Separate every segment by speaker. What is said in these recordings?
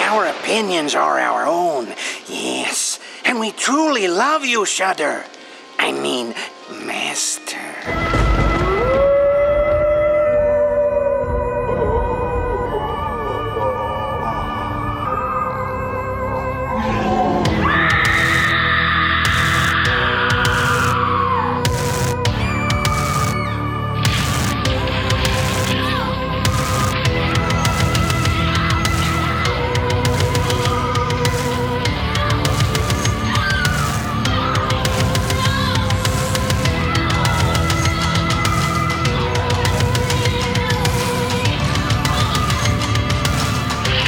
Speaker 1: Our opinions are our own, yes. And we truly love you, Shudder. I mean, Master.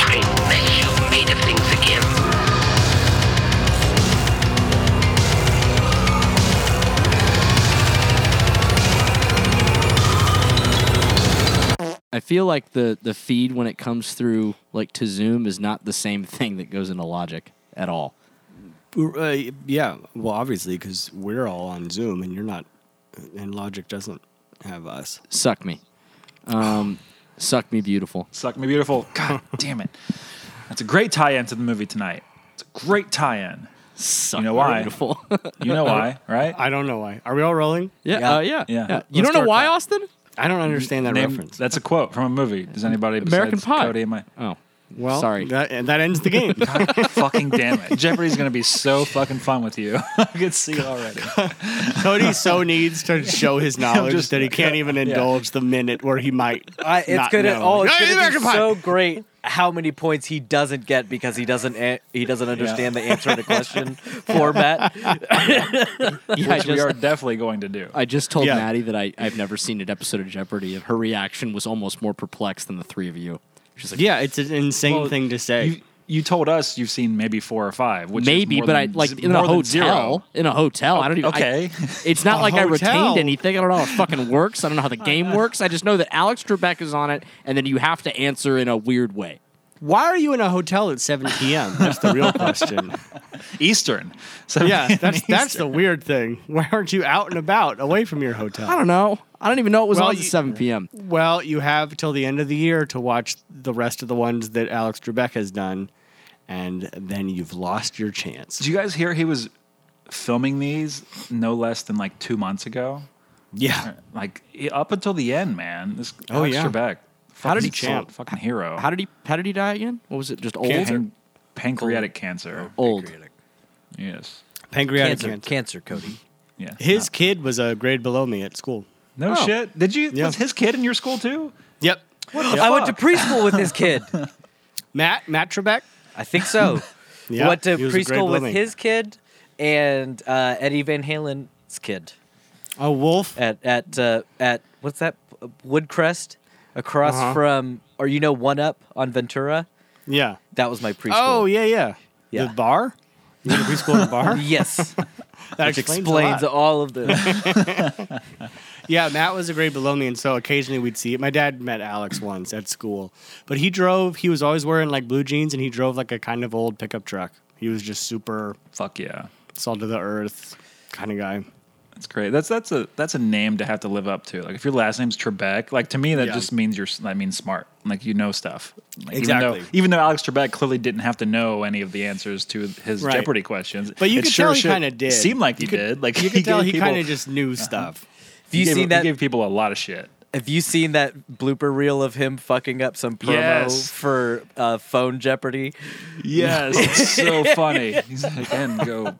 Speaker 2: Find the made of things again.
Speaker 3: I feel like the the feed when it comes through like to Zoom is not the same thing that goes into Logic at all.
Speaker 4: Uh, yeah, well, obviously, because we're all on Zoom and you're not, and Logic doesn't have us.
Speaker 3: Suck me, um, suck me beautiful.
Speaker 5: Suck Me Beautiful. God damn it. That's a great tie in to the movie tonight. It's a great tie in.
Speaker 3: Suck
Speaker 5: know
Speaker 3: me
Speaker 5: why?
Speaker 3: Beautiful.
Speaker 5: You know why, right?
Speaker 4: I don't know why. Are we all rolling?
Speaker 3: yeah,
Speaker 4: Yeah.
Speaker 3: Uh, yeah,
Speaker 5: Yeah.
Speaker 3: yeah. You
Speaker 5: Let's
Speaker 3: don't know
Speaker 5: start
Speaker 3: why,
Speaker 5: that.
Speaker 3: Austin?
Speaker 4: I don't understand that
Speaker 5: Name-
Speaker 4: reference.
Speaker 5: That's a quote from a movie. Does anybody
Speaker 3: American
Speaker 5: besides
Speaker 3: Pie.
Speaker 5: Cody and my
Speaker 3: Oh,
Speaker 4: well,
Speaker 3: sorry.
Speaker 4: That, and that ends the game.
Speaker 5: fucking damn it. Jeopardy's gonna be so fucking fun with you. I can see it already.
Speaker 4: Cody so needs to show his knowledge
Speaker 5: just-
Speaker 4: that he can't even indulge the minute where he might.
Speaker 6: I, it's
Speaker 4: not
Speaker 6: gonna
Speaker 4: know.
Speaker 6: oh, it's
Speaker 4: Like, "Hey,
Speaker 6: gonna be
Speaker 4: American Pie!"
Speaker 6: so great how many points he doesn't get because he doesn't a- he doesn't understand the answer to question format.
Speaker 3: yeah, I
Speaker 5: we
Speaker 3: just,
Speaker 5: are definitely going to do.
Speaker 3: I just told
Speaker 4: Yeah.
Speaker 3: Maddie that I, I've never seen an episode of Jeopardy, and her reaction was almost more perplexed than the three of you. She's like,
Speaker 4: Yeah, it's an insane
Speaker 5: Well,
Speaker 4: thing to say.
Speaker 5: You, you told us you've seen maybe four or five, which is
Speaker 3: maybe,
Speaker 5: more
Speaker 3: but I
Speaker 5: than-
Speaker 3: like in a
Speaker 5: more than
Speaker 3: hotel.
Speaker 5: zero.
Speaker 3: In a hotel, I don't even. I-
Speaker 5: okay.
Speaker 3: it's not
Speaker 4: A
Speaker 3: like I
Speaker 4: hotel?
Speaker 3: retained anything. I don't know how it fucking works. I don't know how the game works. I just know that Alex Trebek is on it, and then you have to answer in a weird way.
Speaker 4: Why are you in a hotel at 7 p.m.? That's the real question.
Speaker 5: Eastern. So
Speaker 4: yeah, that's that's the weird thing. Why aren't you out and about, away from your hotel?
Speaker 3: I don't know. I don't even know it was
Speaker 4: Well,
Speaker 3: on at
Speaker 4: you-
Speaker 3: 7 p.m.
Speaker 4: Well, you have till the end of the year to watch the rest of the ones that Alex Trebek has done, and then you've lost your chance.
Speaker 5: Did you guys hear he was filming these no less than like two months ago?
Speaker 4: Yeah.
Speaker 5: Like he- up until the end, man. This
Speaker 4: Oh,
Speaker 5: Alex
Speaker 4: yeah.
Speaker 5: Trebek.
Speaker 3: How did he
Speaker 5: fucking solid,
Speaker 3: champ?
Speaker 5: Fucking hero.
Speaker 3: How did he? How did he die again? What was it? Just old.
Speaker 5: Pan- pancreatic cancer?
Speaker 3: Old.
Speaker 5: Yes.
Speaker 4: Pancreatic
Speaker 6: cancer,
Speaker 4: cancer.
Speaker 6: cancer, Cody.
Speaker 5: Yeah.
Speaker 4: His kid was a grade below me at school.
Speaker 5: no
Speaker 3: Oh.
Speaker 5: shit. Did you?
Speaker 4: Yeah.
Speaker 5: Was his kid in your school too?
Speaker 4: Yep.
Speaker 6: I went to preschool with his kid.
Speaker 4: Matt Matt Trebek.
Speaker 6: I think so.
Speaker 4: Yeah,
Speaker 6: went to
Speaker 4: he was a grade
Speaker 6: preschool
Speaker 4: below
Speaker 6: with
Speaker 4: me.
Speaker 6: his kid and uh, Eddie Van Halen's kid
Speaker 4: A wolf.
Speaker 6: at at uh, at what's that Woodcrest across
Speaker 4: Uh-huh.
Speaker 6: from or you know One Up on Ventura.
Speaker 4: Yeah.
Speaker 6: That was my preschool.
Speaker 4: Oh yeah yeah.
Speaker 6: Yeah.
Speaker 4: The bar. You went to preschool at a bar.
Speaker 6: yes,
Speaker 4: That
Speaker 6: which
Speaker 4: explains,
Speaker 6: explains,
Speaker 4: a lot.
Speaker 6: all of the.
Speaker 4: Yeah, Matt was a grade below me, and so occasionally we'd see it. My dad met Alex once at school, but he drove. He was always wearing like blue jeans, and he drove like a kind of old pickup truck. He was just super
Speaker 5: Fuck yeah.
Speaker 4: salt of the earth kind of guy.
Speaker 5: That's great. That's that's a that's a name to have to live up to. Like if your last name's Trebek, like to me that
Speaker 4: Yeah.
Speaker 5: just means you're s- that means smart. Like you know stuff. Like, Even
Speaker 4: Exactly.
Speaker 5: though, even though Alex Trebek clearly didn't have to know any of the answers to his
Speaker 4: Right.
Speaker 5: Jeopardy questions,
Speaker 4: But you
Speaker 5: it
Speaker 4: could
Speaker 5: sure
Speaker 4: tell he
Speaker 5: shit
Speaker 4: kind of did.
Speaker 5: Seemed like he
Speaker 4: You could-
Speaker 5: did. Like
Speaker 4: you could tell
Speaker 5: gave
Speaker 4: he
Speaker 5: people-
Speaker 4: kind of just knew
Speaker 3: Uh-huh.
Speaker 4: stuff.
Speaker 6: Have you
Speaker 5: gave,
Speaker 6: seen
Speaker 5: He
Speaker 6: that?
Speaker 5: gave people a lot of shit.
Speaker 6: Have you seen that blooper reel of him fucking up some promo
Speaker 5: Yes.
Speaker 6: for uh, Phone Jeopardy?
Speaker 5: Yes, it's so funny. He's like, and go.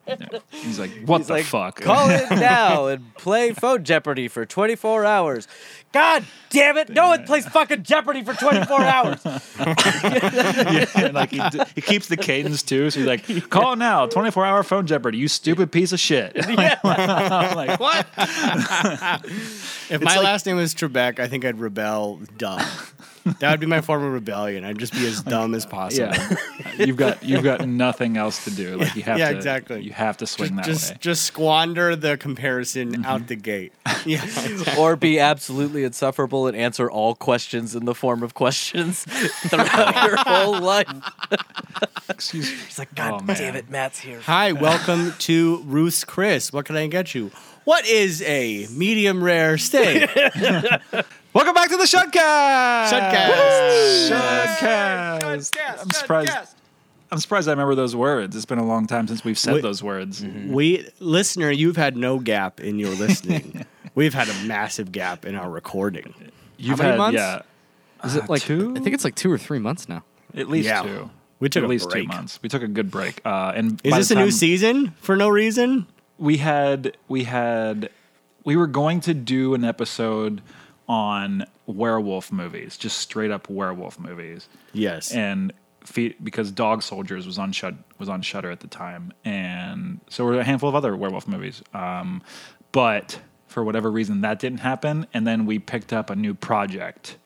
Speaker 5: He's like, what
Speaker 6: He's
Speaker 5: the
Speaker 6: like,
Speaker 5: fuck?
Speaker 6: Call it now and play Phone Jeopardy for 24 hours. God damn it! No one plays fucking Jeopardy for 24 hours.
Speaker 5: and like he, d- he keeps the cadence too. So he's like, call now, 24 hour phone Jeopardy, you stupid piece of shit. I'm like, what?
Speaker 4: If my last name was Trebek, I think I'd rebel dumb. that would be my form of rebellion. I'd just be as dumb as possible.
Speaker 5: Yeah, you've got you've got nothing else to do. Like you have
Speaker 4: Yeah,
Speaker 5: to
Speaker 4: exactly.
Speaker 5: You have to swing that
Speaker 4: Just
Speaker 5: way. Mm-hmm.
Speaker 4: just squander the comparison out the gate. Yeah.
Speaker 6: or be absolutely insufferable and answer all questions in the form of questions throughout your whole life.
Speaker 5: Excuse me.
Speaker 6: It's like, God
Speaker 5: Oh, man.
Speaker 6: damn it, Matt's here.
Speaker 4: Hi, welcome to Ruth's Chris. What can I get you? What is a medium rare steak?
Speaker 5: Welcome back to the Shudcast.
Speaker 4: Shudcast.
Speaker 5: Shudcast. I'm surprised. I'm surprised I remember those words. It's been a long time since we've said
Speaker 4: Wait.
Speaker 5: those words.
Speaker 6: Mm-hmm.
Speaker 4: We listener, you've had no gap in your listening. We've had a massive gap in our recording.
Speaker 5: You've
Speaker 3: many
Speaker 5: had
Speaker 3: months?
Speaker 5: yeah,
Speaker 3: Is
Speaker 4: Uh,
Speaker 3: it like
Speaker 5: two?
Speaker 3: I think it's like two or three months now.
Speaker 5: at least
Speaker 4: Yeah.
Speaker 5: two.
Speaker 4: We took
Speaker 5: at
Speaker 4: a
Speaker 5: least
Speaker 4: break.
Speaker 5: two months. We took a good break. Uh, and
Speaker 4: Is
Speaker 5: by
Speaker 4: this
Speaker 5: the
Speaker 4: a new
Speaker 5: time-
Speaker 4: season for no reason?
Speaker 5: we had we had we were going to do an episode on werewolf movies, just straight up werewolf movies.
Speaker 4: Yes.
Speaker 5: And fe- because Dog Soldiers was on shut was on Shutter at the time, and so were a handful of other werewolf movies. Um, but for whatever reason, that didn't happen, and then we picked up a new project.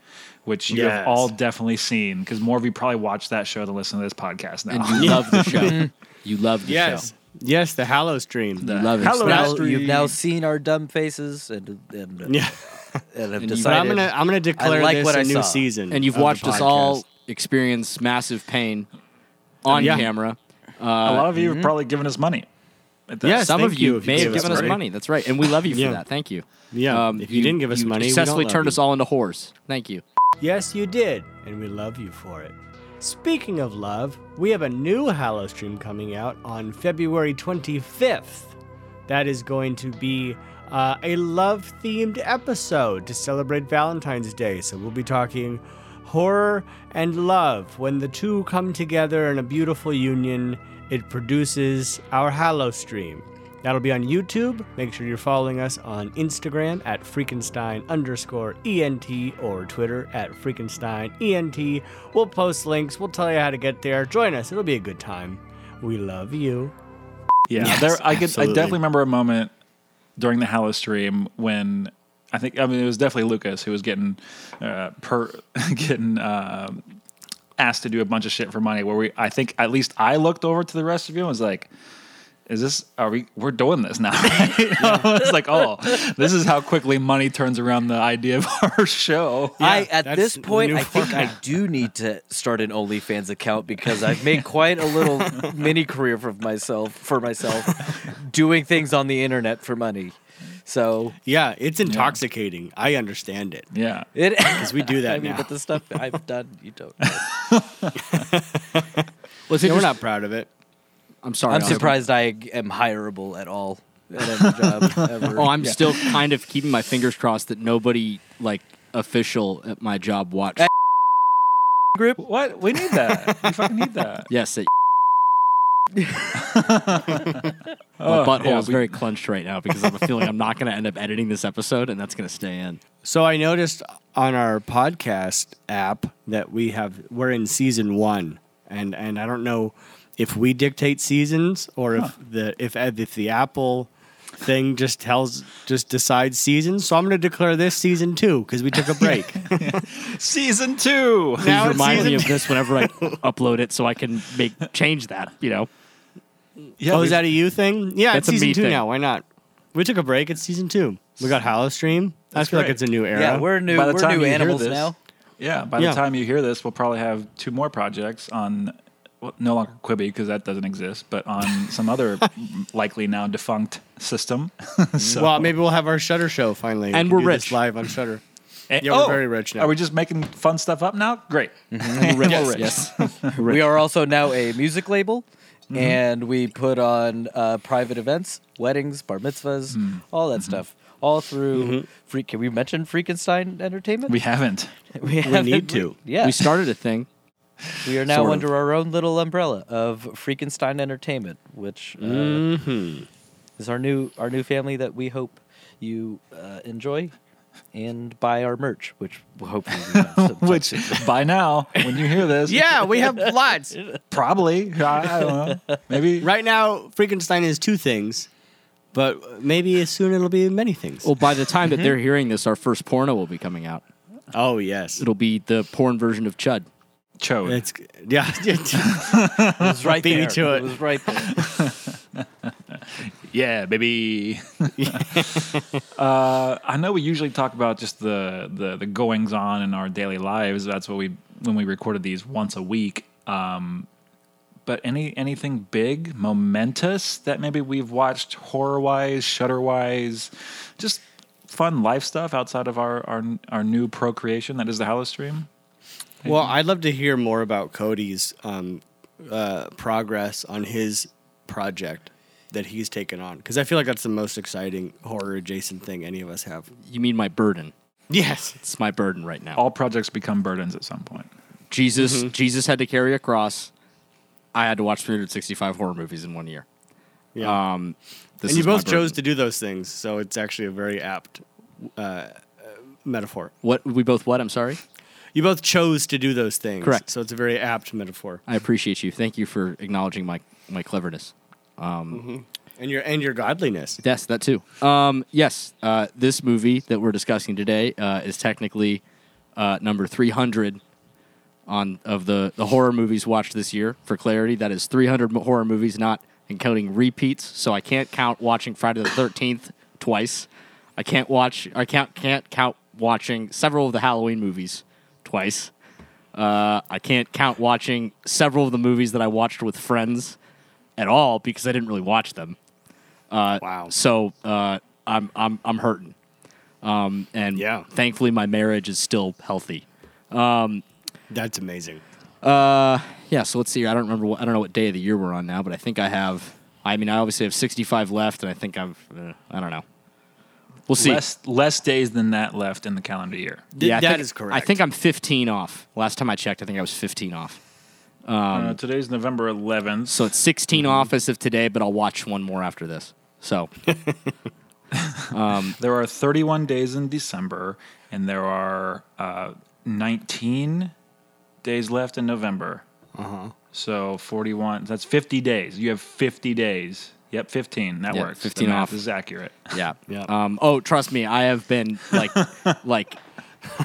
Speaker 5: Which you
Speaker 4: Yes.
Speaker 5: have all definitely seen because more of you probably watched that show than listen to this podcast now.
Speaker 3: And you love the show. You love the
Speaker 4: yes.
Speaker 3: show.
Speaker 4: Yes, the Hallow stream.
Speaker 3: You love it.
Speaker 5: Hello,
Speaker 3: Now-
Speaker 6: Now,
Speaker 5: Street.
Speaker 6: you've now seen our dumb faces and and, uh,
Speaker 4: yeah.
Speaker 6: and have
Speaker 4: But
Speaker 6: decided.
Speaker 4: I'm gonna I'm gonna declare
Speaker 6: like
Speaker 4: this
Speaker 6: what
Speaker 4: a
Speaker 6: I
Speaker 4: new
Speaker 6: saw.
Speaker 4: season.
Speaker 3: and you've
Speaker 4: of the
Speaker 3: watched us all
Speaker 4: podcast.
Speaker 3: experience massive pain on
Speaker 4: Yeah.
Speaker 3: camera.
Speaker 5: a lot of you have probably given us money. at this.
Speaker 4: Yes,
Speaker 3: Some
Speaker 4: thank
Speaker 3: of you,
Speaker 4: you if you
Speaker 3: may have
Speaker 4: gave us
Speaker 3: given us
Speaker 4: money.
Speaker 3: money. That's right, and we love you for
Speaker 4: Yeah.
Speaker 3: that. Thank you.
Speaker 4: Yeah, if you didn't give us money, we don't
Speaker 3: Um, successfully
Speaker 4: love
Speaker 3: turned
Speaker 4: you.
Speaker 3: us all into whores. Thank you.
Speaker 4: Yes, you did, and we love you for it. Speaking of love, we have a new Hallow stream coming out on February 25th. That is going to be uh, a love themed episode to celebrate Valentine's Day. So we'll be talking horror and love. When the two come together in a beautiful union, it produces our Hallow stream. That'll be on YouTube. Make sure you're following us on Instagram at Freakenstein underscore ENT or Twitter at Freakenstein ENT. We'll post links. We'll tell you how to get there. Join us. It'll be a good time. We love you.
Speaker 5: Yeah,
Speaker 4: Yes,
Speaker 5: there. I could. I
Speaker 4: absolutely.
Speaker 5: definitely remember a moment during the Hallow stream when I think. I mean, it was definitely Lucas who was getting uh, per getting. Uh, asked to do a bunch of shit for money where we i think at least i looked over to the rest of you and was like is this are we we're doing this now right? it's like oh this is how quickly money turns around the idea of our show
Speaker 6: I
Speaker 4: Yeah,
Speaker 6: at
Speaker 4: that's
Speaker 6: this
Speaker 4: the
Speaker 6: point,
Speaker 4: new
Speaker 6: I think I do need to start an OnlyFans account because I've made quite a little mini career for myself for myself doing things on the internet for money. So
Speaker 4: Yeah, it's intoxicating. I understand it.
Speaker 5: yeah
Speaker 6: it
Speaker 4: Because we do
Speaker 6: I
Speaker 4: that
Speaker 6: mean,
Speaker 4: now.
Speaker 6: but the stuff I've done, you don't.
Speaker 3: Was
Speaker 4: Yeah, we're not proud of it.
Speaker 3: I'm sorry.
Speaker 6: I'm
Speaker 3: Oliver.
Speaker 6: surprised I am hireable at all at any job ever.
Speaker 3: Oh, I'm still kind of keeping my fingers crossed that nobody like official at my job watched.
Speaker 6: group.
Speaker 5: what we need that we fucking need that
Speaker 3: yes, it, my
Speaker 5: Oh,
Speaker 3: butthole
Speaker 5: yeah,
Speaker 3: is
Speaker 5: we-
Speaker 3: very clenched right now because I have a feeling I'm not going to end up editing this episode, and that's going to stay in.
Speaker 4: So I noticed on our podcast app that we have we're in season one, and and I don't know if we dictate seasons or if the if uh, if the Apple thing just tells just decides seasons. So I'm going to declare this season two because we took a break.
Speaker 5: season two
Speaker 3: Please
Speaker 4: Now it's
Speaker 3: remind me
Speaker 4: season-
Speaker 3: of this whenever I upload it, so I can make change that. You know,
Speaker 5: yeah,
Speaker 4: oh,
Speaker 5: we-
Speaker 4: is that a you thing? Yeah,
Speaker 3: That's
Speaker 4: it's
Speaker 3: a
Speaker 4: season
Speaker 3: me
Speaker 4: two
Speaker 3: thing.
Speaker 4: now. Why not? We took a break. It's season two. We got Hollow Stream. I feel like
Speaker 5: great.
Speaker 4: it's a new era.
Speaker 6: Yeah, we're new.
Speaker 5: By the
Speaker 6: We're
Speaker 5: time
Speaker 6: new
Speaker 5: you hear
Speaker 6: animals
Speaker 5: this-
Speaker 6: now.
Speaker 5: Yeah, by
Speaker 4: Yeah.
Speaker 5: the time you hear this, we'll probably have two more projects on well, no longer Quibi because that doesn't exist, but on some other likely now defunct system. so,
Speaker 4: well, maybe we'll have our Shutter show finally,
Speaker 3: And
Speaker 4: We can
Speaker 3: we're
Speaker 4: do this
Speaker 3: rich.
Speaker 4: live on Shutter.
Speaker 5: and-
Speaker 4: yeah, we're very rich now.
Speaker 5: Are we just making fun stuff up now? Great.
Speaker 3: We're
Speaker 5: Yes.
Speaker 3: rich.
Speaker 5: Yes.
Speaker 6: We are also now a music label, and we put on uh, private events, weddings, bar mitzvahs, all that stuff, all through. Freak, can we mention Freakenstein Entertainment?
Speaker 5: We haven't.
Speaker 6: we,
Speaker 4: We
Speaker 6: haven't-
Speaker 4: need to.
Speaker 6: Yeah,
Speaker 3: We
Speaker 6: we,
Speaker 3: started a thing.
Speaker 6: are now
Speaker 5: sort of.
Speaker 6: under our own little umbrella of Freakenstein Entertainment, which uh, is our new our new family that we hope you uh, enjoy and buy our merch, which hopefully we have some-
Speaker 5: Which by now, when you hear this,
Speaker 4: Yeah, we have lots.
Speaker 5: probably. I, I don't know. Maybe.
Speaker 4: Right now, Frankenstein is two things, but maybe soon it'll be many things.
Speaker 3: Well, by the time that they're hearing this, our first porno will be coming out.
Speaker 4: oh yes,
Speaker 3: It'll be the porn version of Chud.
Speaker 5: Chode.
Speaker 4: it's yeah.
Speaker 6: it was right
Speaker 4: Beat me
Speaker 6: there.
Speaker 4: to it.
Speaker 6: It was right there.
Speaker 5: Yeah, baby. uh, I know we usually talk about just the, the the goings on in our daily lives. That's what we when we recorded these once a week. Um, but any anything big, momentous that maybe we've watched horror wise, shutter wise, just fun life stuff outside of our our, our new procreation that is the Hallow stream.
Speaker 4: well, I'd love to hear more about Cody's um, uh, progress on his project that he's taken on because I feel like that's the most exciting horror adjacent thing any of us have.
Speaker 3: You mean my burden?
Speaker 4: Yes,
Speaker 3: It's my burden right now.
Speaker 4: Oh.
Speaker 5: All projects become burdens at some point.
Speaker 3: Jesus,
Speaker 4: Mm-hmm.
Speaker 3: Jesus had to carry a cross. I had to watch 365 horror movies in one year.
Speaker 4: yeah.
Speaker 3: Um, this
Speaker 4: and you
Speaker 3: is my
Speaker 4: both chose
Speaker 3: burden.
Speaker 4: to do those things, so it's actually a very apt uh, uh, metaphor.
Speaker 3: what? We both what? I'm sorry.
Speaker 4: You both chose to do those things,
Speaker 3: Correct.
Speaker 4: So it's a very apt metaphor.
Speaker 3: I appreciate you. Thank you for acknowledging my my cleverness.
Speaker 4: And your and your godliness.
Speaker 3: Yes, that too. Um, yes, uh, this movie that we're discussing today uh, is technically uh, number 300 on of the, the horror movies watched this year. For clarity, that is 300 mo- horror movies, not including repeats. So I can't count watching Friday the 13th twice. I can't watch. I can't can't count watching several of the Halloween movies twice. Uh, I can't count watching several of the movies that I watched with friends at all because I didn't really watch them.
Speaker 4: Wow.
Speaker 3: So uh, I'm I'm I'm hurting. Um, and
Speaker 4: Yeah.
Speaker 3: thankfully my marriage is still healthy.
Speaker 4: That's amazing.
Speaker 3: Yeah. So let's see. here. I don't remember. What, I don't know what day of the year we're on now, but I think I have. I mean, I obviously have 65 left, and I think I've. Uh, I don't know. We'll see.
Speaker 5: Less less days than that left in the calendar year.
Speaker 4: Th-
Speaker 3: I
Speaker 4: that
Speaker 3: think-
Speaker 4: is correct.
Speaker 3: I think I'm 15 off. Last time I checked, I think I was 15 off.
Speaker 5: uh, today's November 11th.
Speaker 3: um, So it's 16
Speaker 4: Mm-hmm.
Speaker 3: off as of today, but I'll watch one more after this. So
Speaker 5: There are 31 days in December, and there are uh, 19 days left in November. Uh-huh. So 41, that's 50 days. You have 50 days. Yep, 15. That
Speaker 3: Yeah,
Speaker 5: works.
Speaker 3: 15
Speaker 5: the math
Speaker 3: off.
Speaker 5: is accurate.
Speaker 3: Yeah.
Speaker 4: Yeah.
Speaker 3: Um, oh, trust me, I have been like, like,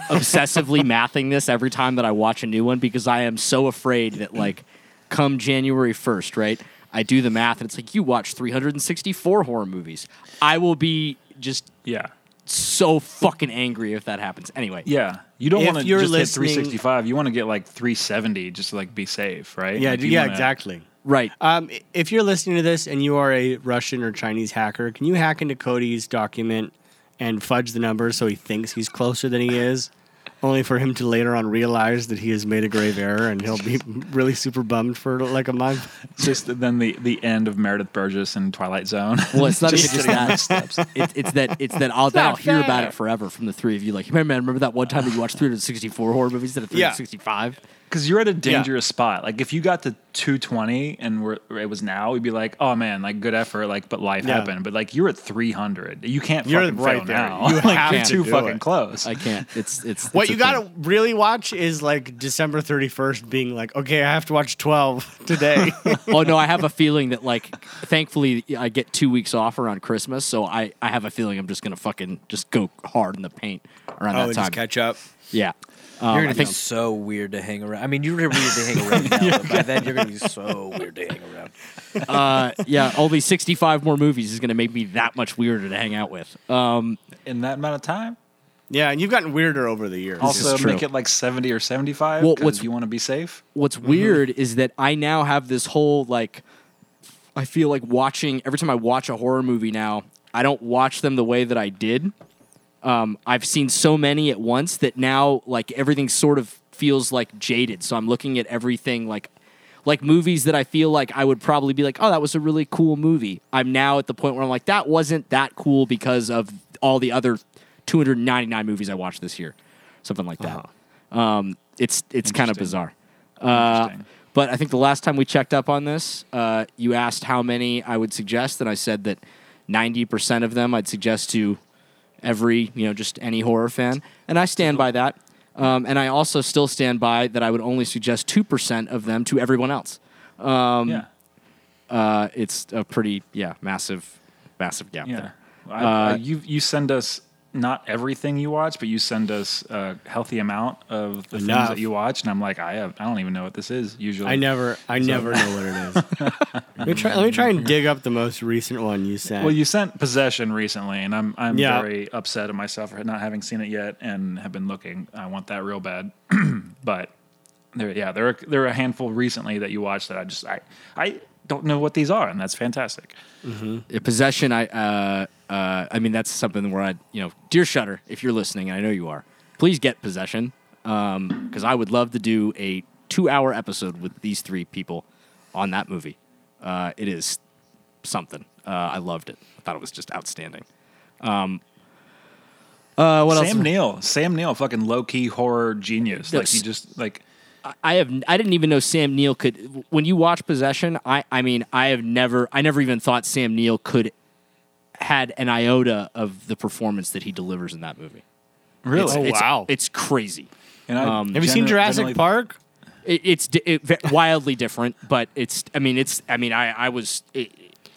Speaker 3: obsessively mathing this every time that I watch a new one because I am so afraid that like, come January first, right? I do the math and it's like you watch 364 horror movies. I will be just
Speaker 5: Yeah.
Speaker 3: so fucking angry if that happens. Anyway.
Speaker 5: Yeah. You don't
Speaker 4: If
Speaker 5: want to
Speaker 4: you're
Speaker 5: just hit
Speaker 4: listening-
Speaker 5: 365. You want to get like 370 just to like be safe, right?
Speaker 4: yeah,
Speaker 5: Like, you
Speaker 4: yeah,
Speaker 5: wanna-
Speaker 4: exactly.
Speaker 3: Right.
Speaker 4: Um, i- if you're listening to this and you are a Russian or Chinese hacker, can you hack into Cody's document and fudge the numbers so he thinks he's closer than he is, only for him to later on realize that he has made a grave error and he'll be really super bummed for like a month?
Speaker 5: Just then the, the end of Meredith Burgess and Twilight Zone.
Speaker 3: Well, it's not even
Speaker 5: Just
Speaker 3: just
Speaker 5: sitting on
Speaker 3: that. It's, it's that. It's that. I'll, that I'll hear about it forever from the three of you. Like, man, man, remember that one time that you watched 364 horror movies instead of
Speaker 4: Yeah.
Speaker 3: 365?
Speaker 5: Because you're at a dangerous spot. Like if you got to 220 and we're, it was now, we'd be like, oh man, like good effort, like but life
Speaker 4: Yeah.
Speaker 5: happened. But like you're at 300, you can't
Speaker 4: You're
Speaker 5: fucking
Speaker 4: right
Speaker 5: fail
Speaker 4: there.
Speaker 5: now.
Speaker 4: You
Speaker 5: like,
Speaker 4: have
Speaker 5: you're
Speaker 4: to
Speaker 5: too
Speaker 4: do
Speaker 5: fucking
Speaker 4: it.
Speaker 5: close.
Speaker 3: I can't. It's it's.
Speaker 4: What
Speaker 3: it's
Speaker 4: you
Speaker 3: a
Speaker 4: got
Speaker 3: thing.
Speaker 4: to really watch is like December 31st being like, okay, I have to watch 12 today.
Speaker 3: oh no, I have a feeling that like, thankfully, I get two weeks off around Christmas, so I I have a feeling I'm just gonna fucking just go hard in the paint
Speaker 6: Oh,
Speaker 3: around that time.
Speaker 4: up.
Speaker 3: yeah, um,
Speaker 6: You're gonna
Speaker 3: I think
Speaker 6: be so weird to hang around. I mean, you're weird to hang around now, but by then you're gonna be so weird to hang around.
Speaker 3: uh, yeah, only 65 more movies is gonna make me that much weirder to hang out with. Um,
Speaker 5: In that amount of time,
Speaker 4: Yeah, and you've gotten weirder over the years.
Speaker 5: also
Speaker 3: true.
Speaker 5: make it like 70 or 75
Speaker 3: Well,
Speaker 5: because
Speaker 3: what's-
Speaker 5: you want to be safe.
Speaker 3: what's weird is that I now have this whole like I feel like watching every time I watch a horror movie now, I don't watch them the way that I did. Um, I've seen so many at once that now like everything sort of feels like jaded. So I'm looking at everything like like movies that I feel like I would probably be like, "Oh, that was a really cool movie." I'm now at the point where I'm like, "That wasn't that cool because of all the other 299 movies I watched this year." Something like that. Um, it's it's kind of
Speaker 5: Interesting.
Speaker 3: bizarre. Uh,
Speaker 5: Interesting.
Speaker 3: But I think the last time we checked up on this, uh, you asked how many I would suggest, and I said that 90% of them I'd suggest to every, you know, just any horror fan. And I stand by that. Um, and I also still stand by that I would only suggest 2% of them to everyone else. um,
Speaker 5: yeah.
Speaker 3: Uh, it's a pretty, yeah, massive, massive gap
Speaker 5: Yeah.
Speaker 3: there.
Speaker 5: I, uh, you, you send us not everything you watch, but you send us a healthy amount of the things
Speaker 4: Enough.
Speaker 5: that you watch. And I'm like, I, have, I don't even know what this is usually.
Speaker 4: I never, I never know what it is. let, me try, let me try and dig up the most recent one you sent.
Speaker 5: Well, you sent Possession recently, and I'm I'm
Speaker 4: Yeah.
Speaker 5: very upset at myself for not having seen it yet, and have been looking. I want that real bad, but there, yeah, there are there are a handful recently that you watched that I just I I don't know what these are, and that's fantastic.
Speaker 3: Uh, Possession, I, uh, uh, I mean, that's something where I, you know, dear Shutter, if you're listening, and I know you are, please get um, Possession, because I would love to do a two-hour episode with these three people on that movie. Uh, it is something. Uh, I loved it. I thought it was just outstanding. Um, uh, what else?
Speaker 5: Sam Neill, Sam Neill, fucking low key horror genius. Like
Speaker 3: Yes.
Speaker 5: he just like
Speaker 3: I have I didn't even know Sam Neill could. When you watch Possession, I I mean I have never I never even thought Sam Neill could had an iota of the performance that he delivers in that movie.
Speaker 5: really. Oh,
Speaker 3: It's- it's- um,
Speaker 4: wow.
Speaker 3: it's crazy.
Speaker 5: and I
Speaker 4: Have you seen
Speaker 5: gener-
Speaker 4: Jurassic
Speaker 5: generally-
Speaker 4: Park?
Speaker 3: It, it's di- it, ve- wildly different, but it's I mean it's I mean I I was it,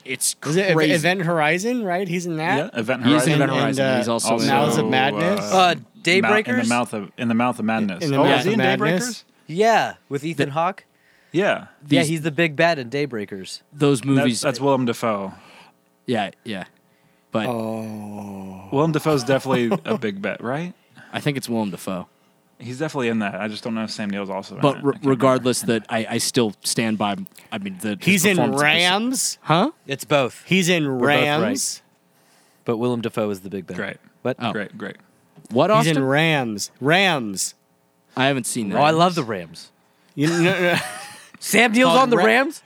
Speaker 3: it's
Speaker 4: Is
Speaker 3: crazy.
Speaker 4: it Ev- Event Horizon? Right? He's in that.
Speaker 5: Yeah, Event
Speaker 3: He's in uh,
Speaker 5: Horizon.
Speaker 3: Event Horizon. He's also in-
Speaker 4: Mouths of
Speaker 5: uh,
Speaker 4: Madness.
Speaker 6: Uh,
Speaker 5: in the
Speaker 6: Daybreakers?
Speaker 5: mouth of in the mouth of madness.
Speaker 4: In the
Speaker 5: oh,
Speaker 3: Mouth
Speaker 5: is he
Speaker 4: of
Speaker 5: in
Speaker 4: Madness?
Speaker 5: Daybreakers?
Speaker 6: Yeah, with Ethan Hawke.
Speaker 5: Yeah,
Speaker 6: Yeah,
Speaker 3: These-
Speaker 6: he's the big bad in Daybreakers.
Speaker 3: those
Speaker 5: that's,
Speaker 3: movies.
Speaker 5: that's Willem Dafoe.
Speaker 3: yeah yeah, but
Speaker 4: Oh.
Speaker 5: Willem Dafoe's definitely a big bet, right?
Speaker 3: I think it's Willem Dafoe.
Speaker 5: He's definitely in that. I just don't know if Sam Neill's also. in
Speaker 3: But
Speaker 5: it.
Speaker 3: re-
Speaker 5: I can't
Speaker 3: regardless, that I, I still stand by. I mean the his
Speaker 4: He's in
Speaker 3: performance was-
Speaker 4: Rams.
Speaker 3: huh?
Speaker 6: It's both,
Speaker 4: He's in
Speaker 6: both right.
Speaker 4: Rams.
Speaker 6: but Willem Dafoe is the big bad.
Speaker 5: remember.
Speaker 6: What?
Speaker 3: Oh.
Speaker 6: Oh,
Speaker 5: Great, great, great.
Speaker 3: What
Speaker 4: He's
Speaker 3: Austin?
Speaker 4: in Rams. Rams.
Speaker 3: I haven't seen that.
Speaker 6: Oh, I love the Rams.
Speaker 4: You know, no, no.
Speaker 6: Sam Neill's
Speaker 4: called
Speaker 6: on the
Speaker 4: Ra-
Speaker 6: Rams?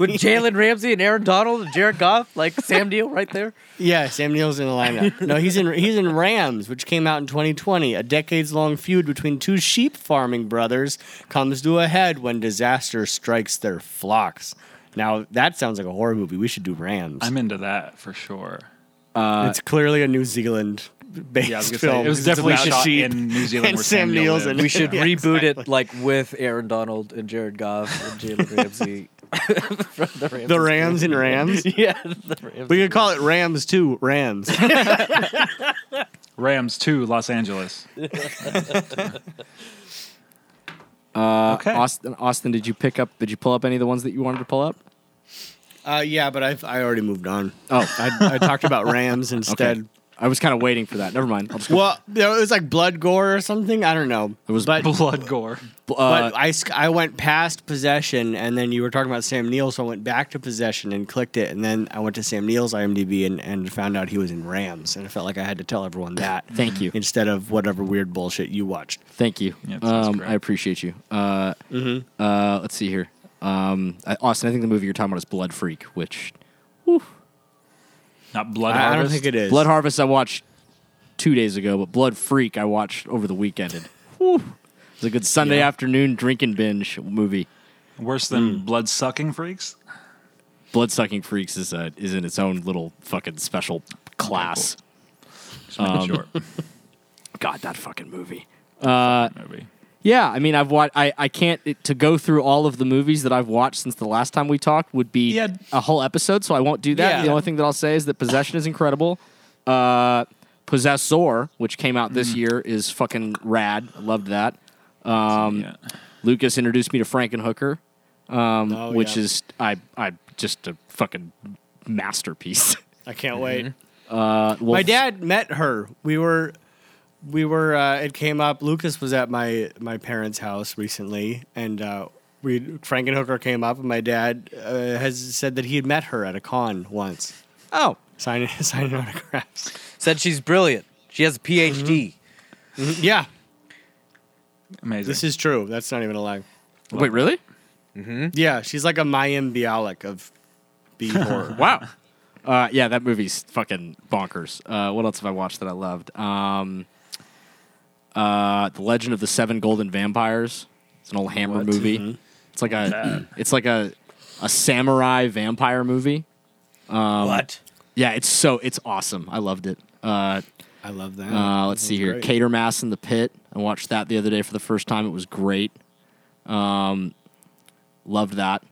Speaker 6: With Jalen Ramsey and Aaron Donald and Jared Goff, like Sam Neill right there.
Speaker 4: Yeah, Sam Neill's in the lineup. No, he's in he's in Rams, which came out in 2020. A decades-long feud between two sheep farming brothers comes to a head when disaster strikes their flocks. Now that sounds like a horror movie. We should do Rams.
Speaker 5: I'm into that for sure.
Speaker 4: it's clearly a New Zealand based
Speaker 5: Yeah, I was gonna
Speaker 4: film.
Speaker 5: say it was
Speaker 4: It's
Speaker 5: definitely
Speaker 4: about
Speaker 5: shot
Speaker 4: sheep.
Speaker 5: in New Zealand
Speaker 4: and
Speaker 5: where
Speaker 4: Sam
Speaker 5: Sam Neill
Speaker 4: Neill's in
Speaker 5: lived.
Speaker 6: We should
Speaker 4: Yeah,
Speaker 6: reboot it like with Aaron Donald and Jared Goff and Jalen Ramsey. from the Rams.
Speaker 4: the Rams and Rams.
Speaker 6: yeah, the Rams.
Speaker 4: We could call it Rams too. Rams.
Speaker 5: Rams to Los Angeles. okay.
Speaker 3: Austin, Austin, did you pick up? Did you pull up any of the ones that you wanted to pull up?
Speaker 4: Uh, yeah, but I've, I already moved on.
Speaker 3: Oh.
Speaker 4: I, I talked about Rams instead.
Speaker 3: I was kind of waiting for that. Never mind. I'll just go-
Speaker 4: Well, there was like blood gore or something. I don't know.
Speaker 3: It was
Speaker 4: but,
Speaker 5: Blood gore.
Speaker 3: uh,
Speaker 4: but I, sc- I went past possession, and then you were talking about Sam Neill, so I went back to possession and clicked it, and then I went to Sam Neill's IMDb and, and found out he was in Rams, and I felt like I had to tell everyone that.
Speaker 3: Thank you.
Speaker 4: Instead of whatever weird bullshit you watched.
Speaker 3: thank you.
Speaker 5: Yeah, that sounds
Speaker 3: um,
Speaker 5: great.
Speaker 3: I appreciate you. Uh,
Speaker 4: Mm-hmm.
Speaker 3: uh, let's see here. Um, I- Austin, I think the movie you're talking about is Blood Freak, which
Speaker 5: Not blood
Speaker 4: I, I
Speaker 5: harvest.
Speaker 4: don't think it is.
Speaker 3: Blood Harvest I watched two days ago, but Blood Freak I watched over the weekend. And, whew, it was a good Sunday afternoon drinking binge movie.
Speaker 5: Worse than
Speaker 4: Hmm.
Speaker 5: blood sucking freaks.
Speaker 3: Blood Sucking Freaks is uh, is in its own little fucking special class.
Speaker 5: Just make
Speaker 4: Um,
Speaker 5: it short.
Speaker 3: God, that fucking movie.
Speaker 5: Maybe.
Speaker 3: Yeah, I mean, I've watched. I, I can't it, to go through all of the movies that I've watched since the last time we talked would be
Speaker 5: Yeah.
Speaker 3: a whole episode, so I won't do that.
Speaker 4: Yeah.
Speaker 3: The only thing that I'll say is that Possession is incredible. Uh, Possessor, which came out
Speaker 4: Mm.
Speaker 3: this year, is fucking rad. I loved that.
Speaker 4: um,
Speaker 5: yeah.
Speaker 3: Lucas introduced me to Frankenhooker, um,
Speaker 4: Oh,
Speaker 3: which
Speaker 4: yeah.
Speaker 3: is I I just a fucking masterpiece.
Speaker 4: I can't wait.
Speaker 3: Uh, Wolf-
Speaker 4: My dad met her. We were, we were. Uh, it came up. Lucas was at my my parents' house recently, and uh, we Frankenhooker came up, and my dad uh, has said that he had met her at a con once,
Speaker 3: Oh,
Speaker 4: signing signing autographs.
Speaker 6: Said she's brilliant. She has a PhD.
Speaker 4: Yeah,
Speaker 5: Amazing.
Speaker 4: this is true. That's not even a lie.
Speaker 3: wait, really?
Speaker 4: Yeah, she's like a Mayim Bialik of B horror.
Speaker 3: Wow. Uh, yeah, that movie's fucking bonkers. Uh, what else have I watched that I loved? Um, uh, the Legend of the Seven Golden Vampires. It's an old Hammer
Speaker 5: What?
Speaker 3: movie. It's like a it's like a a samurai vampire movie. Um,
Speaker 6: what?
Speaker 3: Yeah, it's so it's awesome. I loved it. Uh,
Speaker 4: I love that.
Speaker 3: uh, let's see here.
Speaker 4: great.
Speaker 3: Cater Mass in the Pit. I watched that the other day for the first time. It was great. Um, loved that.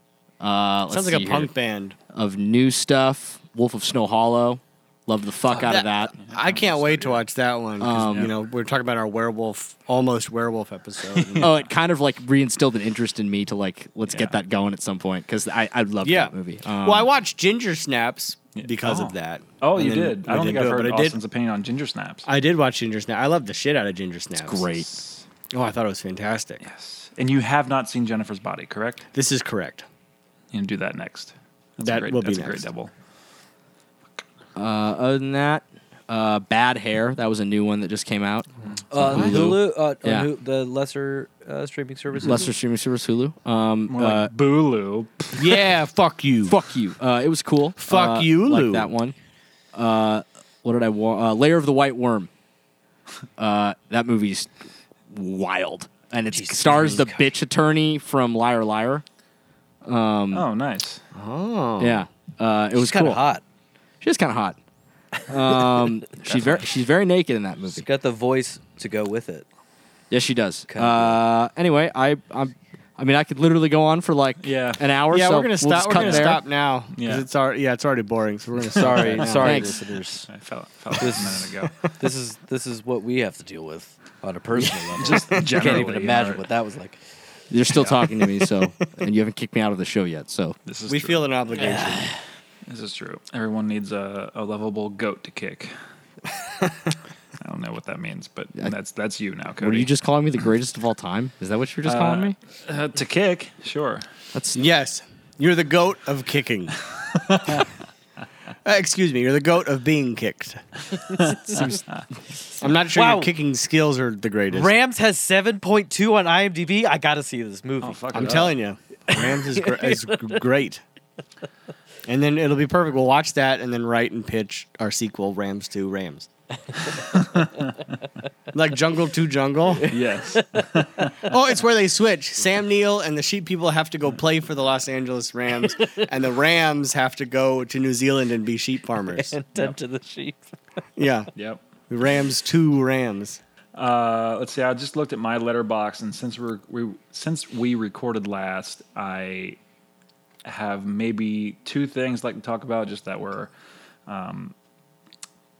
Speaker 3: Uh, let's
Speaker 4: Sounds like
Speaker 3: see
Speaker 4: a
Speaker 3: here.
Speaker 4: punk band.
Speaker 3: of new stuff. Wolf of Snow Hollow. Love the fuck out of that.
Speaker 4: I can't wait to watch that one. 'cause,
Speaker 5: Um,
Speaker 4: you know, we're talking about our werewolf, almost werewolf episode.
Speaker 3: oh, it kind of like reinstilled an interest in me to like let's get
Speaker 5: Yeah.
Speaker 3: that going at some point because I I love that movie. Um,
Speaker 4: well, I watched Ginger Snaps because
Speaker 5: Oh.
Speaker 4: of that.
Speaker 5: oh,
Speaker 4: And
Speaker 5: you
Speaker 4: then
Speaker 5: did.
Speaker 4: we
Speaker 5: I don't think I've
Speaker 4: do it,
Speaker 5: heard
Speaker 4: but I
Speaker 5: Austin's
Speaker 4: did.
Speaker 5: opinion on ginger snaps.
Speaker 4: I did watch Ginger Snaps. I loved the shit out of Ginger Snaps.
Speaker 3: great.
Speaker 4: Oh, I thought it was fantastic.
Speaker 5: yes. And you have not seen Jennifer's body, correct?
Speaker 4: This is correct.
Speaker 5: You can do that next. That's a
Speaker 4: That
Speaker 5: great,
Speaker 4: will be
Speaker 5: that's a great
Speaker 4: next.
Speaker 5: double.
Speaker 3: Other than that, Uh, Bad Hair. That was a new one that just came out.
Speaker 6: Uh,
Speaker 3: Hulu.
Speaker 6: Hulu, uh, on
Speaker 3: Yeah.
Speaker 6: Hu- the lesser uh, streaming service.
Speaker 3: Lesser streaming service Hulu. Um,
Speaker 5: More like
Speaker 3: uh,
Speaker 5: Bulu.
Speaker 4: yeah, fuck you.
Speaker 3: fuck you. Uh, it was cool.
Speaker 4: Fuck
Speaker 3: Uh,
Speaker 4: you,
Speaker 3: like
Speaker 4: Lou.
Speaker 3: that one. Uh, what did I want? Uh, Layer of the White Worm. Uh, that movie's wild, and it stars the bitch attorney from Liar Liar.
Speaker 5: Oh, nice.
Speaker 4: Oh.
Speaker 3: Yeah, uh, it was
Speaker 6: kind
Speaker 3: cool.
Speaker 6: of hot.
Speaker 3: She's kind of hot. Um, she's very she's very naked in that movie.
Speaker 6: It's got the voice to go with it.
Speaker 3: Yes, she does.
Speaker 6: Kinda
Speaker 3: Uh, anyway, I I'm, I mean, I could literally go on for like
Speaker 5: Yeah.
Speaker 3: an hour.
Speaker 4: yeah,
Speaker 3: so
Speaker 4: we're gonna
Speaker 3: we'll
Speaker 4: stop.
Speaker 3: just
Speaker 4: we're
Speaker 3: cut
Speaker 4: gonna
Speaker 3: there.
Speaker 4: stop now 'cause
Speaker 5: Yeah.
Speaker 4: it's already yeah, it's already boring. So we're gonna stop.
Speaker 6: Sorry, sorry,
Speaker 3: Thanks.
Speaker 6: listeners.
Speaker 5: I fell, fell asleep a minute ago.
Speaker 6: This is this is what we have to deal with on a personal level.
Speaker 5: Just
Speaker 6: I can't
Speaker 5: generally, uh,
Speaker 6: even
Speaker 5: you
Speaker 6: imagine
Speaker 5: know,
Speaker 6: what that was like.
Speaker 3: You're still talking to me, so and you haven't kicked me out of the show yet. So
Speaker 5: This is
Speaker 4: We
Speaker 5: true.
Speaker 4: feel an obligation.
Speaker 5: This is true. Everyone needs a, a lovable goat to kick. I don't know what that means, but that's that's you now, Cody.
Speaker 3: Were you just calling me the greatest of all time? Is that what you were just
Speaker 5: Uh,
Speaker 3: calling me?
Speaker 5: uh, to kick? Sure.
Speaker 3: That's
Speaker 4: Yes, you're the goat of kicking. Uh, excuse me, you're the goat of being kicked. I'm not sure
Speaker 6: Wow.
Speaker 4: your kicking skills are the greatest.
Speaker 6: Rams has seven point two on IMDb. I gotta see this movie.
Speaker 5: Oh, fuck
Speaker 4: I'm
Speaker 5: it up.
Speaker 4: telling you, Rams is, gr- is g- great. And then it'll be perfect. We'll watch that and then write and pitch our sequel, Rams to Rams. like Jungle to Jungle.
Speaker 5: Yes.
Speaker 4: Oh, it's where they switch. Sam Neill and the sheep people have to go play for the Los Angeles Rams, and the Rams have to go to New Zealand and be sheep farmers.
Speaker 6: and Tempt to the sheep.
Speaker 4: Yeah.
Speaker 5: yep.
Speaker 4: Rams two Rams.
Speaker 5: Uh, let's see. I just looked at my letterbox, and since we're, we since we recorded last, I have maybe two things I'd like to talk about, just that were um,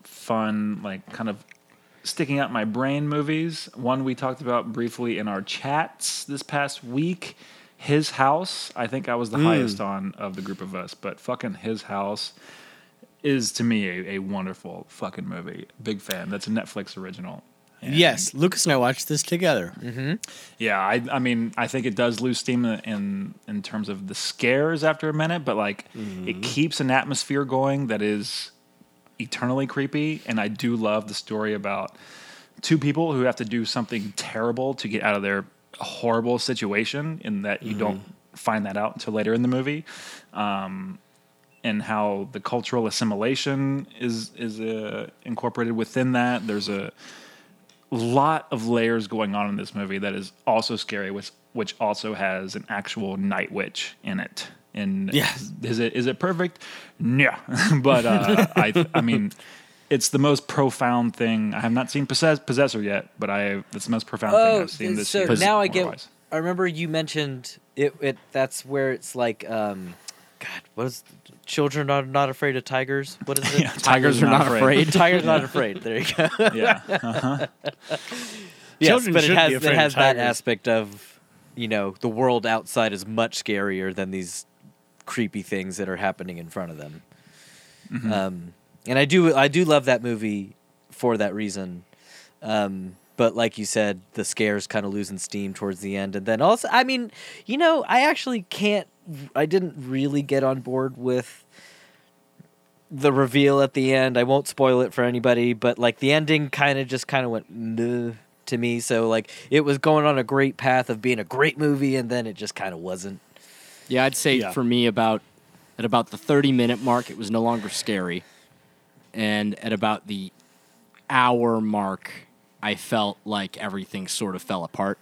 Speaker 5: fun, like kind of sticking out my brain movies. One we talked about briefly in our chats this past week. His house. I think I was the highest on of the group of us, but fucking his house is to me a, a wonderful fucking movie. Big fan. That's a Netflix original. And-
Speaker 4: Yes, Lucas and I watched this together.
Speaker 5: yeah, I, I mean, I think it does lose steam in in terms of the scares after a minute, but like it keeps an atmosphere going that is eternally creepy. And I do love the story about two people who have to do something terrible to get out of their horrible situation, and that you don't find that out until later in the movie. Um, and how the cultural assimilation is is uh, incorporated within that. There's a lot of layers going on in this movie that is also scary, which which also has an actual night witch in it. And
Speaker 4: Yes.
Speaker 5: is it is it perfect? No, but uh, I I mean, it's the most profound thing. I have not seen Possess- Possessor yet, but I that's the most profound thing I've seen this
Speaker 6: so
Speaker 5: year.
Speaker 6: Oh, now I get.
Speaker 5: horror-wise.
Speaker 6: I remember you mentioned it. it that's where it's like, um, God, what is children are not afraid of tigers? What is it?
Speaker 5: Yeah,
Speaker 3: tigers are not afraid.
Speaker 6: Tigers not afraid. There you go.
Speaker 5: yeah.
Speaker 6: Yes,
Speaker 4: Children
Speaker 6: but it
Speaker 4: should be
Speaker 6: has,
Speaker 4: afraid
Speaker 6: it
Speaker 4: of
Speaker 6: has that
Speaker 4: tigers.
Speaker 6: aspect of, you know, the world outside is much scarier than these creepy things that are happening in front of them.
Speaker 4: Mm-hmm.
Speaker 6: Um, and I do, I do love that movie for that reason. Um, but like you said, the scares kind of losing steam towards the end, and then also, I mean, you know, I actually can't, I didn't really get on board with the reveal at the end. I won't spoil it for anybody, but like the ending kind of just kind of went "Nuh," to me. So like it was going on a great path of being a great movie, and then it just kind of wasn't.
Speaker 3: yeah. I'd say
Speaker 4: Yeah.
Speaker 3: for me about at about the thirty minute mark, it was no longer scary, and at about the hour mark, I felt like everything sort of fell apart.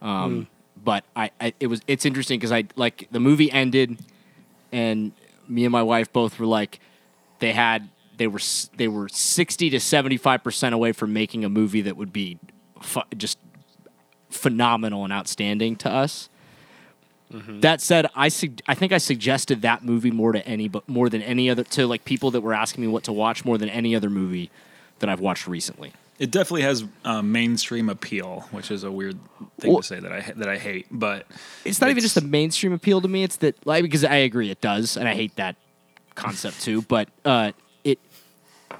Speaker 3: Um, But I, I it was it's interesting because I like the movie ended, and me and my wife both were like, they had they were s- they were sixty to seventy five percent away from making a movie that would be fu- just phenomenal and outstanding to us. That said, I sug- I think I suggested that movie more to any but more than any other to like people that were asking me what to watch more than any other movie that I've watched recently.
Speaker 5: It definitely has uh, mainstream appeal, which is a weird thing
Speaker 3: Well-
Speaker 5: to say that I ha- that I hate, but
Speaker 3: It's not even
Speaker 5: It's-
Speaker 3: just the mainstream appeal to me. It's that like because I agree it does, and I hate that concept too. But uh, it,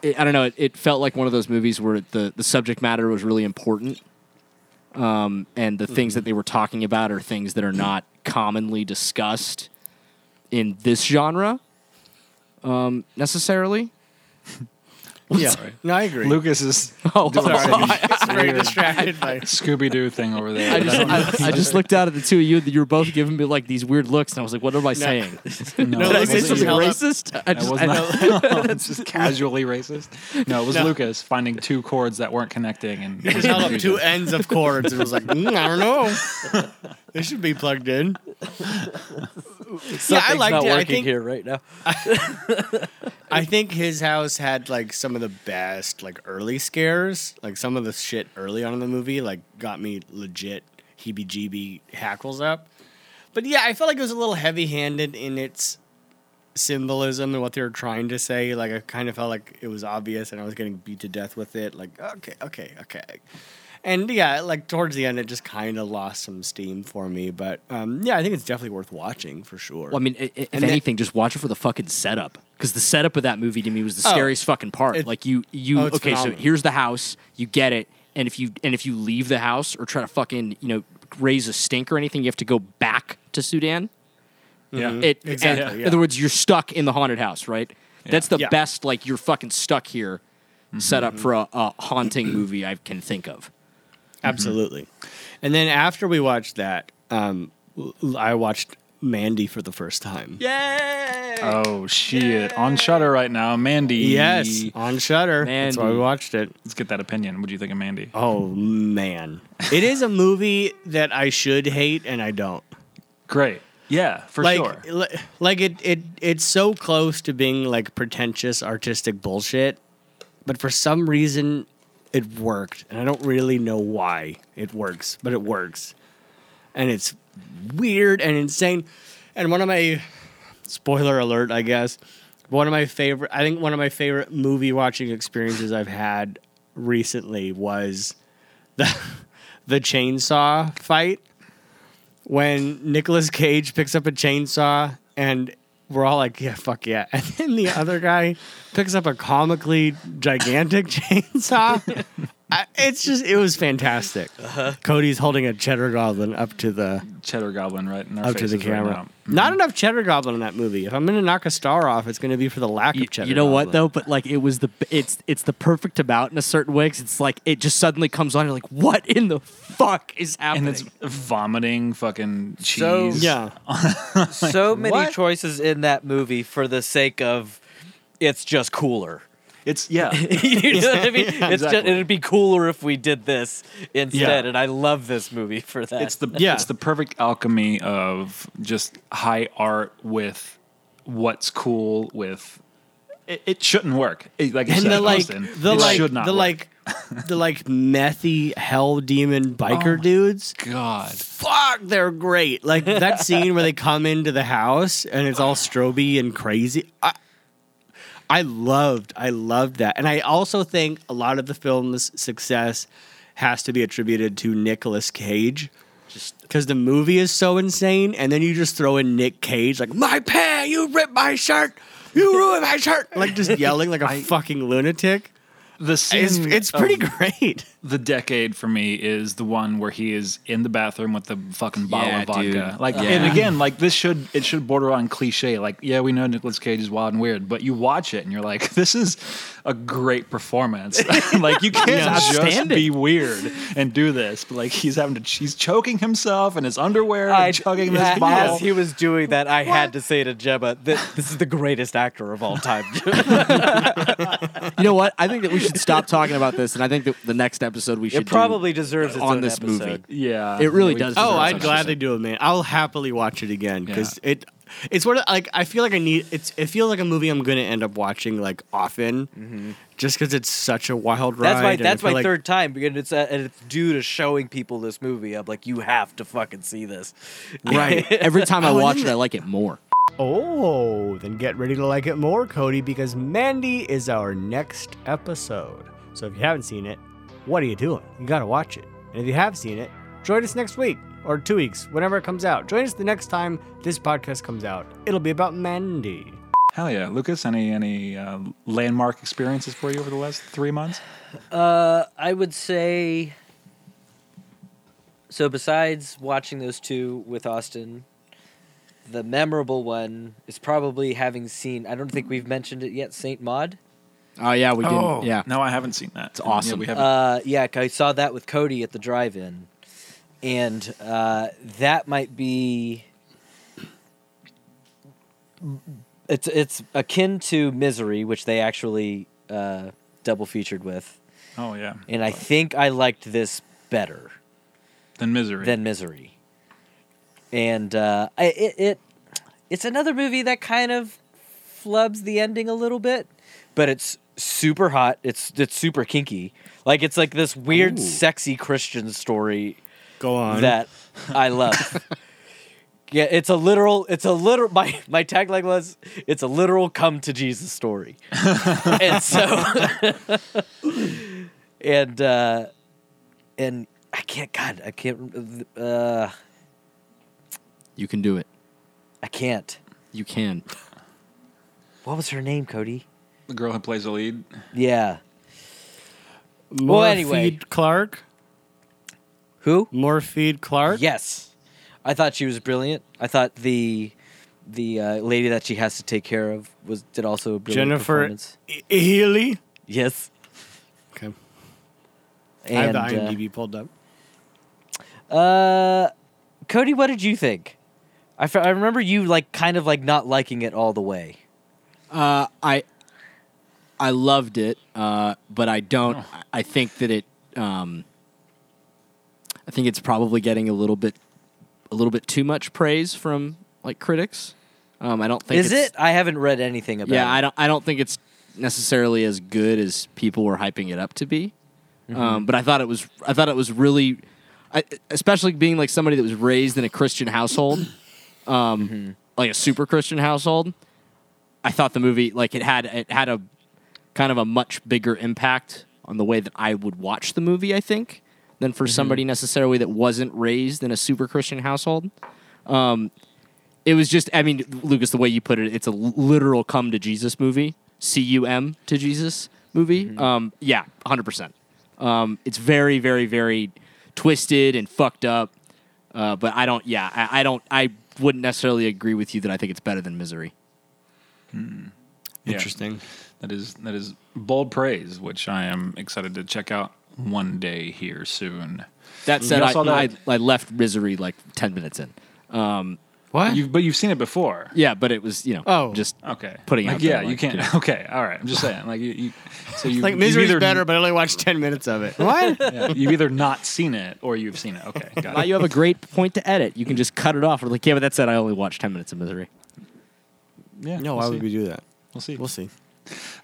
Speaker 3: it, I don't know. It, it felt like one of those movies where the the subject matter was really important, um, and the things that they were talking about are things that are not commonly discussed in this genre um, necessarily.
Speaker 4: Yeah, no, I agree.
Speaker 5: Lucas is
Speaker 3: Oh,
Speaker 5: doing some
Speaker 4: It's very
Speaker 5: weird
Speaker 4: distracted by.
Speaker 5: Scooby Doo thing over there.
Speaker 3: I just, I, I just looked out at the two of you. You were both giving me like these weird looks, and I was like, "What am I saying?
Speaker 5: no,
Speaker 4: No,
Speaker 5: it
Speaker 4: I
Speaker 3: Did I say
Speaker 4: say
Speaker 5: wasn't
Speaker 3: something
Speaker 5: you.
Speaker 4: held up.
Speaker 3: racist?" I
Speaker 5: That
Speaker 3: just,
Speaker 5: was
Speaker 3: I
Speaker 5: not. it's just casually racist. No, it was
Speaker 4: No.
Speaker 5: Lucas finding two chords that weren't connecting, and
Speaker 4: Just held up two ends of cords and was like, mm, I don't know. They should be plugged in. yeah, I
Speaker 6: It's
Speaker 4: liked
Speaker 6: not
Speaker 4: it. I
Speaker 6: working
Speaker 4: think,
Speaker 6: here right now.
Speaker 4: I think his house had like some of the best like early scares. Like some of the shit early on in the movie like got me legit heebie-jeebie hackles up. But yeah, I felt like it was a little heavy-handed in its symbolism and what they were trying to say. Like I kind of felt like it was obvious, and I was getting beat to death with it. Like okay, okay, okay. And yeah, like towards the end, it just kind of lost some steam for me. But um, yeah, I think it's definitely worth watching for sure.
Speaker 3: well, I mean, i- i- if
Speaker 4: And that-
Speaker 3: anything, just watch it for the fucking setup, because the setup of that movie to me was the
Speaker 4: Oh.
Speaker 3: scariest fucking part.
Speaker 4: It-
Speaker 3: like you, you
Speaker 4: Oh, it's
Speaker 3: okay? So
Speaker 4: phenomenal.
Speaker 3: here's the house. You get it, and if you and if you leave the house or try to fucking you know raise a stink or anything, you have to go back to Sudan.
Speaker 5: Yeah,
Speaker 4: Mm-hmm.
Speaker 3: It
Speaker 4: Exactly,
Speaker 3: and-
Speaker 4: yeah.
Speaker 3: In other words, you're stuck in the haunted house, right? That's the
Speaker 4: Yeah. Mm-hmm,
Speaker 3: best. Like you're fucking stuck here. Setup for a, a haunting movie I can think of.
Speaker 4: Absolutely. Mm-hmm. And then after we watched that, um, l- I watched Mandy for the first time.
Speaker 5: Oh shit! On Shutter right now, Mandy.
Speaker 4: Yes, on Shutter. That's why we
Speaker 3: Mandy.
Speaker 4: watched it.
Speaker 5: Let's get that opinion. What do you think of Mandy?
Speaker 4: Oh man, it is a movie that I should hate and I don't.
Speaker 5: Great. Yeah, for
Speaker 4: like,
Speaker 5: sure.
Speaker 4: li- like it, it, it's so close to being like pretentious artistic bullshit, but for some reason, it worked, and I don't really know why it works, but it works, and it's weird and insane. And one of my spoiler alert, I guess, one of my favorite, I think one of my favorite movie watching experiences I've had recently was the the chainsaw fight when Nicolas Cage picks up a chainsaw and we're all like, yeah, fuck yeah. And then the other guy picks up a comically gigantic chainsaw. I, it's just, it was fantastic.
Speaker 5: Uh-huh.
Speaker 4: Cody's holding a cheddar goblin up to the
Speaker 5: Cheddar Goblin right in our
Speaker 4: up to the
Speaker 5: faces right
Speaker 4: camera.
Speaker 5: now. Mm-hmm.
Speaker 4: Not enough cheddar goblin in that movie. If I'm going to knock a star off, it's going to be for the lack
Speaker 3: You,
Speaker 4: of cheddar.
Speaker 3: you know what
Speaker 4: Goblin.
Speaker 3: though? But like it was the it's it's the perfect amount in a certain way. 'cause it's like it just suddenly comes on. You're like, what in the fuck is
Speaker 5: And
Speaker 3: happening?
Speaker 5: it's vomiting fucking cheese.
Speaker 6: So-
Speaker 4: Yeah,
Speaker 6: so many
Speaker 4: what?
Speaker 6: choices in that movie for the sake of it's just cooler.
Speaker 5: it's yeah.
Speaker 6: you know what I mean? it's just,
Speaker 5: exactly.
Speaker 6: it'd be cooler if we did this instead.
Speaker 5: Yeah.
Speaker 6: And I love this movie for that.
Speaker 5: It's the
Speaker 4: Yeah.
Speaker 5: it's the perfect alchemy of just high art with what's cool with it, it shouldn't work. It- like you
Speaker 4: and
Speaker 5: said,
Speaker 4: the like,
Speaker 5: Austin,
Speaker 4: the
Speaker 5: it
Speaker 4: like,
Speaker 5: should not
Speaker 4: the
Speaker 5: work.
Speaker 4: like, the like methy hell
Speaker 5: Oh
Speaker 4: demon biker dudes.
Speaker 5: God.
Speaker 4: fuck, they're great. Like that scene where they come into the house and it's all stroby and crazy. I, I loved, I loved that, and I also think a lot of the film's success has to be attributed to Nicolas Cage. Because the movie is so insane, and then you just throw in Nick Cage, like, my pay, you ripped my shirt, you ruined my shirt, like just yelling like a fucking lunatic.
Speaker 5: The scene
Speaker 4: It's, it's
Speaker 5: of
Speaker 4: pretty great.
Speaker 5: the decade for me is the one where he is in the bathroom with the fucking bottle
Speaker 3: Yeah,
Speaker 5: of vodka.
Speaker 3: dude.
Speaker 5: Like, and again, like this should it should border on cliche. Like, yeah, we know Nicolas Cage is wild and weird, but you watch it and you're like, this is a great performance. like, you can't just
Speaker 3: outstanding.
Speaker 5: be weird and do this. But like, he's having to, he's choking himself in his underwear
Speaker 6: I,
Speaker 5: and chugging
Speaker 6: yeah,
Speaker 5: this bottle.
Speaker 6: as he was doing that, I had to say to Gemma, "Th- "This is the greatest actor of all time."
Speaker 3: you know what? I think that we should stop talking about this, and I think that the next episode we should
Speaker 6: it probably deserves its
Speaker 3: on
Speaker 6: own
Speaker 3: this movie.
Speaker 6: episode.
Speaker 5: yeah,
Speaker 3: It really
Speaker 5: We-
Speaker 3: does
Speaker 4: Oh,
Speaker 3: deserve
Speaker 4: I'd
Speaker 3: such a
Speaker 4: gladly do it, man. I'll happily watch it again because
Speaker 5: Yeah.
Speaker 4: it, it's one of like I feel like I need it's. It feels like a movie I'm gonna end up watching like often, just because it's such a wild ride.
Speaker 6: Mm-hmm. That's my
Speaker 4: and I
Speaker 6: that's
Speaker 4: feel
Speaker 6: my
Speaker 4: like-
Speaker 6: third time because it's uh, and it's due to showing people this movie. I'm like, you have to fucking see this.
Speaker 3: right. Every time I
Speaker 4: Oh, I
Speaker 3: watch it,
Speaker 4: didn't-
Speaker 3: I like it more.
Speaker 4: Oh, then get ready to like it more, Cody, because Mandy is our next episode. So if you haven't seen it, what are you doing? You gotta watch it. And if you have seen it, join us next week or two weeks, whenever it comes out. Join us the next time this podcast comes out. It'll be about Mandy.
Speaker 5: Hell yeah, Lucas. Any any uh, landmark experiences for you over the last three months?
Speaker 6: Uh, I would say. So besides watching those two with Austin, the memorable one is probably having seen. I don't think we've mentioned it yet. Saint Maud.
Speaker 3: Oh yeah, we did.
Speaker 5: Oh,
Speaker 3: not Yeah.
Speaker 5: No, I haven't seen that. It's
Speaker 3: awesome.
Speaker 5: we haven't.
Speaker 6: Uh, yeah, I saw that with Cody at the drive-in, and uh, that might be. It's it's akin to Misery, which they actually uh, double featured with,
Speaker 5: oh yeah.
Speaker 6: and I think I liked this better
Speaker 5: Then misery.
Speaker 6: than Misery. And uh, I, it, it it's another movie that kind of flubs the ending a little bit, but it's super hot. It's it's super kinky. Like it's like this weird sexy Christian story
Speaker 4: Go on.
Speaker 6: that I love. yeah, it's a literal it's a literal my my tagline was it's a literal come to Jesus story. and so and uh and I can't god, I can't uh
Speaker 3: You can do it.
Speaker 6: I can't.
Speaker 3: You can.
Speaker 6: What was her name, Cody?
Speaker 5: the girl who plays the lead.
Speaker 6: Yeah.
Speaker 4: Morfeed
Speaker 6: anyway.
Speaker 4: Clark.
Speaker 6: Who?
Speaker 4: Morfeed Clark.
Speaker 6: Yes. I thought she was brilliant. I thought the the uh, lady that she has to take care of was did also a brilliant
Speaker 4: Jennifer
Speaker 6: performance.
Speaker 4: E- Healy.
Speaker 6: Yes.
Speaker 4: Okay.
Speaker 6: And
Speaker 4: I have the
Speaker 6: uh,
Speaker 4: IMDb pulled up.
Speaker 6: Uh, Cody, what did you think? I fe- I remember you like kind of like not liking it all the way.
Speaker 3: Uh, I I loved it, uh, but I don't.
Speaker 6: Oh.
Speaker 3: I- I think that it. Um, I think it's probably getting a little bit, a little bit too much praise from like critics. Um, I don't think
Speaker 6: Is
Speaker 3: it's-
Speaker 6: it? I haven't read anything about.
Speaker 3: Yeah,
Speaker 6: it.
Speaker 3: I don't. I don't think it's necessarily as good as people were hyping it up to be.
Speaker 6: Mm-hmm.
Speaker 3: Um, but I thought it was. I thought it was really, I, especially being like somebody that was raised in a Christian household, um,
Speaker 6: Mm-hmm.
Speaker 3: like a super Christian household. I thought the movie like it had it had a kind of a much bigger impact on the way that I would watch the movie. I think than
Speaker 6: Mm-hmm.
Speaker 3: for somebody necessarily that wasn't raised in a super Christian household it was just i mean lucas the way you put it it's a l- literal come to jesus movie c-u-m to jesus movie um, yeah 100% um, it's very very very twisted and fucked up uh, but i don't yeah I, I don't i wouldn't necessarily agree with you that i think it's better than misery
Speaker 5: Yeah. That is that is bold praise, which I am excited to check out one day here soon.
Speaker 3: Mm-hmm. that said
Speaker 5: all
Speaker 3: I,
Speaker 5: saw that?
Speaker 3: I, I left misery like 10 minutes in
Speaker 4: What?
Speaker 5: You've, but you've seen it before.
Speaker 3: yeah but it was you know
Speaker 4: Oh.
Speaker 3: just
Speaker 5: Okay.
Speaker 3: Putting it
Speaker 5: like,
Speaker 3: out
Speaker 5: yeah,
Speaker 3: there,
Speaker 5: you
Speaker 3: like,
Speaker 5: can't.
Speaker 3: you know.
Speaker 5: Okay, all right. I'm just saying, like you, you so you
Speaker 4: like
Speaker 5: you've
Speaker 4: Misery's
Speaker 5: either-
Speaker 4: better, but I only watched ten minutes of it. What?
Speaker 5: yeah, you've either not seen it or you've seen it. Okay, got
Speaker 3: now
Speaker 5: it.
Speaker 3: you have a great point to edit you can just cut it off or like yeah but that said i only watched 10 minutes of misery
Speaker 5: Yeah,
Speaker 4: no,
Speaker 5: we'll
Speaker 4: why
Speaker 5: see.
Speaker 4: would we do that?
Speaker 5: We'll see.
Speaker 4: We'll see.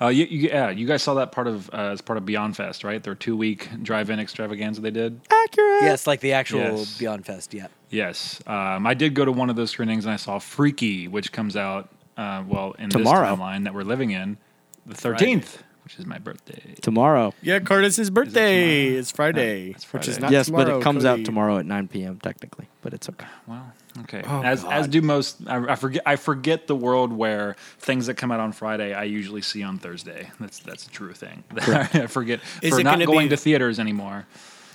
Speaker 5: Uh, you, you, yeah, you guys saw that part of uh, as part of Beyond Fest, right? Their two week drive in extravaganza they did.
Speaker 6: Yes, like the actual
Speaker 5: Yes.
Speaker 6: Beyond Fest. Yeah.
Speaker 5: Yes, um, I did go to one of those screenings and I saw Freaky, which comes out uh, well in
Speaker 3: Tomorrow.
Speaker 5: this timeline that we're living in, the thirteenth, which is my birthday.
Speaker 3: tomorrow
Speaker 4: Yeah, Curtis's birthday. It's Friday,
Speaker 5: it's
Speaker 4: which is
Speaker 5: Friday.
Speaker 4: not
Speaker 3: yes, but
Speaker 4: tomorrow,
Speaker 3: it comes
Speaker 4: Cody.
Speaker 3: out tomorrow at 9 p.m. technically, but it's okay.
Speaker 5: Well, okay.
Speaker 3: Oh,
Speaker 5: as as do most. I, I forget. I forget the world where things that come out on Friday I usually see on Thursday. That's that's a true thing. I forget
Speaker 4: Is
Speaker 5: for
Speaker 4: it
Speaker 5: not
Speaker 4: gonna
Speaker 5: going
Speaker 4: be-
Speaker 5: to theaters anymore.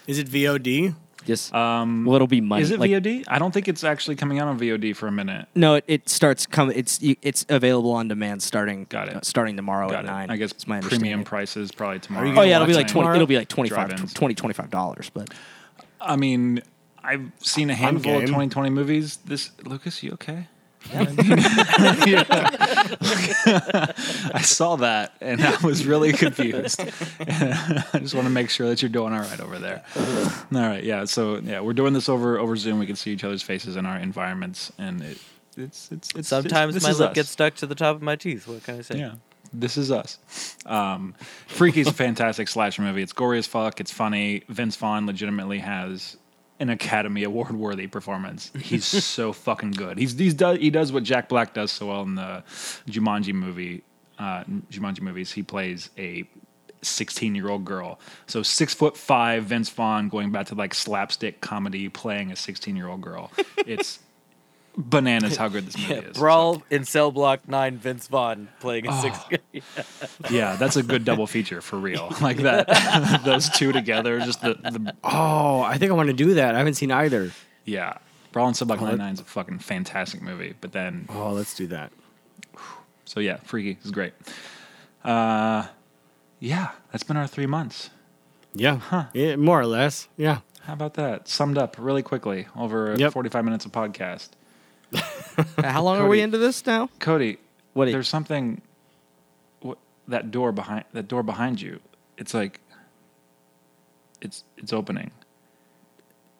Speaker 4: Is it VOD?
Speaker 3: Yes. Um, well, it'll be Monday.
Speaker 5: Is it
Speaker 3: like-
Speaker 5: VOD? I don't think it's actually coming out on VOD for a minute.
Speaker 3: No, it, it starts coming. It's you- it's available on demand starting.
Speaker 5: Got it.
Speaker 3: uh, starting tomorrow
Speaker 5: Got
Speaker 3: at
Speaker 5: it.
Speaker 3: nine.
Speaker 5: I guess
Speaker 3: it's my
Speaker 5: premium
Speaker 3: understanding.
Speaker 5: prices probably tomorrow.
Speaker 3: Oh yeah, it'll be like
Speaker 5: Watching.
Speaker 3: twenty. It'll be like 25,
Speaker 5: Drive-ins.
Speaker 3: 20 25 dollars. But
Speaker 5: I mean, I've seen a handful of
Speaker 4: game.
Speaker 5: 2020 movies. This Lucas, you okay? I saw that and I was really confused. I just want to make sure that you're doing all right over there. All right, yeah. So yeah, we're doing this over over Zoom. We can see each other's faces and our environments, and it, it's it's it's
Speaker 6: Sometimes
Speaker 5: this
Speaker 6: my
Speaker 5: is
Speaker 6: lip
Speaker 5: us.
Speaker 6: gets stuck to the top of my teeth. What can I say?
Speaker 5: Yeah. This is us. Um, Freaky's a fantastic slasher movie. It's gory as fuck. It's funny. Vince Vaughn legitimately has an Academy Award worthy performance. He's so fucking good. He's, he's do, he does what Jack Black does so well in the Jumanji movie. Uh, Jumanji movies. He plays a 16 year old girl. So six foot five Vince Vaughn going back to like slapstick comedy playing a 16 year old girl. It's bananas how good this movie is.
Speaker 6: Brawl in cell block nine. Vince Vaughn playing a six.
Speaker 5: Yeah, that's a good double feature for real. Like that, those two together, just the, the
Speaker 4: Oh, I think I want to do that. I haven't seen either.
Speaker 5: yeah. Brawl and Sublime Nine Nine is a fucking fantastic movie. But then,
Speaker 4: Oh, let's do that.
Speaker 5: so yeah, Freaky is great. Uh, Yeah, that's been our three months.
Speaker 4: Yeah. Yeah, more or less. Yeah.
Speaker 5: How about that? Summed up really quickly over
Speaker 4: Yep.
Speaker 5: 45 minutes of podcast.
Speaker 3: How long are we into this now?
Speaker 5: Cody,
Speaker 3: What do you-
Speaker 5: There's something. What that door behind that door behind you? It's like. It's it's opening.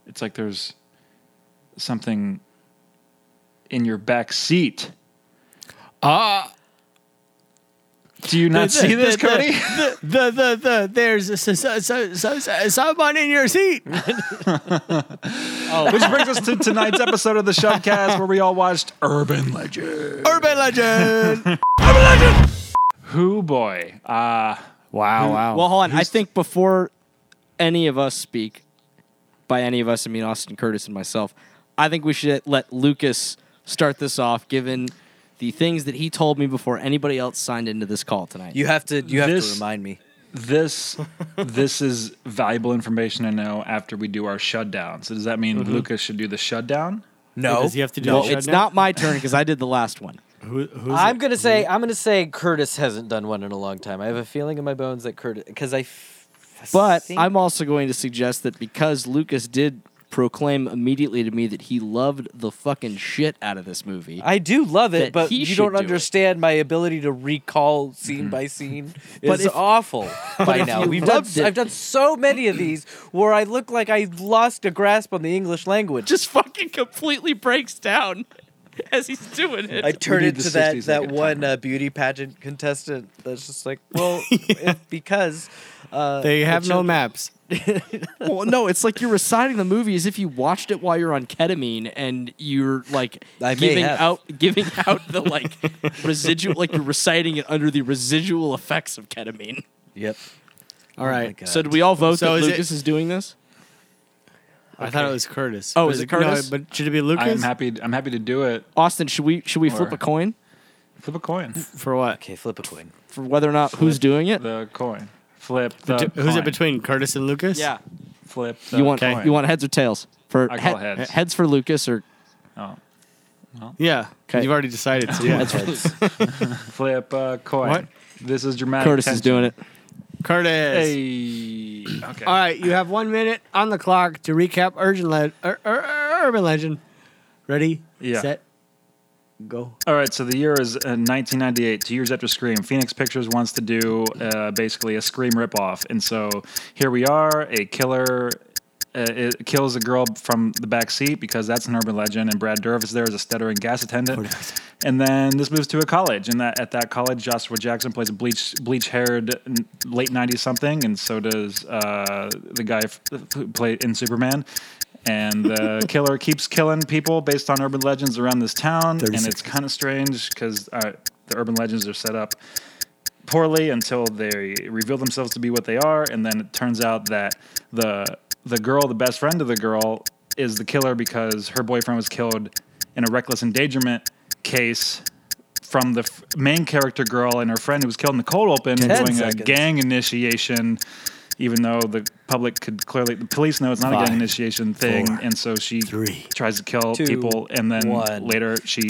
Speaker 5: It's like there's something in your back seat. Ah. Do you
Speaker 4: The-
Speaker 5: not see
Speaker 4: the-
Speaker 5: this,
Speaker 4: the-
Speaker 5: Cody?
Speaker 4: The, the, the, the, there's a, so, so, so, so, so- someone in your seat.
Speaker 5: Which brings us to tonight's episode of the Shudcast, where we all watched Urban Legend.
Speaker 4: Urban legend.
Speaker 5: Who boy? Uh
Speaker 4: wow, wow.
Speaker 3: Well, hold on. I think before any of us speak, by any of us, I mean Austin Curtis and myself, I think we should let Lucas start this off, given the things that he told me before anybody else signed into this call tonight.
Speaker 6: You have to. You have
Speaker 5: This-
Speaker 6: to remind me.
Speaker 5: this this is valuable information to know after we do our shutdown. So does that mean
Speaker 3: Mm-hmm.
Speaker 5: Lucas should do the shutdown?
Speaker 6: No.
Speaker 4: Does he have to do
Speaker 3: well,
Speaker 4: the
Speaker 3: it's
Speaker 4: shutdown?
Speaker 3: not my turn because I did the last one.
Speaker 4: Who, who's
Speaker 6: I'm gonna say. I'm gonna say Curtis hasn't done one in a long time. I have a feeling in my bones that Curtis, because I. F-
Speaker 3: But
Speaker 6: think-
Speaker 3: I'm also going to suggest that because Lucas did proclaim immediately to me that he loved the fucking shit out of this movie.
Speaker 6: I do love
Speaker 3: that
Speaker 6: it, but
Speaker 3: he
Speaker 6: you
Speaker 3: should
Speaker 6: don't
Speaker 3: do it.
Speaker 6: understand my ability to recall scene by scene.
Speaker 3: But
Speaker 6: It's
Speaker 3: if-
Speaker 6: awful by
Speaker 3: if
Speaker 6: now.
Speaker 3: you
Speaker 6: We've done,
Speaker 3: loved
Speaker 6: s-
Speaker 3: it-
Speaker 6: I've done so many of these where I look like I lost a grasp on the English language.
Speaker 3: just fucking completely breaks down as he's doing it.
Speaker 6: I turn
Speaker 5: need
Speaker 6: into
Speaker 5: the
Speaker 6: that
Speaker 5: 60s
Speaker 6: that
Speaker 5: like a
Speaker 6: one
Speaker 5: timer.
Speaker 6: uh, beauty pageant contestant that's just like, well, if- because uh,
Speaker 4: they
Speaker 6: the
Speaker 4: have no
Speaker 6: children-
Speaker 4: maps.
Speaker 3: Well, no, it's like you're reciting the movie as if you watched it while you're on ketamine and you're like
Speaker 6: I may
Speaker 3: giving
Speaker 6: have.
Speaker 3: out giving out the like residual like you're reciting it under the residual effects of ketamine.
Speaker 6: Yep.
Speaker 4: All right.
Speaker 6: God.
Speaker 3: So did we all vote
Speaker 4: So
Speaker 3: that
Speaker 4: is it-
Speaker 3: Lucas is doing this?
Speaker 4: I thought it was Curtis.
Speaker 3: Oh,
Speaker 4: But
Speaker 3: is it
Speaker 4: no,
Speaker 3: Curtis?
Speaker 4: but should it be Lucas?
Speaker 5: I'm happy I'm happy to do it.
Speaker 3: Austin, should we should we flip
Speaker 5: Or-
Speaker 3: a coin
Speaker 5: Flip a coin.
Speaker 4: For what?
Speaker 6: Okay, flip a coin.
Speaker 3: for whether or not who's doing it?
Speaker 5: The coin. Flip the
Speaker 4: D- who's
Speaker 5: coin.
Speaker 4: it between Curtis and Lucas?
Speaker 3: yeah.
Speaker 5: Flip the
Speaker 3: You want
Speaker 5: coin.
Speaker 3: you want heads or tails for
Speaker 5: I call
Speaker 3: he-
Speaker 5: heads.
Speaker 3: heads for Lucas or
Speaker 5: Oh.
Speaker 4: Yeah.
Speaker 3: 'Kay.
Speaker 4: You've already decided. So yeah.
Speaker 5: flip a coin.
Speaker 4: What?
Speaker 5: This is dramatic.
Speaker 3: Curtis is doing it.
Speaker 4: Curtis.
Speaker 5: Hey. Okay.
Speaker 4: All right, you have one minute on the clock to recap Urban, Le- Ur- Ur- Ur- Urban Legend. Ready?
Speaker 5: Yeah.
Speaker 4: Set. Go.
Speaker 5: All right, so the year is uh, 1998, two years after Scream. Phoenix Pictures wants to do uh, basically a Scream ripoff, and so here we are. A killer uh, it kills a girl from the back seat because that's an urban legend, and Brad Dourif is there as a stuttering gas attendant. And then this moves to a college, and that at that college, Joshua Jackson plays a bleach bleach haired late 90s something, and so does uh, the guy f- who played in Superman. And the killer keeps killing people based on urban legends around this town, and it's kind of strange because uh, the urban legends are set up poorly until they reveal themselves to be what they are, and then it turns out that the the girl, the best friend of the girl, is the killer because her boyfriend was killed in a reckless endangerment case from the f- main character girl and her friend who was killed in the cold open doing
Speaker 6: seconds.
Speaker 5: a gang initiation. Even though the public could clearly, the police know it's not a gang initiation thing, and so she tries to kill
Speaker 6: two,
Speaker 5: people, and then
Speaker 6: one.
Speaker 5: later she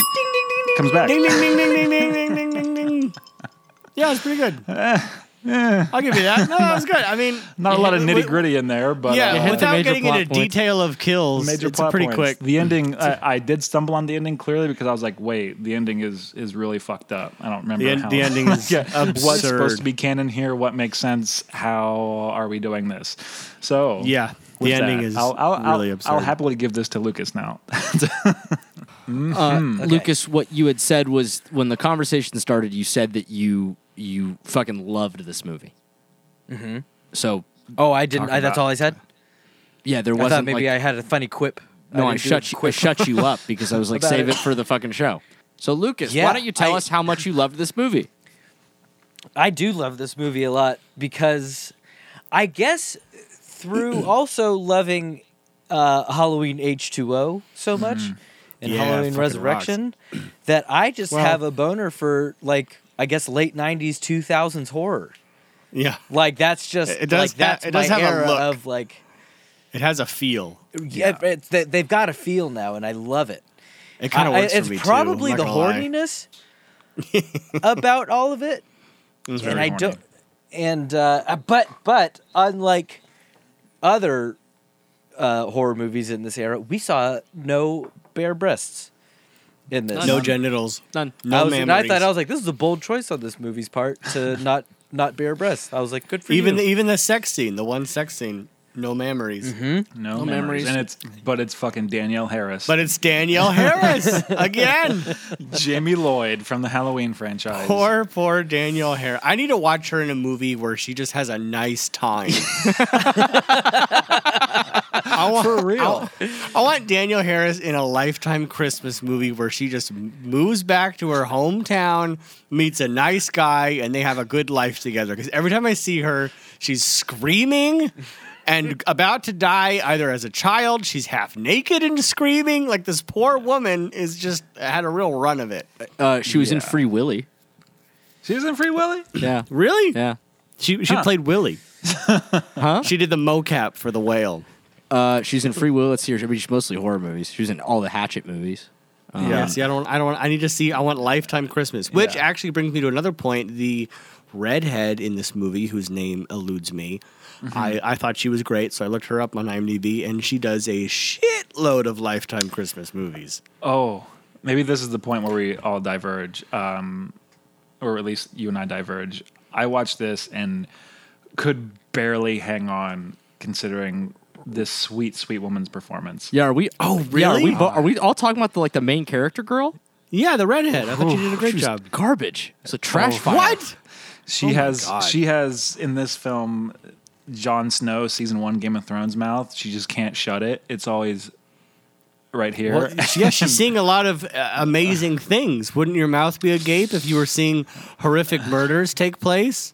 Speaker 5: comes back.
Speaker 4: Ding, ding, ding, ding, ding, ding, ding, ding, ding. Yeah, it's pretty good.
Speaker 5: Eh,
Speaker 4: I'll give you that. No, that was good. I mean,
Speaker 5: Not a lot of
Speaker 4: wi-
Speaker 5: nitty gritty in there, but
Speaker 4: yeah,
Speaker 5: uh,
Speaker 3: hit the
Speaker 4: without
Speaker 3: major
Speaker 4: getting
Speaker 3: plot
Speaker 4: into
Speaker 3: points.
Speaker 4: detail of kills,
Speaker 5: major
Speaker 4: it's
Speaker 5: plot
Speaker 4: pretty
Speaker 5: points.
Speaker 4: quick.
Speaker 5: The ending, I, I did stumble on the ending clearly because I was like, wait, the ending is is really fucked up. I don't remember
Speaker 4: The, en-
Speaker 5: how.
Speaker 4: the ending is absurd.
Speaker 5: What's supposed to be canon here? What makes sense? How are we doing this? So
Speaker 4: Yeah, the
Speaker 5: with
Speaker 4: ending
Speaker 5: that,
Speaker 4: is
Speaker 5: I'll, I'll,
Speaker 4: really
Speaker 5: I'll,
Speaker 4: absurd.
Speaker 5: I'll happily give this to Lucas now.
Speaker 3: Uh,
Speaker 5: Hmm.
Speaker 3: Lucas, what you had said was when the conversation started, you said that you you fucking loved this movie. Mm-hmm. So
Speaker 6: Oh, I didn't.
Speaker 5: Talk
Speaker 6: I, that's
Speaker 5: about-
Speaker 6: all I said.
Speaker 3: yeah, there
Speaker 6: I thought
Speaker 3: wasn't
Speaker 6: maybe I
Speaker 3: like,
Speaker 6: had a funny quip.
Speaker 3: no. I,
Speaker 6: didn't do a
Speaker 3: shut you, I
Speaker 6: quip.
Speaker 3: shut you up because I was like,
Speaker 6: About
Speaker 3: save
Speaker 6: it.
Speaker 3: it for the fucking show. So Lucas,
Speaker 6: Yeah,
Speaker 3: why don't you tell
Speaker 6: I-
Speaker 3: us how much you loved this movie?
Speaker 6: I do love this movie a lot because I guess through also loving uh, Halloween H2O so much and
Speaker 4: Mm-hmm. Yeah,
Speaker 6: Halloween
Speaker 4: fucking
Speaker 6: Resurrection that I just
Speaker 4: Well-
Speaker 6: have a boner for like I guess late 90s 2000s horror.
Speaker 4: yeah,
Speaker 6: Like that's just
Speaker 4: It does
Speaker 6: like that's
Speaker 4: ha- it does
Speaker 6: my
Speaker 4: have a
Speaker 6: era
Speaker 4: look.
Speaker 6: of like
Speaker 4: it has a feel.
Speaker 6: yeah, it's, they, they've got a feel now and I love it.
Speaker 4: It kind of
Speaker 6: I- I-
Speaker 4: works
Speaker 6: it's
Speaker 4: for me too, I'm
Speaker 6: probably
Speaker 4: not
Speaker 6: the
Speaker 4: gonna lie.
Speaker 6: horniness about all of it
Speaker 5: It's
Speaker 6: and
Speaker 5: very
Speaker 6: I
Speaker 5: horny.
Speaker 6: don't. and uh, but but unlike other uh, horror movies in this era, we saw no bare breasts in this.
Speaker 4: No genitals.
Speaker 3: None.
Speaker 6: I
Speaker 4: No
Speaker 6: was, and I thought I
Speaker 4: mammaries.
Speaker 6: was like, this is a bold choice on this movie's part to not not bare breasts. I was like, good for
Speaker 4: Even the,
Speaker 6: you.
Speaker 4: even the sex scene, the one sex scene, no mammaries.
Speaker 6: Mm-hmm.
Speaker 5: No,
Speaker 3: No memories.
Speaker 5: memories. And it's but it's fucking Danielle Harris.
Speaker 4: But it's Danielle Harris again.
Speaker 5: Jamie Lloyd from the Halloween franchise.
Speaker 4: Poor, poor Danielle Harris. I need to watch her in a movie where she just has a nice time. I want, For real. I, I want Danielle Harris in a lifetime Christmas movie where she just m- moves back to her hometown, meets a nice guy, and they have a good life together. Because every time I see her, she's screaming. And about to die either as a child, she's half naked and screaming. Like this poor woman is just had a real run of it.
Speaker 3: Uh, she was in
Speaker 5: Yeah.
Speaker 3: Free Willy.
Speaker 5: She was in Free Willy?
Speaker 3: Yeah.
Speaker 4: Really?
Speaker 3: Yeah.
Speaker 4: She she played Willie. huh? She did the mocap for the whale.
Speaker 3: Uh, she's in Free Will. Let's see her. I mean, she's mostly horror movies. She was in all the Hatchet movies.
Speaker 4: yeah. See, I don't, I don't, I need to see. I want Lifetime Christmas, which actually brings me to another point. The redhead in this movie, whose name eludes me, I, I thought she was great, so I looked her up on IMDb, and she does a shitload of Lifetime Christmas movies.
Speaker 5: Oh, maybe this is the point where we all diverge, um, or at least you and I diverge. I watched this and could barely hang on, considering this sweet, sweet woman's performance.
Speaker 3: Yeah. Are we? Oh, Yeah, are
Speaker 4: really?
Speaker 3: we? bo- are we all talking about the like the main character girl?
Speaker 4: Yeah, the redhead. I thought she did a great
Speaker 3: She was
Speaker 4: job.
Speaker 3: Garbage. It's a trash fire.
Speaker 4: What? Oh
Speaker 5: She has, she has in this film, Jon Snow season one Game of Thrones mouth. She just can't shut it. It's always right here.
Speaker 4: Well, yeah, she's seeing a lot of uh, amazing things. Wouldn't your mouth be agape if you were seeing horrific murders take place?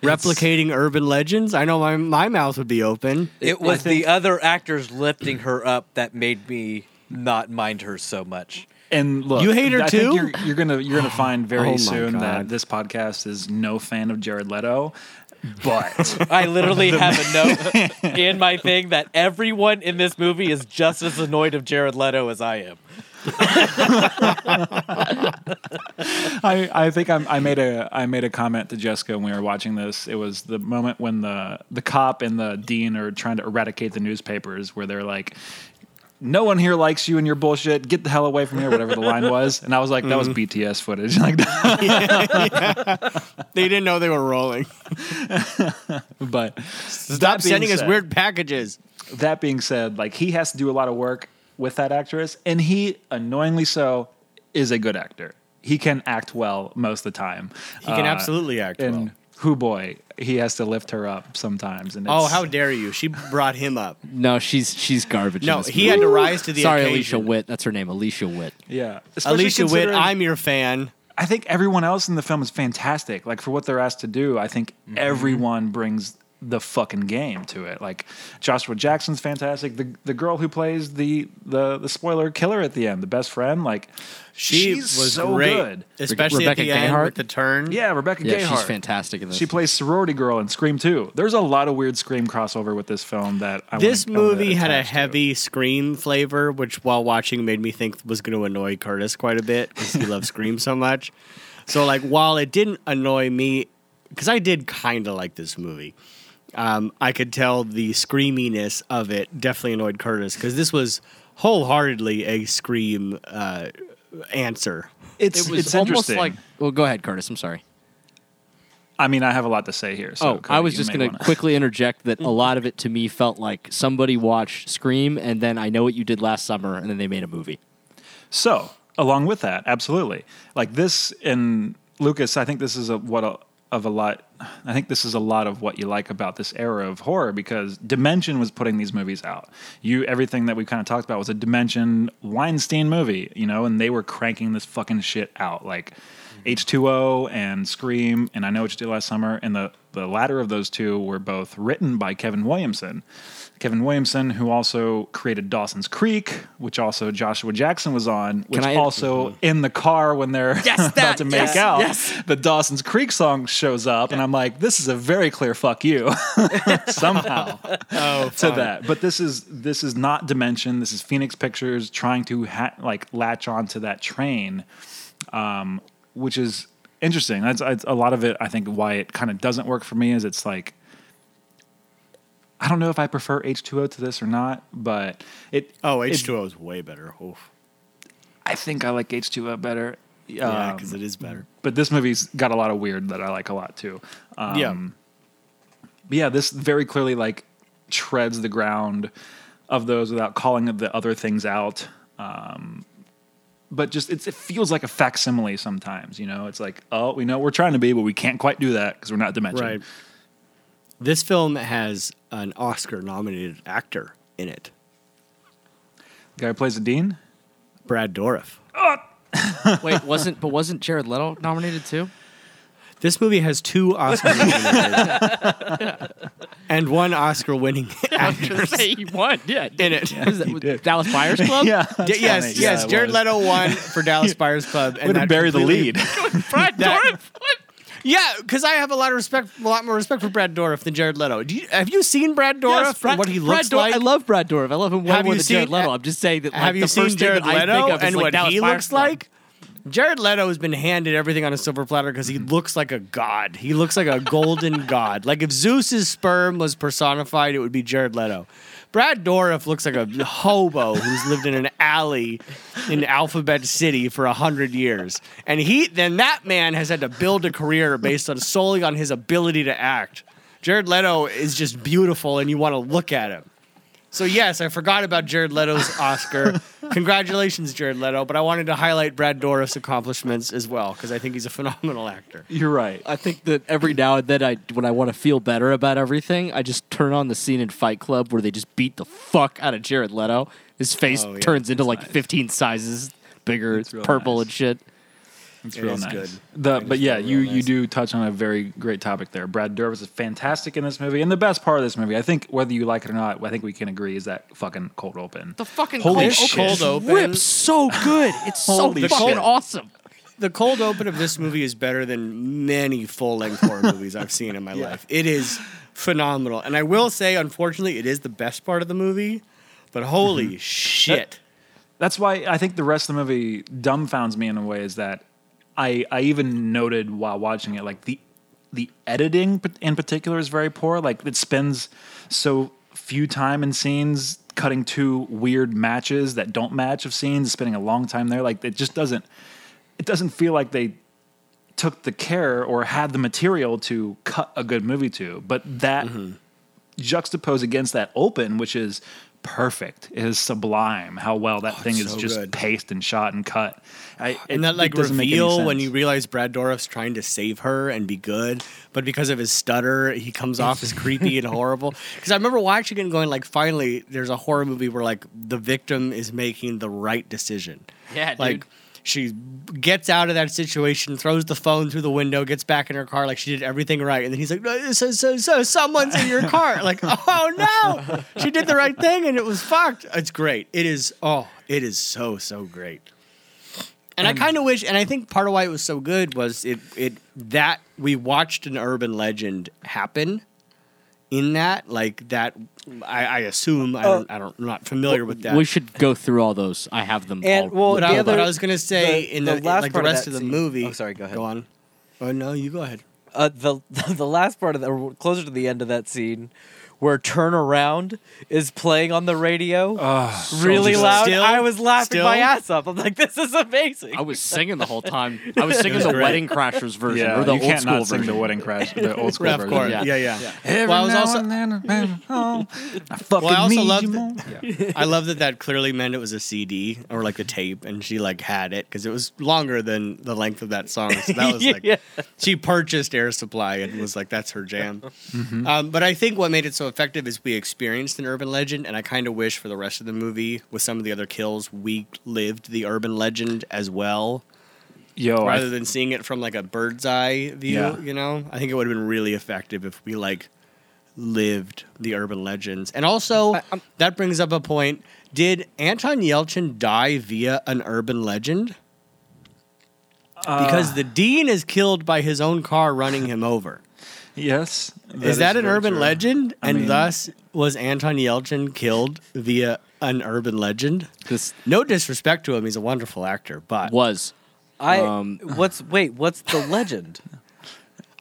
Speaker 4: Replicating urban legends? I know my, my mouth would be open.
Speaker 6: it was the other actors lifting her up that made me not mind her so much.
Speaker 5: And look,
Speaker 4: You hate her
Speaker 5: I think
Speaker 4: too?
Speaker 5: You're, you're gonna you're gonna find very
Speaker 4: Oh my
Speaker 5: soon
Speaker 4: God.
Speaker 5: that this podcast is no fan of Jared Leto, but
Speaker 6: I literally have a note in my thing that everyone in this movie is just as annoyed of Jared Leto as I am.
Speaker 5: I, I think I'm, I made a I made a comment to Jessica when we were watching this. It was the moment when the the cop and the dean are trying to eradicate the newspapers, where they're like. No one here likes you and your bullshit. Get the hell away from here, whatever the line was. And I was like, that was
Speaker 4: Mm-hmm.
Speaker 5: BTS footage. Like,
Speaker 4: They didn't know they were rolling.
Speaker 5: but
Speaker 4: Stop
Speaker 5: being
Speaker 4: sending us
Speaker 5: said-
Speaker 4: weird packages.
Speaker 5: that being said, like he has to do a lot of work with that actress, and he annoyingly so is a good actor. He can act well most of the time. He
Speaker 4: can absolutely act
Speaker 5: Uh, and
Speaker 4: well.
Speaker 5: who boy, he has to lift her up sometimes. And it's,
Speaker 4: Oh, how dare you? She brought him up.
Speaker 3: No, she's she's garbage. in
Speaker 4: No,
Speaker 3: this
Speaker 4: he
Speaker 3: movie.
Speaker 4: had to rise to the
Speaker 3: Sorry, Alicia
Speaker 4: occasion.
Speaker 3: Witt. That's her name, Alicia Witt.
Speaker 5: yeah, Especially
Speaker 4: Alicia Witt,
Speaker 5: considering-
Speaker 4: I'm your fan.
Speaker 5: I think everyone else in the film is fantastic. Like for what they're asked to do, I think everyone brings the fucking game to it. Like Joshua Jackson's fantastic. The the girl who plays the the the spoiler killer at the end, the best friend, like
Speaker 4: She
Speaker 5: she's
Speaker 4: was
Speaker 5: so
Speaker 4: great,
Speaker 5: good.
Speaker 4: especially
Speaker 3: Rebecca
Speaker 4: at the end
Speaker 3: Gayheart?
Speaker 4: with the turn.
Speaker 5: Yeah, Rebecca
Speaker 3: Yeah,
Speaker 5: Gayheart.
Speaker 3: she's fantastic in this.
Speaker 5: She plays sorority girl in Scream 2. There's a lot of weird Scream crossover with this film that I
Speaker 4: This
Speaker 5: wanna- I wanna
Speaker 4: movie had a
Speaker 5: attach to.
Speaker 4: heavy scream flavor, which while watching made me think was going to annoy Curtis quite a bit because he loves scream so much. So, like, while it didn't annoy me, because I did kind of like this movie, um, I could tell the screaminess of it definitely annoyed Curtis because this was wholeheartedly a scream uh, answer.
Speaker 5: It's,
Speaker 3: It was
Speaker 5: it's
Speaker 3: almost
Speaker 5: interesting.
Speaker 3: like. Well, go ahead, Curtis. I'm sorry.
Speaker 5: I mean, I have a lot to say here. So
Speaker 3: Oh, I
Speaker 5: Cody,
Speaker 3: was
Speaker 5: you
Speaker 3: just
Speaker 5: may
Speaker 3: going to
Speaker 5: wanna-
Speaker 3: quickly interject that a lot of it to me felt like somebody watched Scream and then I know what you did last summer and then they made a movie.
Speaker 5: So, along with that, absolutely. Like this and Lucas, I think this is a what a, of a lot. I think this is a lot of what you like about this era of horror because Dimension was putting these movies out. You everything that we kind of talked about was a Dimension Weinstein movie, you know, and they were cranking this fucking shit out like H2O and Scream and I Know What You Did Last Summer and the the latter of those two were both written by Kevin Williamson. Kevin Williamson, who also created Dawson's Creek, which also Joshua Jackson was on, which
Speaker 3: I-
Speaker 5: also in the car when they're about to make
Speaker 3: yes,
Speaker 5: out,
Speaker 3: yes.
Speaker 5: the Dawson's Creek song shows up, and I'm like, this is a very clear fuck you somehow
Speaker 4: Oh,
Speaker 5: to that. But this is this is not Dimension. This is Phoenix Pictures trying to ha- like latch onto that train, um, which is interesting. That's, that's a lot of it. I think why it kind of doesn't work for me is it's like I don't know if I prefer H two O to this or not, but it.
Speaker 4: Oh,
Speaker 5: it-
Speaker 4: H two O is way better. Oof.
Speaker 5: I think I like H two O better.
Speaker 4: Yeah,
Speaker 5: Um,
Speaker 4: because it is better.
Speaker 5: but this movie's got a lot of weird that I like a lot too. Um,
Speaker 4: yeah,
Speaker 5: But yeah, this very clearly like treads the ground of those without calling the other things out. Um, but just it's, it feels like a facsimile sometimes. You know, it's like oh, we know we're trying to be, but we can't quite do that because we're not dimension.
Speaker 4: right. This film has an Oscar nominated actor in it,
Speaker 5: The guy who plays the dean.
Speaker 4: Brad Dourif.
Speaker 3: Wait, wasn't but wasn't Jared Leto nominated too?
Speaker 4: This movie has two Oscar nominated and one Oscar winning actor
Speaker 3: he won. Yeah.
Speaker 4: in it.
Speaker 3: What is that, with Dallas Buyers Club?
Speaker 5: Yeah.
Speaker 4: D- yes,
Speaker 5: Yeah,
Speaker 4: yes.
Speaker 5: it
Speaker 4: Jared
Speaker 5: was.
Speaker 4: Leto won for Dallas Buyers Club.
Speaker 5: Way
Speaker 4: And
Speaker 5: to
Speaker 4: that
Speaker 5: bury the
Speaker 4: completely-
Speaker 5: lead.
Speaker 3: Brad
Speaker 4: That-
Speaker 3: Dourif. What?
Speaker 4: Yeah, because I have a lot of respect, a lot more respect for Brad Dourif than Jared Leto. Do you, have you seen Brad Dourif
Speaker 3: Yes,
Speaker 4: and
Speaker 3: Brad-
Speaker 4: what he
Speaker 3: Brad
Speaker 4: looks
Speaker 3: Dour-
Speaker 4: like?
Speaker 3: I love Brad Dourif. I love him way
Speaker 4: Have
Speaker 3: more
Speaker 4: you
Speaker 3: than Jared
Speaker 4: seen-
Speaker 3: Leto. I'm just saying that. Like,
Speaker 4: have you
Speaker 3: the
Speaker 4: seen
Speaker 3: first thing
Speaker 4: Jared
Speaker 3: that I think
Speaker 4: Leto
Speaker 3: of is,
Speaker 4: and
Speaker 3: like,
Speaker 4: what
Speaker 3: Dallas
Speaker 4: he
Speaker 3: Buyers
Speaker 4: looks
Speaker 3: Club.
Speaker 4: like? Jared Leto has been handed everything on a silver platter because he looks like a god. He looks like a golden god. Like if Zeus's sperm was personified, it would be Jared Leto. Brad Dourif looks like a hobo who's lived in an alley in Alphabet City for a hundred years, and he then that man has had to build a career based on solely on his ability to act. Jared Leto is just beautiful, and you want to look at him. So yes, I forgot about Jared Leto's Oscar. Congratulations, Jared Leto. But I wanted to highlight Brad Dourif's accomplishments as well because I think he's a phenomenal actor.
Speaker 5: You're right.
Speaker 3: I think that every now and then, I when I want to feel better about everything, I just turn on the scene in Fight Club where they just beat the fuck out of Jared Leto. His face
Speaker 4: Oh, yeah.
Speaker 3: turns into like 15 sizes bigger, it's
Speaker 5: real
Speaker 3: purple
Speaker 5: nice.
Speaker 3: and shit.
Speaker 5: It's
Speaker 4: It
Speaker 5: real
Speaker 4: is
Speaker 5: nice.
Speaker 4: good.
Speaker 5: The, but yeah, you you do touch on a very great topic there. Brad Dourif is fantastic in this movie, and the best part of this movie, I think, whether you like it or not, I think we can agree is that fucking cold open.
Speaker 3: The fucking
Speaker 5: Holy
Speaker 3: cold,
Speaker 5: shit.
Speaker 3: open just
Speaker 4: Cold open.
Speaker 3: rips so good. It's so
Speaker 5: Holy
Speaker 3: fucking
Speaker 5: shit.
Speaker 3: awesome.
Speaker 4: The cold open of this movie is better than many full length horror movies I've seen in my life. It is phenomenal, and I will say, unfortunately, it is the best part of the movie. But holy
Speaker 5: Mm-hmm.
Speaker 4: shit!
Speaker 5: That's why I think the rest of the movie dumbfounds me in a way is that I I even noted while watching it like the the editing p- in particular is very poor. Like it spends so few time in scenes cutting two weird matches that don't match of scenes, spending a long time there. Like it just doesn't it doesn't feel like they took the care or had the material to cut a good movie to. But that
Speaker 4: Mm-hmm.
Speaker 5: juxtaposed against that open, which is perfect, it is sublime how well that thing is
Speaker 4: Oh, so
Speaker 5: just
Speaker 4: good.
Speaker 5: paced and shot and cut. I,
Speaker 4: and that like
Speaker 5: doesn't make any
Speaker 4: reveal when
Speaker 5: sense.
Speaker 4: you realize Brad Dourif's trying to save her and be good, but because of his stutter, he comes off as creepy and horrible. Because I remember watching it and going like, finally, there's a horror movie where like the victim is making the right decision.
Speaker 3: Yeah, dude.
Speaker 4: like. She gets out of that situation, throws the phone through the window, gets back in her car like she did everything right, and then he's like, "No, "So, so, so someone's in your car!" Like, oh no, she did the right thing, and it was fucked. It's great. It is. Oh, it is so so great. And I kind of wish, and I think part of why it was so good was it it that we watched an urban legend happen in that, like that. I, I assume I
Speaker 6: Uh,
Speaker 4: don't, I don't, I'm not familiar with that.
Speaker 3: We should go through all those. I have them.
Speaker 6: And,
Speaker 3: all.
Speaker 6: well-
Speaker 4: but, I,
Speaker 6: The
Speaker 4: but
Speaker 6: other-
Speaker 4: I was gonna say
Speaker 6: the-
Speaker 4: in
Speaker 6: the
Speaker 4: the,
Speaker 6: last
Speaker 4: like the
Speaker 6: part of
Speaker 4: rest
Speaker 6: that
Speaker 4: of, the
Speaker 6: scene-
Speaker 4: movie.
Speaker 6: oh, sorry, go ahead.
Speaker 4: Go on. Oh no, you go ahead.
Speaker 6: uh, the the last part of the or closer to the end of that scene where turnaround is playing on the radio really
Speaker 4: good.
Speaker 6: loud
Speaker 4: Still-
Speaker 6: i was laughing
Speaker 4: still-
Speaker 6: my ass off i'm like this is amazing
Speaker 3: I was singing the whole time. I was singing
Speaker 4: was
Speaker 3: the
Speaker 4: great.
Speaker 3: Wedding Crashers version
Speaker 5: yeah,
Speaker 3: or the
Speaker 5: you
Speaker 3: old
Speaker 5: can't
Speaker 3: school
Speaker 5: not sing the
Speaker 3: version.
Speaker 5: wedding crash, the old school
Speaker 4: Yeah, of
Speaker 5: version.
Speaker 4: course.
Speaker 3: Yeah.
Speaker 4: Yeah, yeah.
Speaker 5: Every
Speaker 4: Well, I was
Speaker 5: now
Speaker 4: also-
Speaker 5: and then, man, oh, I fucking
Speaker 4: Well, I also
Speaker 5: need
Speaker 4: loved
Speaker 5: you
Speaker 4: the-
Speaker 5: more. Yeah.
Speaker 4: I love that that clearly meant it was a CD or like a tape, and she like had it because it was longer than the length of that song. So that was like
Speaker 6: Yeah.
Speaker 4: she purchased Air Supply and was like, "That's her jam." Um, but I think what made it so effective is we experienced an urban legend, and I kind of wish for the rest of the movie with some of the other kills we lived the urban legend as well,
Speaker 5: Yo, I,
Speaker 4: rather than seeing it from like a bird's eye view.
Speaker 5: Yeah.
Speaker 4: You know, I think it would have been really effective if we like lived the urban legends. And also, that brings up a point. Did Anton Yelchin die via an urban legend?
Speaker 5: Uh,
Speaker 4: Because the dean is killed by his own car running him over.
Speaker 5: yes,
Speaker 4: is that an
Speaker 5: very
Speaker 4: urban
Speaker 5: true.
Speaker 4: legend?
Speaker 5: I
Speaker 4: and
Speaker 5: mean-
Speaker 4: thus, was Anton Yelchin killed via an urban legend?
Speaker 3: This
Speaker 4: No disrespect to him, he's a wonderful actor, but
Speaker 3: was
Speaker 6: I
Speaker 3: Um,
Speaker 6: what's wait? What's the legend?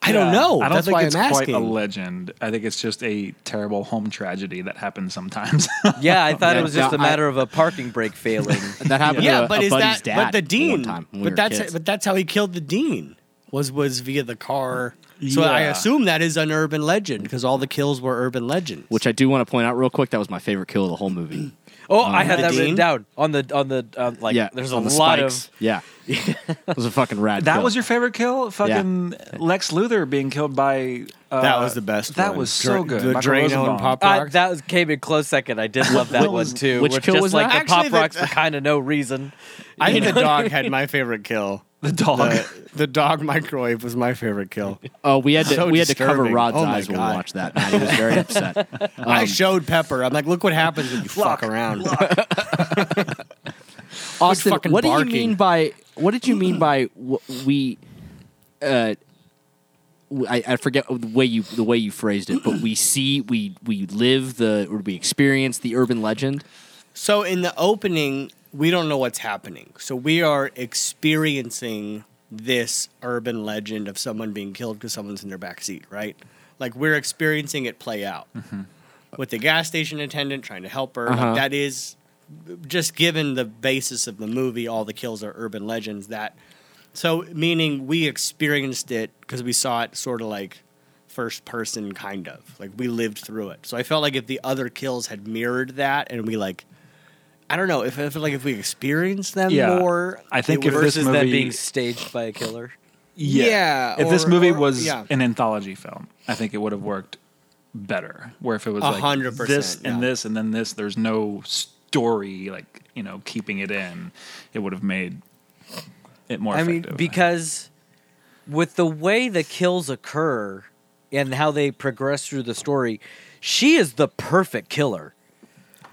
Speaker 4: I don't know.
Speaker 5: I don't
Speaker 4: That's
Speaker 5: think
Speaker 4: why
Speaker 5: it's
Speaker 4: I'm
Speaker 5: quite
Speaker 4: asking.
Speaker 5: a legend. I think it's just a terrible home tragedy that happens sometimes.
Speaker 6: Yeah, I thought
Speaker 3: Yeah,
Speaker 6: it was just
Speaker 3: no,
Speaker 6: a matter of a parking brake failing.
Speaker 3: That happened
Speaker 4: yeah,
Speaker 3: to a,
Speaker 4: but
Speaker 3: a
Speaker 4: is
Speaker 3: buddy's
Speaker 4: that
Speaker 3: dad
Speaker 4: but the
Speaker 3: one
Speaker 4: dean?
Speaker 3: time when we
Speaker 4: but
Speaker 3: were
Speaker 4: that's
Speaker 3: kids.
Speaker 4: but that's how he killed the dean. Was was via the car. So I
Speaker 5: Yeah.
Speaker 4: assume that is an urban legend because all the kills were urban legends.
Speaker 3: Which I do want to point out real quick. That was my favorite kill of the whole movie.
Speaker 6: Oh, I had
Speaker 4: the
Speaker 6: that written
Speaker 4: dean?
Speaker 6: down on the on the um, like.
Speaker 3: yeah,
Speaker 6: there's a
Speaker 3: on the
Speaker 6: lot
Speaker 3: spikes. yeah. it was a fucking rad.
Speaker 5: That
Speaker 3: kill.
Speaker 5: was your favorite kill? Fucking Lex Luthor being killed by. Uh,
Speaker 4: That was the best
Speaker 5: That
Speaker 4: one.
Speaker 5: was
Speaker 4: Dra-
Speaker 5: so good.
Speaker 4: the
Speaker 5: Michael
Speaker 4: Drano and
Speaker 5: Rosenbaum. Uh,
Speaker 4: Pop-
Speaker 6: of. I, uh, that was, came in close second. I did love that one
Speaker 5: was-
Speaker 6: too.
Speaker 3: which
Speaker 6: where it's
Speaker 3: kill
Speaker 6: just
Speaker 3: was
Speaker 6: like
Speaker 4: that?
Speaker 6: the pop
Speaker 4: Actually, the-
Speaker 6: rocks for kind of no reason.
Speaker 4: I think the dog had my favorite kill.
Speaker 5: The dog.
Speaker 4: The, the dog microwave was my favorite kill.
Speaker 3: Oh, we had to
Speaker 4: So
Speaker 3: we had to cover
Speaker 4: disturbing.
Speaker 3: Rod's
Speaker 4: Oh my
Speaker 3: eyes when we
Speaker 4: God.
Speaker 3: watched that. Man. He was very upset. Um,
Speaker 4: I showed Pepper. I'm like, look what happens when you
Speaker 5: Lock,
Speaker 4: fuck around.
Speaker 3: Austin,
Speaker 4: fucking
Speaker 3: what do
Speaker 4: barking.
Speaker 3: you mean by what did you mean by w- we? Uh, w- I, I forget the way you the way you phrased it, but we see we we live the or we experience the urban legend.
Speaker 4: So in the opening, we don't know what's happening. So we are experiencing this urban legend of someone being killed because someone's in their backseat, right? Like we're experiencing it play out with the gas station attendant trying to help her. like,
Speaker 3: Uh-huh.
Speaker 4: that is just given the basis of the movie, all the kills are urban legends. That so meaning we experienced it because we saw it sort of like first person, kind of like we lived through it. So I felt like if the other kills had mirrored that, and we like, I don't know, if I feel like if we experienced them
Speaker 5: Yeah.
Speaker 4: more,
Speaker 5: I think
Speaker 4: it
Speaker 5: if
Speaker 4: would-
Speaker 5: this
Speaker 6: Versus that
Speaker 5: movie-
Speaker 6: being staged by a killer.
Speaker 4: Yeah,
Speaker 5: If this
Speaker 4: or-
Speaker 5: movie
Speaker 4: or-
Speaker 5: was
Speaker 4: yeah.
Speaker 5: an anthology film, I think it would have worked better. Where if it was
Speaker 4: A
Speaker 5: like
Speaker 4: hundred percent,
Speaker 5: this and
Speaker 4: yeah.
Speaker 5: this and then this, there's no story, like, you know, keeping it in, it would have made it more
Speaker 6: I mean,
Speaker 5: effective.
Speaker 6: because with the way the kills occur and how they progress through the story, she is the perfect killer.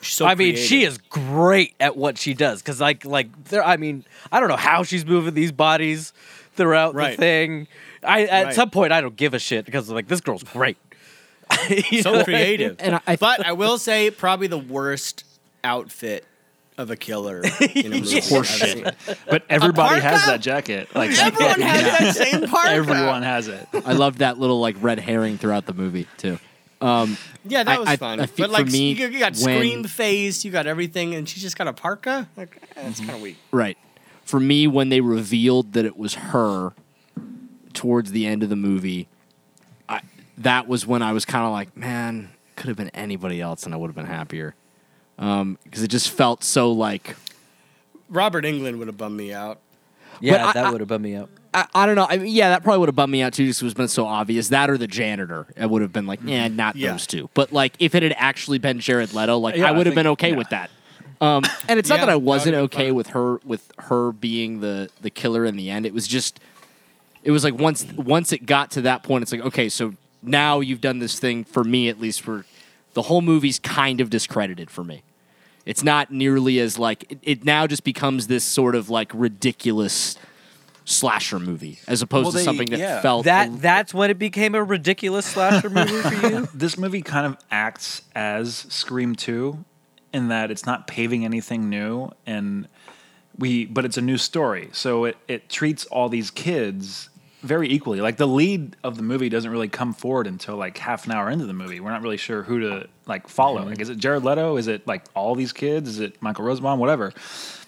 Speaker 4: She's so
Speaker 6: I mean,
Speaker 4: creative.
Speaker 6: she is great at what she does because, like, like there. I mean, I don't know how she's moving these bodies throughout
Speaker 4: Right.
Speaker 6: the thing. I at
Speaker 4: Right.
Speaker 6: some point I don't give a shit because like this girl's great. You know?
Speaker 4: so creative.
Speaker 3: And I- I-
Speaker 4: but I will say, probably the worst outfit of a killer in a movie. I've seen.
Speaker 5: but everybody has
Speaker 4: parka?
Speaker 5: that jacket. Like,
Speaker 4: Everyone has that same part.
Speaker 5: everyone has it.
Speaker 3: I loved that little like red herring throughout the movie too.
Speaker 4: Yeah, that
Speaker 3: I-
Speaker 4: was
Speaker 3: I-
Speaker 4: fun.
Speaker 3: I think
Speaker 4: but like,
Speaker 3: for me,
Speaker 4: you, you got
Speaker 3: when-
Speaker 4: scream face, you got everything, and she's just got a parka. Like, eh, that's kind of weak.
Speaker 3: Right. For me, when they revealed that it was her towards the end of the movie, I, that was when I was kind of like, man, could have been anybody else, and I would have been happier. Because it just felt so like
Speaker 4: Robert England would have bummed me out.
Speaker 6: yeah,
Speaker 3: I-
Speaker 6: that would have bummed me out.
Speaker 3: I, I don't know. I mean, yeah, that probably would have bummed me out too, just 'cause it's been so obvious. That or the janitor, I would have been like, yeah, not
Speaker 4: Yeah.
Speaker 3: those two. But like, if it had actually been Jared Leto, like
Speaker 5: Yeah,
Speaker 3: I
Speaker 5: I
Speaker 3: would have been
Speaker 5: think-
Speaker 3: okay
Speaker 5: yeah.
Speaker 3: with that. Um, and it's not
Speaker 4: Yeah,
Speaker 3: that I
Speaker 4: that would've
Speaker 3: wasn't
Speaker 4: been
Speaker 3: okay
Speaker 4: fine.
Speaker 3: with her with her being the the killer in the end. It was just, it was like once once it got to that point, it's like okay, so now you've done this thing for me at least for the whole movie's kind of discredited for me. It's not nearly as like it, it now just becomes this sort of like ridiculous slasher movie as opposed
Speaker 5: Well,
Speaker 3: to
Speaker 5: they-
Speaker 3: something that
Speaker 5: yeah.
Speaker 3: felt
Speaker 6: That that's when it became a ridiculous slasher movie for you.
Speaker 5: this movie kind of acts as Scream 2 in that it's not paving anything new and we but it's a new story. So it, it treats all these kids very equally. Like the lead of the movie doesn't really come forward until like half an hour into the movie. We're not really sure who to like follow.
Speaker 4: Mm-hmm.
Speaker 5: Like is it Jared Leto? Is it like all these kids? Is it Michael Rosenbaum? Whatever.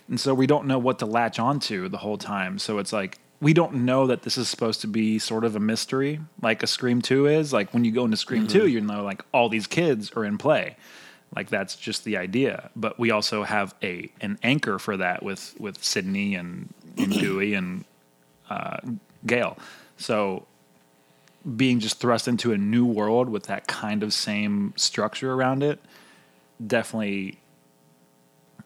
Speaker 5: And so we don't know what to latch onto the whole time. So it's like we don't know that this is supposed to be sort of a mystery, like a Scream 2 is. Like when you go into Scream 2, you know, like all these kids are in play. Like that's just the idea. But we also have a an anchor for that with with Sydney and, and Dewey and uh, Gail. So being just thrust into a new world with that kind of same structure around it definitely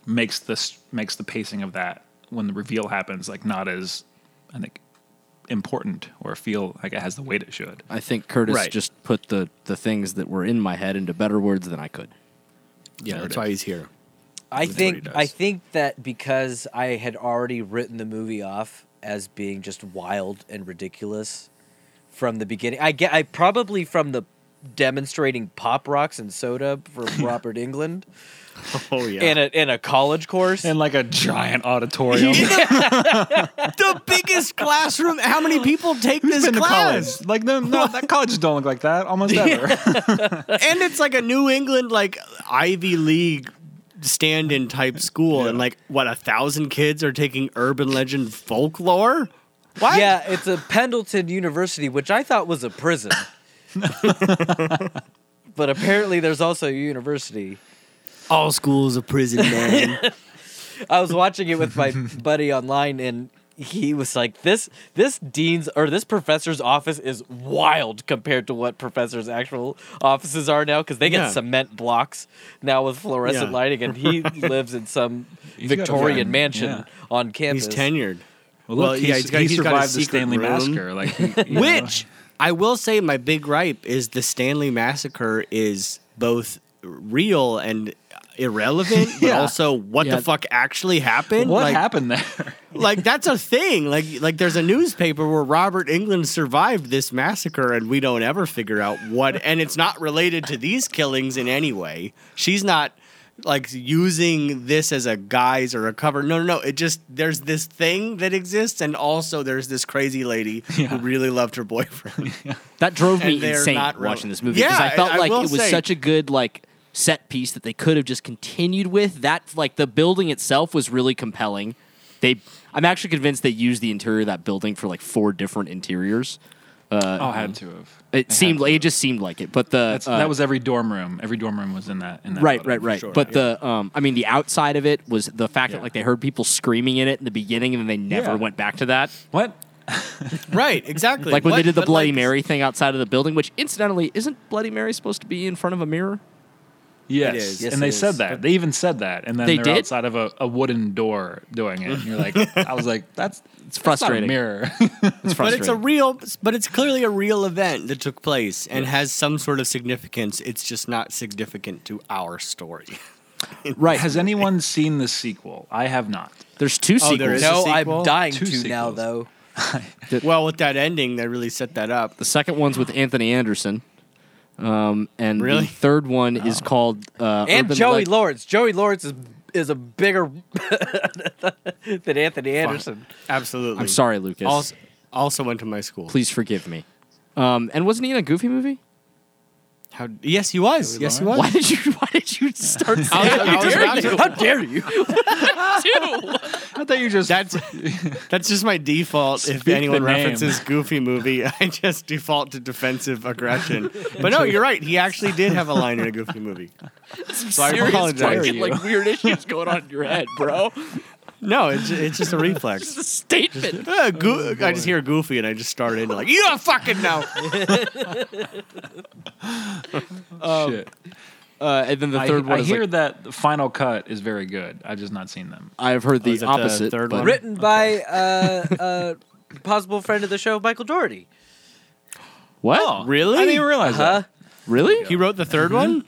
Speaker 5: makes this makes the pacing of that when the reveal happens like not as I think important or feel like it has the weight it should.
Speaker 3: I think Curtis
Speaker 5: Right.
Speaker 3: just put the the things that were in my head into better words than I could.
Speaker 4: Yeah,
Speaker 5: that's
Speaker 4: that's
Speaker 5: why
Speaker 4: why he's here.
Speaker 6: I
Speaker 5: That's what he
Speaker 6: think
Speaker 5: does.
Speaker 6: I think that because I had already written the movie off as being just wild and ridiculous from the beginning. I get I probably from the demonstrating pop rocks and soda for Robert England
Speaker 4: Oh yeah.
Speaker 6: in a in a college course.
Speaker 5: in like a giant auditorium.
Speaker 4: the biggest classroom. How many people take
Speaker 5: Who's
Speaker 4: this
Speaker 5: been to
Speaker 4: class?
Speaker 5: college? Like no, no, that colleges don't look like that almost ever.
Speaker 4: and it's like a New England like Ivy League stand-in type school, and like what a thousand kids are taking urban legend folklore. What?
Speaker 6: yeah, it's a Pendleton University, which I thought was a prison. but apparently there's also a university.
Speaker 4: All schools a prison, man.
Speaker 6: I was watching it with my buddy online and he was like this this dean's or this professor's office is wild compared to what professors actual offices are now cuz they get
Speaker 4: Yeah.
Speaker 6: cement blocks now with fluorescent
Speaker 4: Yeah.
Speaker 6: lighting and he lives in some
Speaker 5: got a
Speaker 6: Victorian
Speaker 5: van,
Speaker 6: mansion
Speaker 5: yeah.
Speaker 6: on campus.
Speaker 4: He's tenured.
Speaker 5: Well,
Speaker 4: Well,
Speaker 5: look,
Speaker 4: yeah,
Speaker 5: he,
Speaker 4: he's got-
Speaker 5: he
Speaker 4: he's got a
Speaker 5: survived the
Speaker 4: secret
Speaker 5: Stanley
Speaker 4: room.
Speaker 5: massacre. Like, you know.
Speaker 4: Which I will say, my big gripe is the Stanley Massacre is both real and irrelevant, but
Speaker 5: Yeah.
Speaker 4: also what
Speaker 3: Yeah.
Speaker 4: the fuck actually happened.
Speaker 5: what
Speaker 4: like,
Speaker 5: happened there?
Speaker 4: Like that's a thing. Like like there's a newspaper where Robert England survived this massacre, and we don't ever figure out what. And it's not related to these killings in any way. She's not like using this as a guise or a cover. No, no, no. It just there's this thing that exists, and also there's this crazy lady who really loved her boyfriend.
Speaker 3: That drove me
Speaker 4: And they're
Speaker 3: insane
Speaker 4: not real-
Speaker 3: watching this movie because
Speaker 4: Yeah,
Speaker 3: I felt
Speaker 4: I- I
Speaker 3: like
Speaker 4: will
Speaker 3: it was
Speaker 4: say-
Speaker 3: such a good like set piece that they could have just continued with. That like the building itself was really compelling. They, I'm actually convinced they used the interior of that building for like four different interiors.
Speaker 5: oh, had to have.
Speaker 3: It
Speaker 5: They
Speaker 3: seemed
Speaker 5: had
Speaker 3: like
Speaker 5: to
Speaker 3: it just seemed like it, but the
Speaker 5: That's,
Speaker 3: uh,
Speaker 5: that was every dorm room. Every dorm room was in that. In that
Speaker 3: right,
Speaker 5: building,
Speaker 3: right,
Speaker 5: for
Speaker 3: right.
Speaker 5: sure.
Speaker 3: but the um, I mean, the outside of it was the fact that
Speaker 5: Yeah.
Speaker 3: like they heard people screaming in it in the beginning, and then they never
Speaker 5: Yeah.
Speaker 3: went back to that.
Speaker 5: what?
Speaker 4: right, exactly.
Speaker 3: Like when they
Speaker 4: What-
Speaker 3: did the
Speaker 4: but,
Speaker 3: Bloody
Speaker 4: like,
Speaker 3: Mary thing outside of the building, which incidentally isn't Bloody Mary supposed to be in front of a mirror?
Speaker 5: Yes,
Speaker 4: is.
Speaker 6: Yes,
Speaker 5: and
Speaker 6: it
Speaker 5: they
Speaker 6: is.
Speaker 5: said that. They even said that, and then
Speaker 3: They
Speaker 5: are
Speaker 3: did?
Speaker 5: outside of a, a wooden door doing it. And you're like, I was like, that's it's
Speaker 3: frustrating.
Speaker 5: mirror.
Speaker 3: It's
Speaker 4: But
Speaker 3: frustrating.
Speaker 4: it's a real, but it's clearly a real event that took place and has some sort of significance. It's just not significant to our story.
Speaker 3: right.
Speaker 5: Has anyone seen the sequel? I have not.
Speaker 3: There's two
Speaker 4: Oh,
Speaker 3: sequels.
Speaker 4: there is a
Speaker 6: no,
Speaker 4: sequel?
Speaker 6: I'm dying
Speaker 5: Two
Speaker 6: to now
Speaker 5: sequels.
Speaker 6: though.
Speaker 4: Well, with that ending, they really set that up.
Speaker 3: The second one's with Anthony Anderson. Um, and
Speaker 4: Really? Oh.
Speaker 3: the third one is called uh,
Speaker 6: And
Speaker 3: Urban
Speaker 6: Joey
Speaker 3: Leg-
Speaker 6: Lawrence. Joey Lawrence is is a bigger than Anthony Anderson.
Speaker 4: Absolutely.
Speaker 3: I'm sorry, Lucas.
Speaker 4: Also, also went to my school.
Speaker 3: Please forgive me. Um, and wasn't he in a Goofy movie?
Speaker 4: How, yes, he was. Yes, he was.
Speaker 3: Why did you? Why did you start?
Speaker 4: I was-
Speaker 3: saying
Speaker 4: I was about to-
Speaker 6: How dare you?
Speaker 5: I thought you just
Speaker 4: that's that's just my default. if
Speaker 5: Speak
Speaker 4: anyone
Speaker 5: the name.
Speaker 4: references Goofy movie, I just default to defensive aggression. But no, you're right. He actually did have a line in a Goofy movie. So I
Speaker 3: serious
Speaker 4: apologize.
Speaker 3: fucking, like weird issues going on in your head, bro.
Speaker 4: No, it's it's just a reflex.
Speaker 3: It's a statement.
Speaker 4: Uh, goo- I just hear Goofy and I just start in like, you don't fucking know.
Speaker 5: shit.
Speaker 3: Uh, and then the
Speaker 5: I,
Speaker 3: third one
Speaker 5: I
Speaker 3: is
Speaker 5: hear
Speaker 3: like-
Speaker 5: that the final cut is very good. I've just not seen them.
Speaker 3: I've heard
Speaker 4: is
Speaker 3: oh, the
Speaker 4: it the
Speaker 3: opposite.
Speaker 4: third
Speaker 3: but-
Speaker 4: one?
Speaker 6: Written by uh, uh, possible friend of the show, Michael Doherty.
Speaker 3: What?
Speaker 4: really?
Speaker 5: I didn't even realize
Speaker 6: Huh?
Speaker 5: that.
Speaker 3: Really?
Speaker 4: He wrote the 3rd one?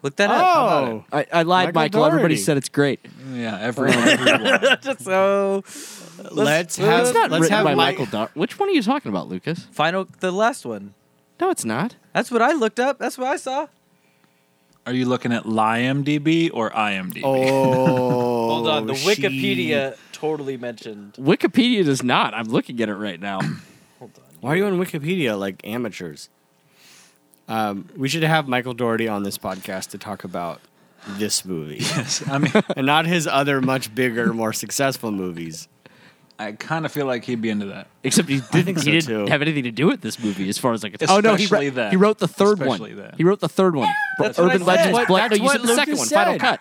Speaker 6: Look that up.
Speaker 4: Oh.
Speaker 3: I, I lied,
Speaker 4: Michael
Speaker 3: Michael. Everybody
Speaker 4: Dougherty.
Speaker 3: said it's great.
Speaker 5: Yeah, everyone. everyone.
Speaker 6: Oh. So
Speaker 4: Let's,
Speaker 6: let's
Speaker 4: have
Speaker 6: not
Speaker 4: let's
Speaker 3: Written
Speaker 4: have
Speaker 3: by
Speaker 4: Mike-
Speaker 3: Michael. Dar- Which one are you talking about, Lucas?
Speaker 6: final, the last one.
Speaker 3: No, it's not.
Speaker 6: That's what I looked up. That's what I saw.
Speaker 5: Are you looking at LIMDB or IMDb?
Speaker 4: Oh.
Speaker 6: Hold on, the
Speaker 4: she-
Speaker 6: Wikipedia totally mentioned.
Speaker 3: Wikipedia does not. I'm looking at it right now.
Speaker 6: Hold on.
Speaker 4: Why are you on Wikipedia like amateurs? Um, we should have Michael Doherty on this podcast to talk about this movie
Speaker 5: I mean,
Speaker 4: and not his other much bigger, more successful movies.
Speaker 5: I kind of feel like he'd be into that.
Speaker 3: Except he didn't.
Speaker 4: so,
Speaker 3: he didn't
Speaker 4: too.
Speaker 3: have anything to do with this movie, as far as I can tell. Oh no, he,
Speaker 5: Especially
Speaker 3: wrote-
Speaker 5: that.
Speaker 3: he wrote the third
Speaker 5: Especially
Speaker 3: one.
Speaker 5: that.
Speaker 3: He wrote the third one. Bro-
Speaker 6: That's what
Speaker 3: Urban
Speaker 6: I said.
Speaker 3: Legends.
Speaker 6: What-
Speaker 3: Blood- no,
Speaker 4: that's
Speaker 3: you said
Speaker 4: what
Speaker 3: the second one.
Speaker 4: Lucas
Speaker 3: Final
Speaker 4: said.
Speaker 3: cut.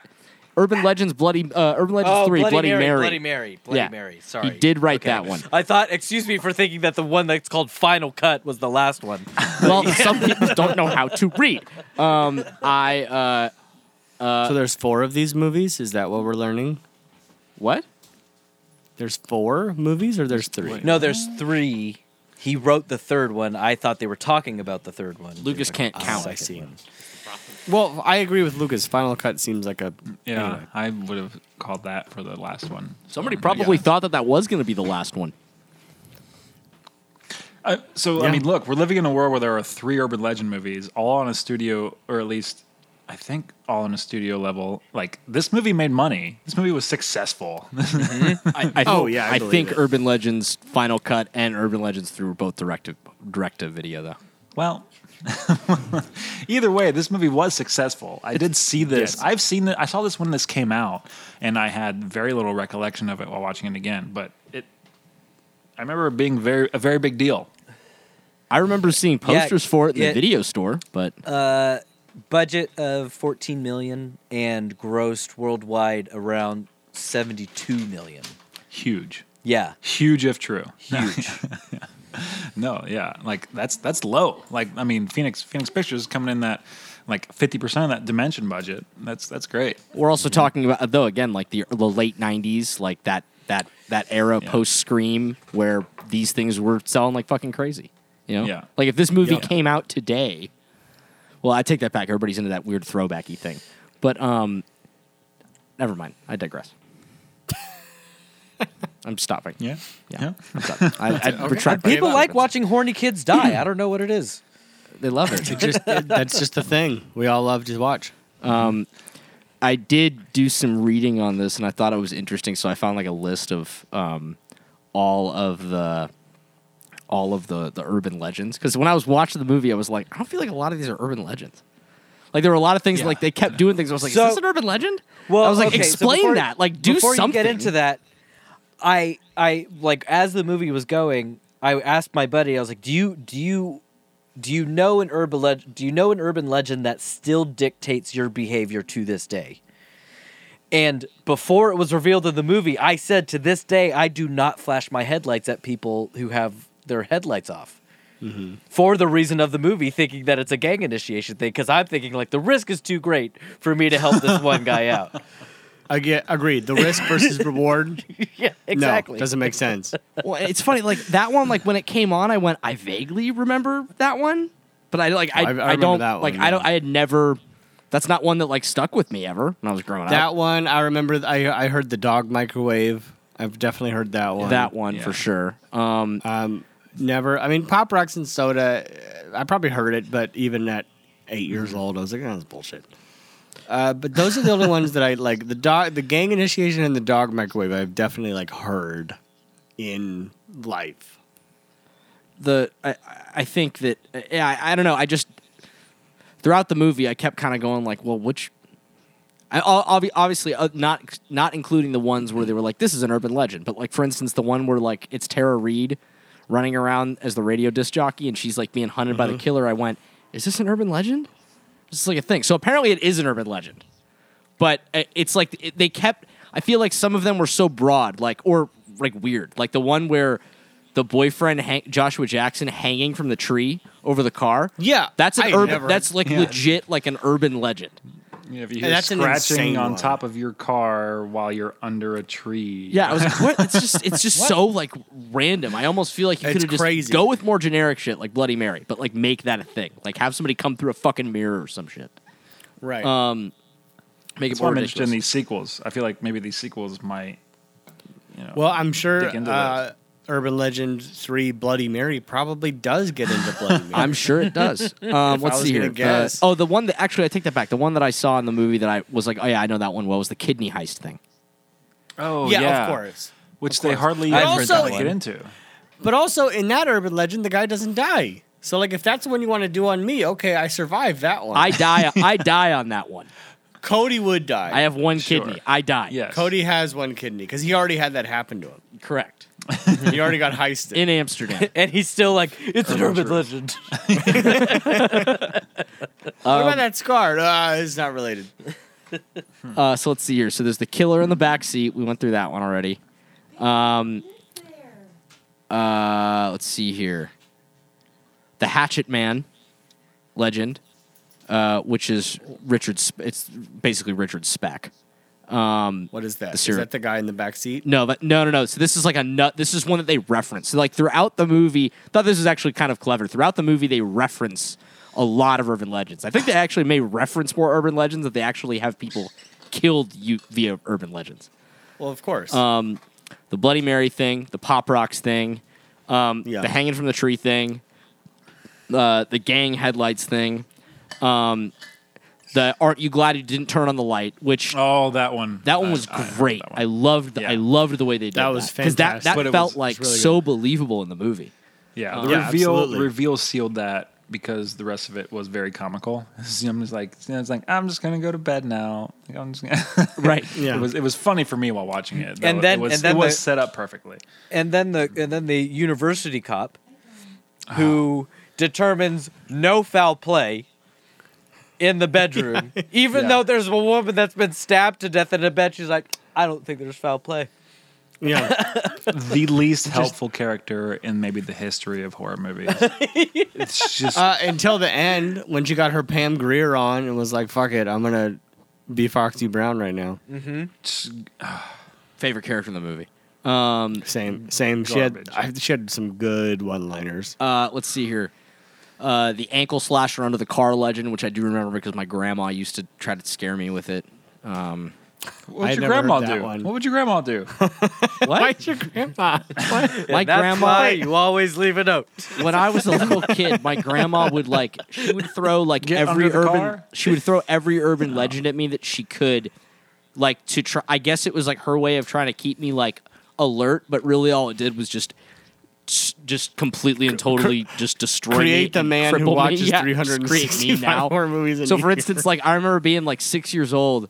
Speaker 3: Urban Legends. Bloody. Uh, Urban Legends
Speaker 6: Oh,
Speaker 3: three.
Speaker 6: Bloody, Mary,
Speaker 3: Mary.
Speaker 6: Bloody Mary. Bloody
Speaker 3: Yeah.
Speaker 6: Mary. Sorry.
Speaker 3: He did write that one.
Speaker 6: I thought, excuse me for thinking that the one that's called Final Cut was the last one.
Speaker 3: Well, some people don't know how to read. Um, I. Uh,
Speaker 4: so there's four of these movies. Is that what we're learning?
Speaker 3: what?
Speaker 4: There's four movies, or there's three?
Speaker 6: No, there's three. He wrote the third one. I thought they were talking about the third one.
Speaker 3: Lucas can't count.
Speaker 4: Oh, I see. Well, I agree with Lucas. Final cut seems like a
Speaker 5: Yeah, I would have called that for the last one.
Speaker 4: Oh,
Speaker 3: Somebody probably thought that that was going to be the last one.
Speaker 5: I, so I
Speaker 4: Yeah.
Speaker 5: mean, look, we're living in a world where there are three urban legend movies, all on a studio, or at least I think all on a studio level. Like this movie made money. This movie was successful.
Speaker 3: I, I
Speaker 4: Oh,
Speaker 3: think-
Speaker 4: yeah, I
Speaker 3: I,
Speaker 4: believe
Speaker 3: think
Speaker 4: it.
Speaker 3: Urban Legends Final Cut and Urban Legends Three were both direct to direct to video though.
Speaker 5: well, either way, this movie was successful. I did see this.
Speaker 4: Yes.
Speaker 5: I've seen that. I saw this when this came out, and I had very little recollection of it while watching it again. But it, I remember it being very a very big deal.
Speaker 3: I remember seeing
Speaker 6: Yeah,
Speaker 3: posters for it in
Speaker 6: yeah.
Speaker 3: the video store, but
Speaker 6: budget of 14 million and grossed worldwide around 72 million.
Speaker 5: Huge,
Speaker 6: Yeah,
Speaker 5: huge if true.
Speaker 6: huge.
Speaker 5: No, yeah, like that's that's low. Like I mean, Phoenix Phoenix Pictures is coming in that like fifty percent of that dimension budget. That's that's great.
Speaker 3: we're also talking about uh, though again like the the late '90s, like that that that era
Speaker 5: Yeah.
Speaker 3: post Scream where these things were selling like fucking crazy. You know,
Speaker 5: Yeah.
Speaker 3: like if this movie
Speaker 5: Yeah.
Speaker 3: came out today, well, I take that back. Everybody's into that weird throwbacky thing, but um, never mind. I digress. I'm stopping.
Speaker 5: Yeah,
Speaker 3: Yeah. I'm sorry. I, I retract.
Speaker 6: People
Speaker 3: my-
Speaker 6: like watching horny kids die. I don't know what it is.
Speaker 3: They love it.
Speaker 4: It just, it- that's just the thing we all love to watch.
Speaker 3: I did do some reading on this, and I thought it was interesting. So I found like a list of um, all of the all of the the urban legends. Because when I was watching the movie, I was like, I don't feel like a lot of these are urban legends. Like there were a lot of things
Speaker 5: Yeah.
Speaker 3: like they kept doing things. I was like,
Speaker 6: So-
Speaker 3: is this an urban legend?
Speaker 6: Well,
Speaker 3: I was like,
Speaker 6: okay, so
Speaker 3: explain
Speaker 6: before-
Speaker 3: that. Like, do
Speaker 6: before
Speaker 3: something.
Speaker 6: you get into that. I I like as the movie was going, I asked my buddy. I was like, "Do you do you do you know an urban legend? Do you know an urban legend that still dictates your behavior to this day?" And before it was revealed in the movie, I said, "To this day, I do not flash my headlights at people who have their headlights off."
Speaker 3: Mm-hmm.
Speaker 6: for the reason of the movie, thinking that it's a gang initiation thing, because I'm thinking like the risk is too great for me to help this one guy out.
Speaker 4: I get agreed. The risk versus reward.
Speaker 6: yeah,
Speaker 4: No, doesn't make sense.
Speaker 3: Well, it's funny. Like that one. Like when it came on, I went. I vaguely remember that one, but I like. I,
Speaker 4: I- I
Speaker 3: I,
Speaker 4: remember
Speaker 3: don't
Speaker 4: that one,
Speaker 3: like. I
Speaker 4: yeah.
Speaker 3: don't. I had never. That's not one that like stuck with me ever when I was growing up.
Speaker 4: That one, I remember. th- I I heard the dog microwave. I've definitely heard that one.
Speaker 3: that one
Speaker 5: Yeah.
Speaker 3: for sure. Um,
Speaker 4: never. I mean, pop rocks and soda. uh, I probably heard it, but even at eight
Speaker 3: Mm-hmm.
Speaker 4: years old, I was like, oh, "That's bullshit." Uh, but those are the only ones that I like. The dog, the gang initiation, and the dog microwave. I've definitely like heard in life.
Speaker 3: the I, I think that yeah, I, I don't know. I just throughout the movie, I kept kind of going like, well, which. I, ob- obvi- obviously, uh, not not including the ones where they were like, "This is an urban legend," but like for instance, the one where like it's Tara Reid running around as the radio disc jockey, and she's like being hunted by the killer. I went, "Is this an urban legend?" This is like a thing. So apparently, it is an urban legend. but uh, it's like it, they kept i feel like some of them were so broad like or like weird like the one where the boyfriend hang, joshua jackson hanging from the tree over the car
Speaker 4: Yeah,
Speaker 3: that's an
Speaker 4: I
Speaker 3: urban
Speaker 4: never-
Speaker 3: that's like
Speaker 5: yeah.
Speaker 3: legit like an urban legend
Speaker 5: Yeah, if you
Speaker 4: Yeah,
Speaker 5: hear
Speaker 4: that's an
Speaker 5: scratching
Speaker 4: insane
Speaker 5: on
Speaker 4: one.
Speaker 5: top of your car while you're under a tree.
Speaker 3: yeah i was like what it's just it's just so like random i almost feel like you
Speaker 4: It's
Speaker 3: could have just
Speaker 4: crazy.
Speaker 3: go with more generic shit like bloody mary but like make that a thing like have somebody come through a fucking mirror or some shit
Speaker 4: Right.
Speaker 3: um, make
Speaker 5: That's
Speaker 3: it
Speaker 5: why
Speaker 3: more
Speaker 5: I'm interested
Speaker 3: ridiculous.
Speaker 5: in these sequels. I feel like maybe these sequels might. You know,
Speaker 4: well, I'm sure
Speaker 5: dig into
Speaker 4: uh, Urban Legend Three Bloody Mary probably does get into Bloody Mary.
Speaker 3: I'm sure it does. Um, let's
Speaker 4: was
Speaker 3: see
Speaker 4: gonna
Speaker 3: here.
Speaker 4: guess.
Speaker 3: Uh, oh, the one that actually I take that back. The one that I saw in the movie that I was like, oh yeah, I know that one well was the kidney heist thing.
Speaker 5: oh
Speaker 4: yeah, of course.
Speaker 5: which they hardly
Speaker 6: I've
Speaker 5: ever
Speaker 4: heard that
Speaker 5: get
Speaker 4: one.
Speaker 5: into.
Speaker 4: But also in that urban legend, the guy doesn't die. So like, if that's one you want to do on me, okay, I survived that one.
Speaker 3: I die. I die on that one.
Speaker 4: Cody would die.
Speaker 3: I have one
Speaker 5: Sure.
Speaker 3: kidney. I die.
Speaker 5: Yes,
Speaker 4: Cody has one kidney because he already had that happen to him.
Speaker 3: correct.
Speaker 4: He already got heisted.
Speaker 3: In Amsterdam.
Speaker 6: And he's still like, it's an urban legend.
Speaker 4: what
Speaker 3: um,
Speaker 4: about that scar? Uh, it's not related.
Speaker 3: Uh, so let's see here. So there's the killer in the back seat. We went through that one already. Um, uh, let's see here. The Hatchet Man legend, uh, which is Richard. Sp- it's basically Richard Speck.
Speaker 4: What is that?
Speaker 3: The
Speaker 4: Is
Speaker 3: syrup.
Speaker 4: that the guy in the back seat?
Speaker 3: No, but no, no, no. So this is like a nut. This is one that they reference. So like throughout the movie, thought this was actually kind of clever. Throughout the movie, they reference a lot of urban legends. I think they actually may reference more urban legends that they actually have people killed you via urban legends. Um,
Speaker 4: Well, of course.
Speaker 3: The Bloody Mary thing, the Pop Rocks thing, Um,
Speaker 4: Yeah.
Speaker 3: The hanging from the tree thing, uh, the gang headlights thing, um, the aren't you glad you didn't turn on the light? Which
Speaker 5: Oh, that one.
Speaker 3: that one
Speaker 5: I-
Speaker 3: was
Speaker 5: I heard
Speaker 3: great.
Speaker 5: that
Speaker 3: I,
Speaker 5: one.
Speaker 3: loved. The, I
Speaker 5: Yeah.
Speaker 3: loved the way they did
Speaker 4: That was
Speaker 3: because that
Speaker 4: fantastic.
Speaker 3: that
Speaker 5: But it
Speaker 3: felt
Speaker 5: was-
Speaker 3: like
Speaker 4: really
Speaker 3: so believable in the movie.
Speaker 5: yeah,
Speaker 3: Uh,
Speaker 5: the
Speaker 4: Yeah,
Speaker 5: reveal
Speaker 4: absolutely.
Speaker 5: reveal sealed that because the rest of it was very comical. So I'm just like, I was like, I'm just gonna go to bed now. Like, I'm just gonna
Speaker 3: Right.
Speaker 4: Yeah.
Speaker 5: It was it was funny for me while watching it. though.
Speaker 6: And then-
Speaker 5: it was,
Speaker 6: and then
Speaker 5: it was
Speaker 6: the-
Speaker 5: set up perfectly.
Speaker 6: and then the and then the university cop who determines no foul play in the bedroom even
Speaker 5: Yeah.
Speaker 6: though there's a woman that's been stabbed to death in a bed she's like i don't think there's foul play
Speaker 4: Yeah.
Speaker 5: The least helpful character in maybe the history of horror movies. It's just
Speaker 4: uh, until the end when she got her Pam Greer on and was like, "Fuck it, I'm gonna be Foxy Brown right now."
Speaker 3: Favorite character in the movie. Um,
Speaker 4: Same, same. She had,
Speaker 5: Garbage.
Speaker 4: I, she had some good one-liners.
Speaker 3: Uh, let's see here. Uh, the ankle slasher under the car legend, which I do remember because my grandma used to try to scare me with it. Um,
Speaker 5: what
Speaker 4: I
Speaker 5: would your
Speaker 4: never heard
Speaker 5: grandma
Speaker 4: that
Speaker 5: do?
Speaker 4: one.
Speaker 5: What would your grandma do?
Speaker 3: what?
Speaker 4: your grandma?
Speaker 3: my
Speaker 6: And that's why
Speaker 3: grandma,
Speaker 6: you always leave a note
Speaker 3: when I was a little kid, my grandma would like she would throw like
Speaker 5: Get
Speaker 3: every
Speaker 5: under the
Speaker 3: urban
Speaker 5: car?
Speaker 3: she would throw every urban legend at me that she could, like to try. I guess it was like her way of trying to keep me like alert, but really all it did was just. Just completely and totally just destroy me
Speaker 4: Create the
Speaker 3: and
Speaker 4: man who
Speaker 3: cripple me.
Speaker 4: watches
Speaker 3: Yeah, just create me
Speaker 4: 365
Speaker 3: now.
Speaker 4: horror movies. A
Speaker 3: So, for
Speaker 4: year.
Speaker 3: instance, like I remember being like six years old,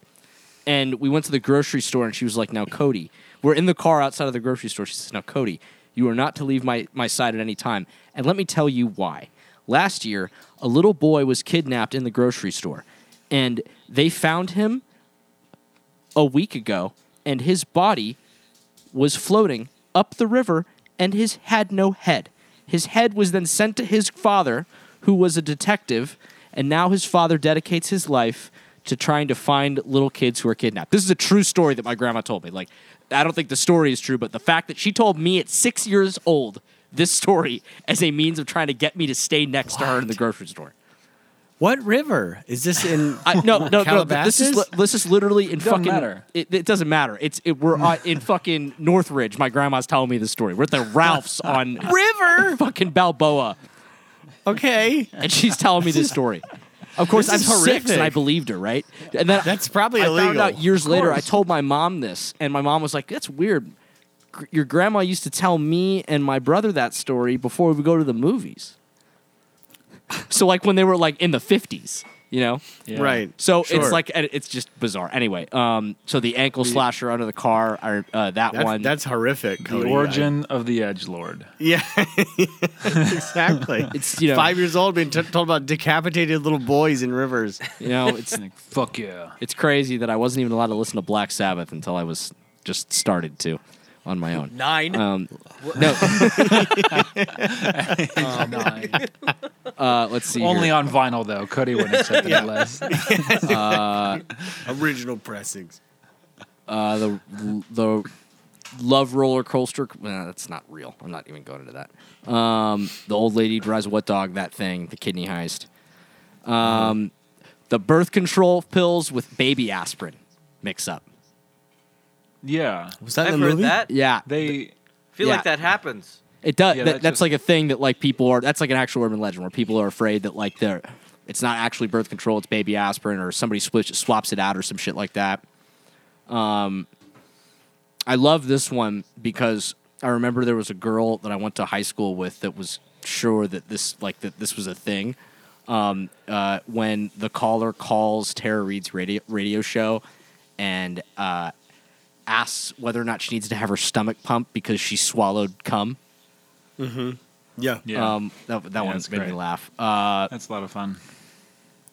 Speaker 3: and we went to the grocery store, and she was like, "Now, Cody, we're in the car outside of the grocery store." She says, "Now, Cody, you are not to leave my my side at any time, and let me tell you why. Last year, a little boy was kidnapped in the grocery store, and they found him a week ago, and his body was floating up the river and his had no head. His head was then sent to his father, who was a detective, and now his father dedicates his life to trying to find little kids who are kidnapped. This is a true story that my grandma told me. Like, I don't think the story is true, but the fact that she told me at six years old this story as a means of trying to get me to stay next to her in the grocery store.
Speaker 4: what river is this in?
Speaker 3: I, no, no, no. th- This is
Speaker 4: Calabasas?
Speaker 3: li- this is literally in
Speaker 5: Don't
Speaker 3: fucking.
Speaker 5: matter.
Speaker 3: It, it doesn't matter. It's it, we're uh, in fucking Northridge. My grandma's telling me this story. We're at the Ralphs on River, fucking Balboa,
Speaker 4: okay,
Speaker 3: and she's telling me this story. Of course,
Speaker 4: This is
Speaker 3: I'm six, and I
Speaker 4: horrific.
Speaker 3: believed her, right? And then
Speaker 4: that's probably
Speaker 3: I
Speaker 4: illegal.
Speaker 3: found out years later. I told my mom this, and my mom was like, "That's weird. Gr- Your grandma used to tell me and my brother that story before we would go to the movies. So, like when they were like in the '50s, you know."
Speaker 5: Yeah.
Speaker 4: Right.
Speaker 3: So
Speaker 4: Sure.
Speaker 3: it's like and it's just bizarre. Anyway, um, so the ankle slasher under the car, I- uh, that
Speaker 4: that's,
Speaker 3: one.
Speaker 4: that's horrific.
Speaker 5: The
Speaker 4: Cody.
Speaker 5: origin of the Edge Lord.
Speaker 4: Yeah, exactly.
Speaker 3: It's, you know-
Speaker 4: five years old being t- told about decapitated little boys in rivers.
Speaker 3: you know, it's
Speaker 5: Like, fuck yeah.
Speaker 3: it's crazy that I wasn't even allowed to listen to Black Sabbath until I was just started to on my own.
Speaker 6: nine
Speaker 3: Um, no.
Speaker 4: Oh,
Speaker 3: uh, let's see.
Speaker 5: Only
Speaker 3: here.
Speaker 5: on vinyl though. Cody wouldn't accept any less.
Speaker 4: Original pressings.
Speaker 3: uh, the the love roller coaster. Nah, that's not real. I'm not even going into that. Um, the old lady drives what dog? That thing. The kidney heist. Um, the birth control pills with baby aspirin mix up.
Speaker 5: Yeah.
Speaker 4: Was that
Speaker 6: i've
Speaker 4: in the
Speaker 6: heard
Speaker 4: movie?
Speaker 6: that
Speaker 3: Yeah,
Speaker 5: They
Speaker 6: feel
Speaker 3: yeah.
Speaker 6: like that happens
Speaker 3: it does.
Speaker 5: Yeah,
Speaker 3: that,
Speaker 5: that
Speaker 3: that's
Speaker 5: just-
Speaker 3: like a thing that like people are. That's like an actual urban legend where people are afraid that like they're. It's not actually birth control. It's baby aspirin, or somebody switch, swaps it out, or some shit like that. Um, I love this one because I remember there was a girl that I went to high school with that was sure that this like that this was a thing. Um, uh, when the caller calls Tara Reed's radio radio show and uh, asks whether or not she needs to have her stomach pumped because she swallowed cum.
Speaker 4: Yeah.
Speaker 5: yeah.
Speaker 3: Um, that that one
Speaker 5: that's
Speaker 3: made me
Speaker 5: great.
Speaker 3: laugh. Uh,
Speaker 5: that's a lot of fun.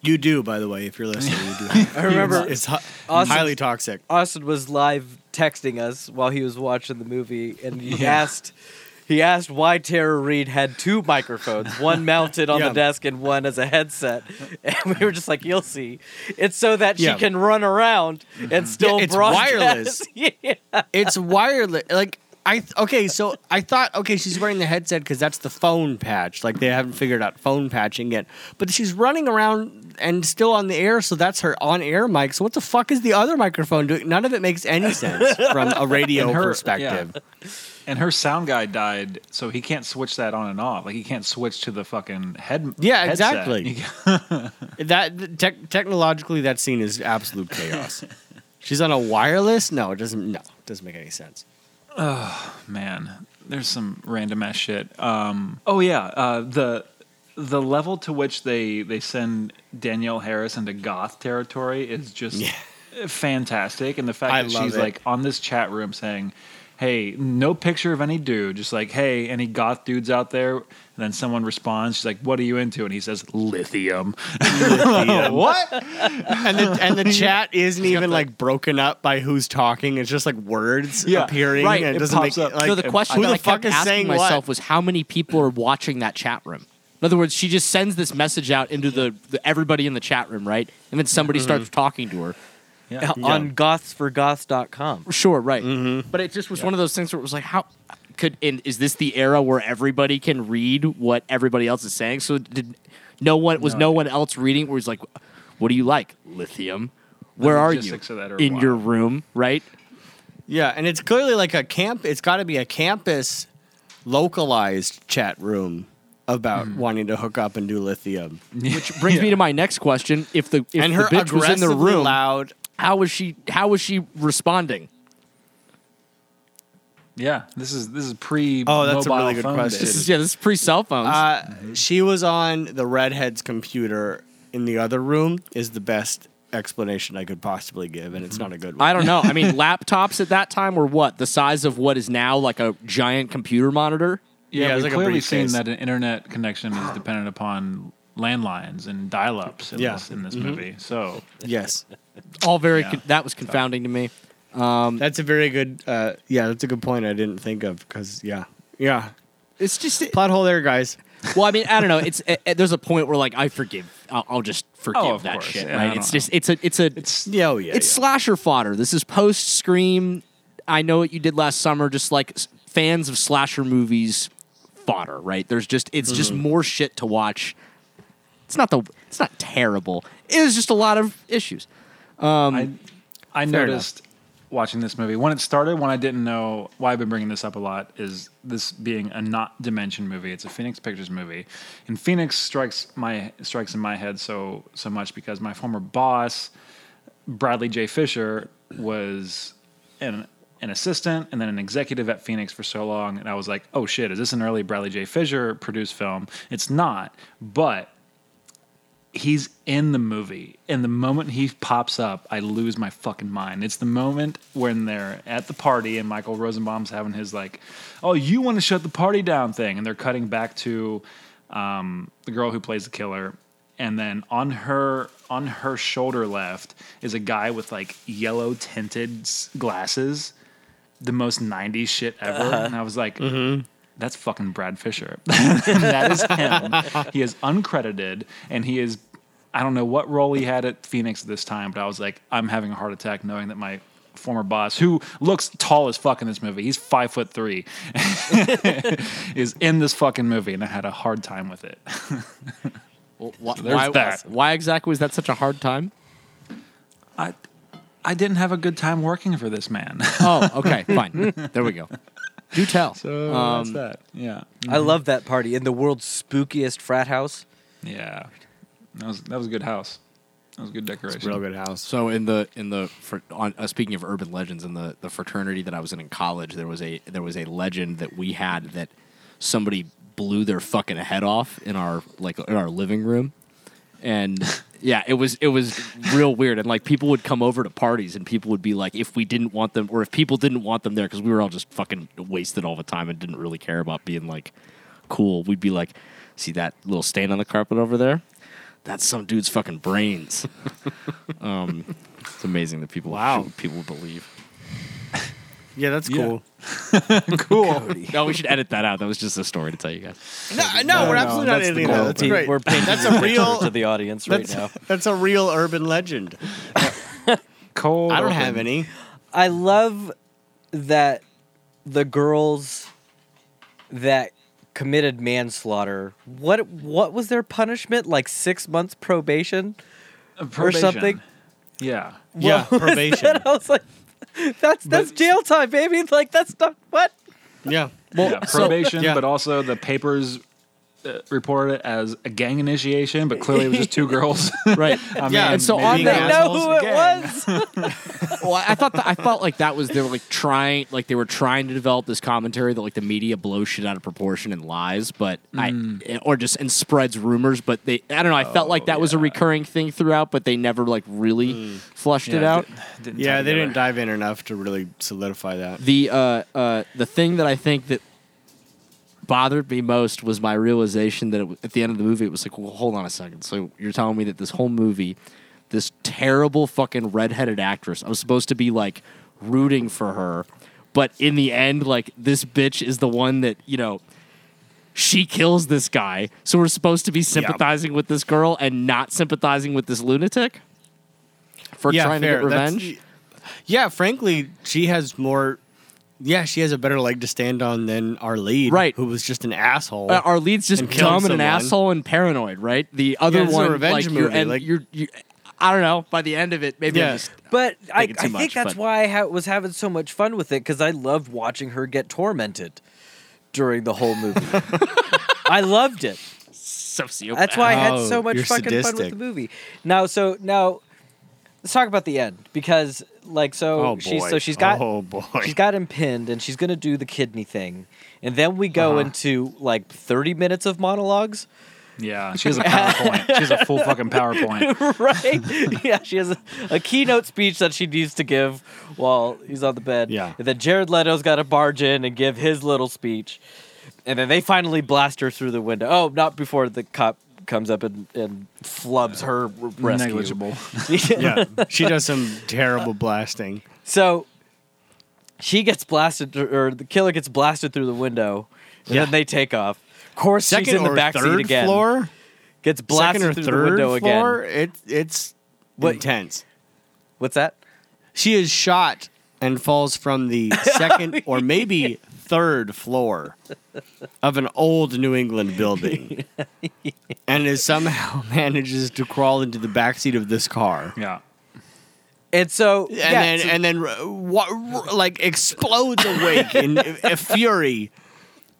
Speaker 4: You do, by the way, if you're listening. You do. I
Speaker 6: remember-
Speaker 4: It's, hi-
Speaker 6: Austin-
Speaker 4: highly toxic.
Speaker 6: Austin was live texting us while he was watching the movie, and he
Speaker 5: Yeah.
Speaker 6: asked, he asked why Tara Reid had two microphones, one mounted on
Speaker 4: Yeah.
Speaker 6: the desk and one as a headset. And we were just like, "You'll see." It's so that she
Speaker 4: Yeah. Mm-hmm.
Speaker 6: can run around and still
Speaker 4: it's
Speaker 6: broadcast. yeah.
Speaker 4: It's wireless. Like I th- okay, so I thought okay, she's wearing the headset because that's the phone patch. Like they haven't figured out phone patching yet, but she's running around and still on the air, so that's her on-air mic. So what the fuck is the other microphone doing? None of it makes any sense from a radio
Speaker 5: And her-
Speaker 4: perspective.
Speaker 5: And her sound guy died, so he can't switch that on and off. Like he can't switch to the fucking head.
Speaker 4: Yeah,
Speaker 5: headset.
Speaker 4: exactly.
Speaker 5: You can't-
Speaker 4: That tech technologically, that scene is absolute chaos. She's on a wireless. No, it doesn't. No, it doesn't make any sense.
Speaker 5: Man, there's some random ass shit. Um, oh yeah, uh, the the level to which they they send Danielle Harris into goth territory is just fantastic, and the fact
Speaker 4: I
Speaker 5: that
Speaker 4: love
Speaker 5: she's
Speaker 4: it.
Speaker 5: like on this chat room saying. Hey, no picture of any dude. Just like, hey, any goth dudes out there? And then someone responds. She's like, "What are you into?" And he says, "Lithium."
Speaker 4: what? And the and the chat isn't even like broken up by who's talking. It's just like words
Speaker 5: Yeah,
Speaker 4: appearing.
Speaker 3: right,
Speaker 4: And it
Speaker 5: it
Speaker 4: doesn't
Speaker 5: pops
Speaker 4: make
Speaker 5: up.
Speaker 4: like
Speaker 3: so the question
Speaker 4: who
Speaker 3: that
Speaker 4: the
Speaker 3: I
Speaker 4: fuck
Speaker 3: kept
Speaker 4: is
Speaker 3: asking
Speaker 4: saying
Speaker 3: myself
Speaker 4: what?
Speaker 3: was how many people are watching that chat room. In other words, she just sends this message out into the, the everybody in the chat room, right? And then somebody
Speaker 5: Mm-hmm.
Speaker 3: starts talking to her.
Speaker 5: Yeah.
Speaker 6: on gothsforgoths.com.
Speaker 3: Sure, right.
Speaker 5: Mm-hmm.
Speaker 3: But it just was one of those things where it was like, how could and is this the era where everybody can read what everybody else is saying? So did no one was no, one else reading? Where he's like, what do you like? Lithium. Where are you
Speaker 5: logistics of that are
Speaker 3: in
Speaker 5: wild.
Speaker 3: your room? Right.
Speaker 4: Yeah, and it's clearly like a camp. It's got to be a campus localized chat room about
Speaker 3: Hmm.
Speaker 4: wanting to hook up and do lithium.
Speaker 3: Which brings me to my next question: If the if
Speaker 4: and her
Speaker 3: the bitch was in the
Speaker 4: aggressively
Speaker 3: room,
Speaker 4: loud.
Speaker 3: how was she? How was she responding?
Speaker 5: yeah, this is this is pre.
Speaker 4: Oh, that's a
Speaker 5: mobile
Speaker 4: really good
Speaker 5: phone
Speaker 4: question.
Speaker 5: days.
Speaker 3: This is, yeah, this is pre cell phones.
Speaker 4: Uh,
Speaker 3: Mm-hmm.
Speaker 4: she was on the redhead's computer in the other room. Is the best explanation I could possibly give, and it's not a good one.
Speaker 3: Mm-hmm. I don't know. I mean, laptops at that time were what the size of what is now like a giant computer monitor.
Speaker 5: Yeah,
Speaker 4: Yeah, it's
Speaker 5: we've
Speaker 4: like a
Speaker 5: clearly seen
Speaker 4: briefcase.
Speaker 5: that an internet connection is dependent upon landlines and dial-ups in
Speaker 4: Yeah. Mm-hmm.
Speaker 5: this, in this movie. So
Speaker 4: yes,
Speaker 3: All very
Speaker 5: Yeah.
Speaker 3: con- that was confounding to me.
Speaker 4: that's a very good. Uh, yeah, that's a good point. I didn't think of because yeah, yeah.
Speaker 3: It's just
Speaker 4: Plot hole there, guys.
Speaker 3: well, I mean, I don't know. It's uh, uh, there's a point where like I forgive, I'll, I'll just forgive
Speaker 5: Oh, of
Speaker 3: that
Speaker 5: course.
Speaker 3: shit.
Speaker 5: Yeah, I
Speaker 3: right?
Speaker 5: don't
Speaker 3: It's
Speaker 5: know.
Speaker 3: just it's a it's a
Speaker 5: it's
Speaker 4: Yeah, oh yeah.
Speaker 3: it's
Speaker 4: yeah.
Speaker 3: slasher fodder. This is post Scream. I know what you did last summer. Just like s- fans of slasher movies, fodder. Right? There's just it's just
Speaker 5: Mm-hmm.
Speaker 3: more shit to watch. It's not the it's not terrible. It is just a lot of issues.
Speaker 5: I
Speaker 4: Fair
Speaker 5: noticed watching this movie when it started. When I didn't know why I've been bringing this up a lot is this being a not dimension movie. It's a Phoenix Pictures movie, and Phoenix strikes my strikes in my head so so much because my former boss Bradley J Fisher was an an assistant and then an executive at Phoenix for so long, and I was like, oh shit, is this an early Bradley J Fisher produced film? It's not, but he's in the movie and the moment he pops up i lose my fucking mind it's the moment when they're at the party and michael rosenbaum's having his like oh you want to shut the party down thing and they're cutting back to um, the girl who plays the killer and then on her on her shoulder left is a guy with like yellow tinted s- glasses the most 90s shit ever and i was like that's fucking Brad Fisher. that is him. he is uncredited and he is I don't know what role he had at Phoenix at this time, but I was like, I'm having a heart attack knowing that my former boss, who looks tall as fuck in this movie, he's five foot three, is in this fucking movie, and I had a hard time with it. there's
Speaker 3: why,
Speaker 5: that.
Speaker 3: why exactly was that such a hard time?
Speaker 5: I I didn't have a good time working for this man.
Speaker 3: Oh, okay, fine. There we go. Do tell.
Speaker 5: so
Speaker 4: oh,
Speaker 3: Um,
Speaker 5: that's that. Yeah.
Speaker 6: I
Speaker 4: Mm-hmm.
Speaker 6: love that party in the world's spookiest frat house.
Speaker 5: Yeah. That was that was a good house. That was a good decoration.
Speaker 4: real good house.
Speaker 3: So in the in the fr- on, uh, speaking of urban legends in the the fraternity that I was in in college, there was a there was a legend that we had that somebody blew their fucking head off in our like in our living room, and yeah, it was it was real weird. And like people would come over to parties, and people would be like, if we didn't want them, or if people didn't want them there, because we were all just fucking wasted all the time and didn't really care about being like cool. We'd be like, see that little stain on the carpet over there. That's some dude's fucking brains. Um, It's amazing that people
Speaker 4: Wow.
Speaker 3: people believe.
Speaker 4: Yeah, that's cool.
Speaker 5: Cool.
Speaker 3: No, we should edit that out. That was just a story to tell you guys.
Speaker 4: No, no, we're absolutely not
Speaker 5: that's the
Speaker 4: editing
Speaker 5: goal,
Speaker 4: that. That's
Speaker 6: Paint-
Speaker 4: great.
Speaker 6: We're painting
Speaker 4: That's a
Speaker 6: a picture
Speaker 4: real-
Speaker 6: to the audience right
Speaker 4: that's,
Speaker 6: now.
Speaker 4: that's a real urban legend.
Speaker 5: Cold.
Speaker 4: I don't
Speaker 5: open.
Speaker 4: have any.
Speaker 6: I love that the girls that committed manslaughter. What what was their punishment? Like six months probation, or
Speaker 5: Probation.
Speaker 6: something.
Speaker 5: Yeah.
Speaker 4: Yeah, probation.
Speaker 6: I was like, that's that's jail time, baby. Like that's not what.
Speaker 4: Yeah.
Speaker 5: Well, yeah, probation,
Speaker 4: yeah.
Speaker 5: but also the papers uh, reported it as a gang initiation, but clearly it was just two girls.
Speaker 3: right.
Speaker 5: I mean,
Speaker 4: Yeah,
Speaker 3: and so
Speaker 4: maybe
Speaker 3: on
Speaker 4: you
Speaker 3: that
Speaker 6: They know
Speaker 4: assholes
Speaker 6: who it
Speaker 5: again.
Speaker 6: was.
Speaker 3: Well, I thought that, I felt like that was they were like trying like they were trying to develop this commentary that like the media blows shit out of proportion and lies, but I eh, or just and spreads rumors, but they I don't know, I felt like that was a recurring thing throughout, but they never like really flushed it out.
Speaker 5: didn't tie
Speaker 4: Yeah, they
Speaker 5: together.
Speaker 4: didn't dive in enough to really solidify that.
Speaker 3: The uh uh the thing that I think that bothered me most was my realization that it, w- at the end of the movie it was like, well, hold on a second. So you're telling me that this whole movie, this terrible fucking redheaded actress, I was supposed to be like rooting for her, but in the end, like this bitch is the one that you know. She kills this guy, so we're supposed to be sympathizing with this girl and not sympathizing with this lunatic for trying to get
Speaker 4: That's-
Speaker 3: revenge.
Speaker 4: yeah, frankly, she has more. Yeah, she has a better leg to stand on than our lead,
Speaker 3: Right.
Speaker 4: who was just an asshole.
Speaker 3: Uh, our lead's just
Speaker 4: And
Speaker 3: dumb
Speaker 4: killing
Speaker 3: and an
Speaker 4: someone.
Speaker 3: asshole and paranoid, right? The other
Speaker 4: this is a
Speaker 3: one,
Speaker 4: revenge
Speaker 3: like,
Speaker 4: movie,
Speaker 3: You're, and
Speaker 4: like-
Speaker 3: you're, you I don't know. By the end of it, maybe
Speaker 4: Yeah.
Speaker 3: I'm just,
Speaker 6: But I, I
Speaker 3: Thinking too
Speaker 6: think
Speaker 3: much,
Speaker 6: that's
Speaker 3: but-
Speaker 6: why I ha- was having so much fun with it because I loved watching her get tormented during the whole movie. I loved it.
Speaker 3: sociopath.
Speaker 6: That's why I had
Speaker 4: Oh,
Speaker 6: so much
Speaker 4: you're
Speaker 6: fucking fun with
Speaker 4: sadistic.
Speaker 6: the movie. Now, so now, let's talk about the end because, like, so
Speaker 4: oh boy!
Speaker 6: she's so she's got
Speaker 4: Oh boy!
Speaker 6: she's got him pinned and she's gonna do the kidney thing, and then we go
Speaker 4: Uh-huh.
Speaker 6: into like thirty minutes of monologues.
Speaker 5: Yeah, she has a PowerPoint. she has a full fucking PowerPoint.
Speaker 6: right? yeah, she has a, a keynote speech that she needs to give while he's on the bed.
Speaker 4: Yeah.
Speaker 6: And then Jared Leto's got to barge in and give his little speech. And then they finally blast her through the window. Oh, not before the cop comes up and, and flubs her r- rescue.
Speaker 5: Negligible.
Speaker 4: yeah, she does some terrible blasting.
Speaker 6: So she gets blasted, or the killer gets blasted through the window, and
Speaker 4: Yeah.
Speaker 6: then they take off. Of course, she's in the
Speaker 4: or
Speaker 6: back
Speaker 4: third
Speaker 6: seat again.
Speaker 4: floor,
Speaker 6: Gets blasted
Speaker 4: second or
Speaker 6: through
Speaker 4: third
Speaker 6: the window
Speaker 4: floor.
Speaker 6: again.
Speaker 4: It, it's
Speaker 6: What-
Speaker 4: intense.
Speaker 6: What's that?
Speaker 4: She is shot and falls from the second or maybe third floor of an old New England building. And is somehow manages to crawl into the backseat of this car.
Speaker 5: Yeah.
Speaker 6: And so,
Speaker 4: And
Speaker 6: yeah,
Speaker 4: then,
Speaker 6: so-
Speaker 4: and then, uh, wa- like explodes awake in a fury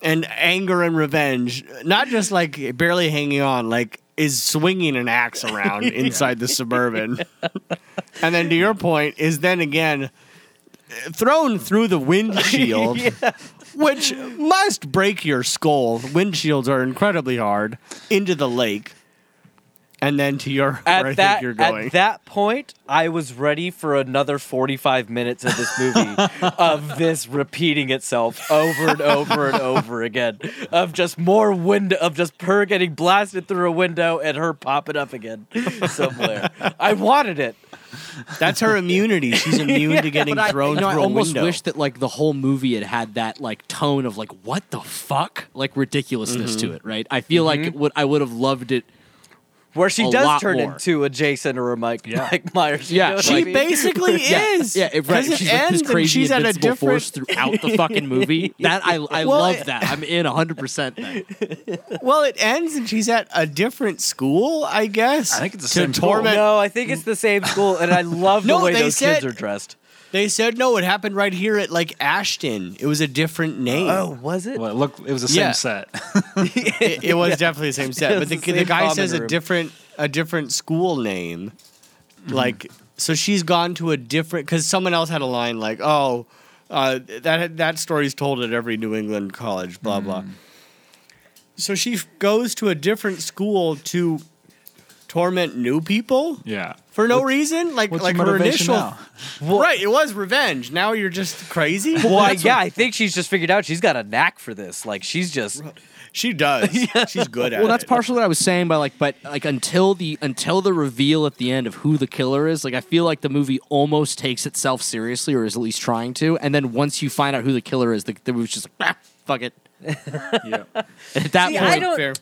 Speaker 4: and anger and revenge. Not just like barely hanging on, like is swinging an axe around inside the suburban. and then, to your point, is then again uh, thrown through the windshield, which must break your skull. Windshields are incredibly hard into the lake. And then to your
Speaker 6: at
Speaker 4: where I
Speaker 6: that
Speaker 4: think you're going.
Speaker 6: at that point, I was ready for another forty-five minutes of this movie of this repeating itself over and over and over again, of just more window of just her getting blasted through a window and her popping up again somewhere. I wanted it.
Speaker 4: That's her immunity. She's immune to getting
Speaker 3: But I,
Speaker 4: thrown
Speaker 3: you know, I
Speaker 4: through a
Speaker 3: almost
Speaker 4: window.
Speaker 3: wish that like the whole movie had had that like tone of like what the fuck, like ridiculousness
Speaker 4: Mm-hmm.
Speaker 3: to it, right? I feel like it would I would have loved it.
Speaker 6: Where she
Speaker 3: A lot
Speaker 6: does turn
Speaker 3: more.
Speaker 6: into a Jason or a Mike
Speaker 5: Yeah.
Speaker 6: Mike Myers. you
Speaker 3: Yeah.
Speaker 6: know what
Speaker 4: she
Speaker 6: I mean?
Speaker 4: basically
Speaker 3: Yeah,
Speaker 4: is.
Speaker 3: yeah, it, right.
Speaker 4: 'Cause it
Speaker 3: She's like
Speaker 4: ends
Speaker 3: this
Speaker 4: and
Speaker 3: crazy
Speaker 4: she's at a
Speaker 3: invincible
Speaker 4: different.
Speaker 3: force throughout the fucking movie. That I I
Speaker 4: Well,
Speaker 3: love
Speaker 4: it-
Speaker 3: that. I'm in 100. percent
Speaker 4: well, it ends and she's at a different school. I guess.
Speaker 5: I think it's the
Speaker 4: to
Speaker 5: same school.
Speaker 4: torment.
Speaker 6: No, I think it's the same school, and I love the
Speaker 4: No,
Speaker 6: way
Speaker 4: they
Speaker 6: those kids
Speaker 4: said-
Speaker 6: are dressed.
Speaker 4: They said no. It happened right here at like Ashton. It was a different name.
Speaker 6: Oh, was it?
Speaker 5: Well, it looked it was the same
Speaker 4: Yeah.
Speaker 5: set.
Speaker 4: it, it was definitely the same set,
Speaker 6: It
Speaker 4: but
Speaker 6: was
Speaker 4: the,
Speaker 6: the
Speaker 4: the
Speaker 6: same
Speaker 4: guy
Speaker 6: common
Speaker 4: says a
Speaker 6: room.
Speaker 4: different a different school name.
Speaker 5: Mm-hmm.
Speaker 4: Like, so she's gone to a different because someone else had a line like, "Oh, uh, that that story's told at every New England college." Blah blah.
Speaker 5: Mm.
Speaker 4: So she f- goes to a different school to torment new people
Speaker 5: Yeah.
Speaker 4: for no reason. Like,
Speaker 5: What's
Speaker 4: like
Speaker 5: your
Speaker 4: her
Speaker 5: motivation
Speaker 4: initial.
Speaker 5: now?
Speaker 4: Right, it was revenge. Now you're just crazy.
Speaker 6: Well, I, yeah, I think she's just figured out she's got a knack for this. Like she's just
Speaker 4: She does. She's good at
Speaker 3: well that's
Speaker 4: it.
Speaker 3: partially what i was saying by like but like until the until the reveal at the end of who the killer is like i feel like the movie almost takes itself seriously or is at least trying to and then once you find out who the killer is the, the movie's just like "Ah, fuck it
Speaker 5: Yeah.
Speaker 3: And at that
Speaker 6: See, I
Speaker 3: point
Speaker 6: don't-
Speaker 4: Fair.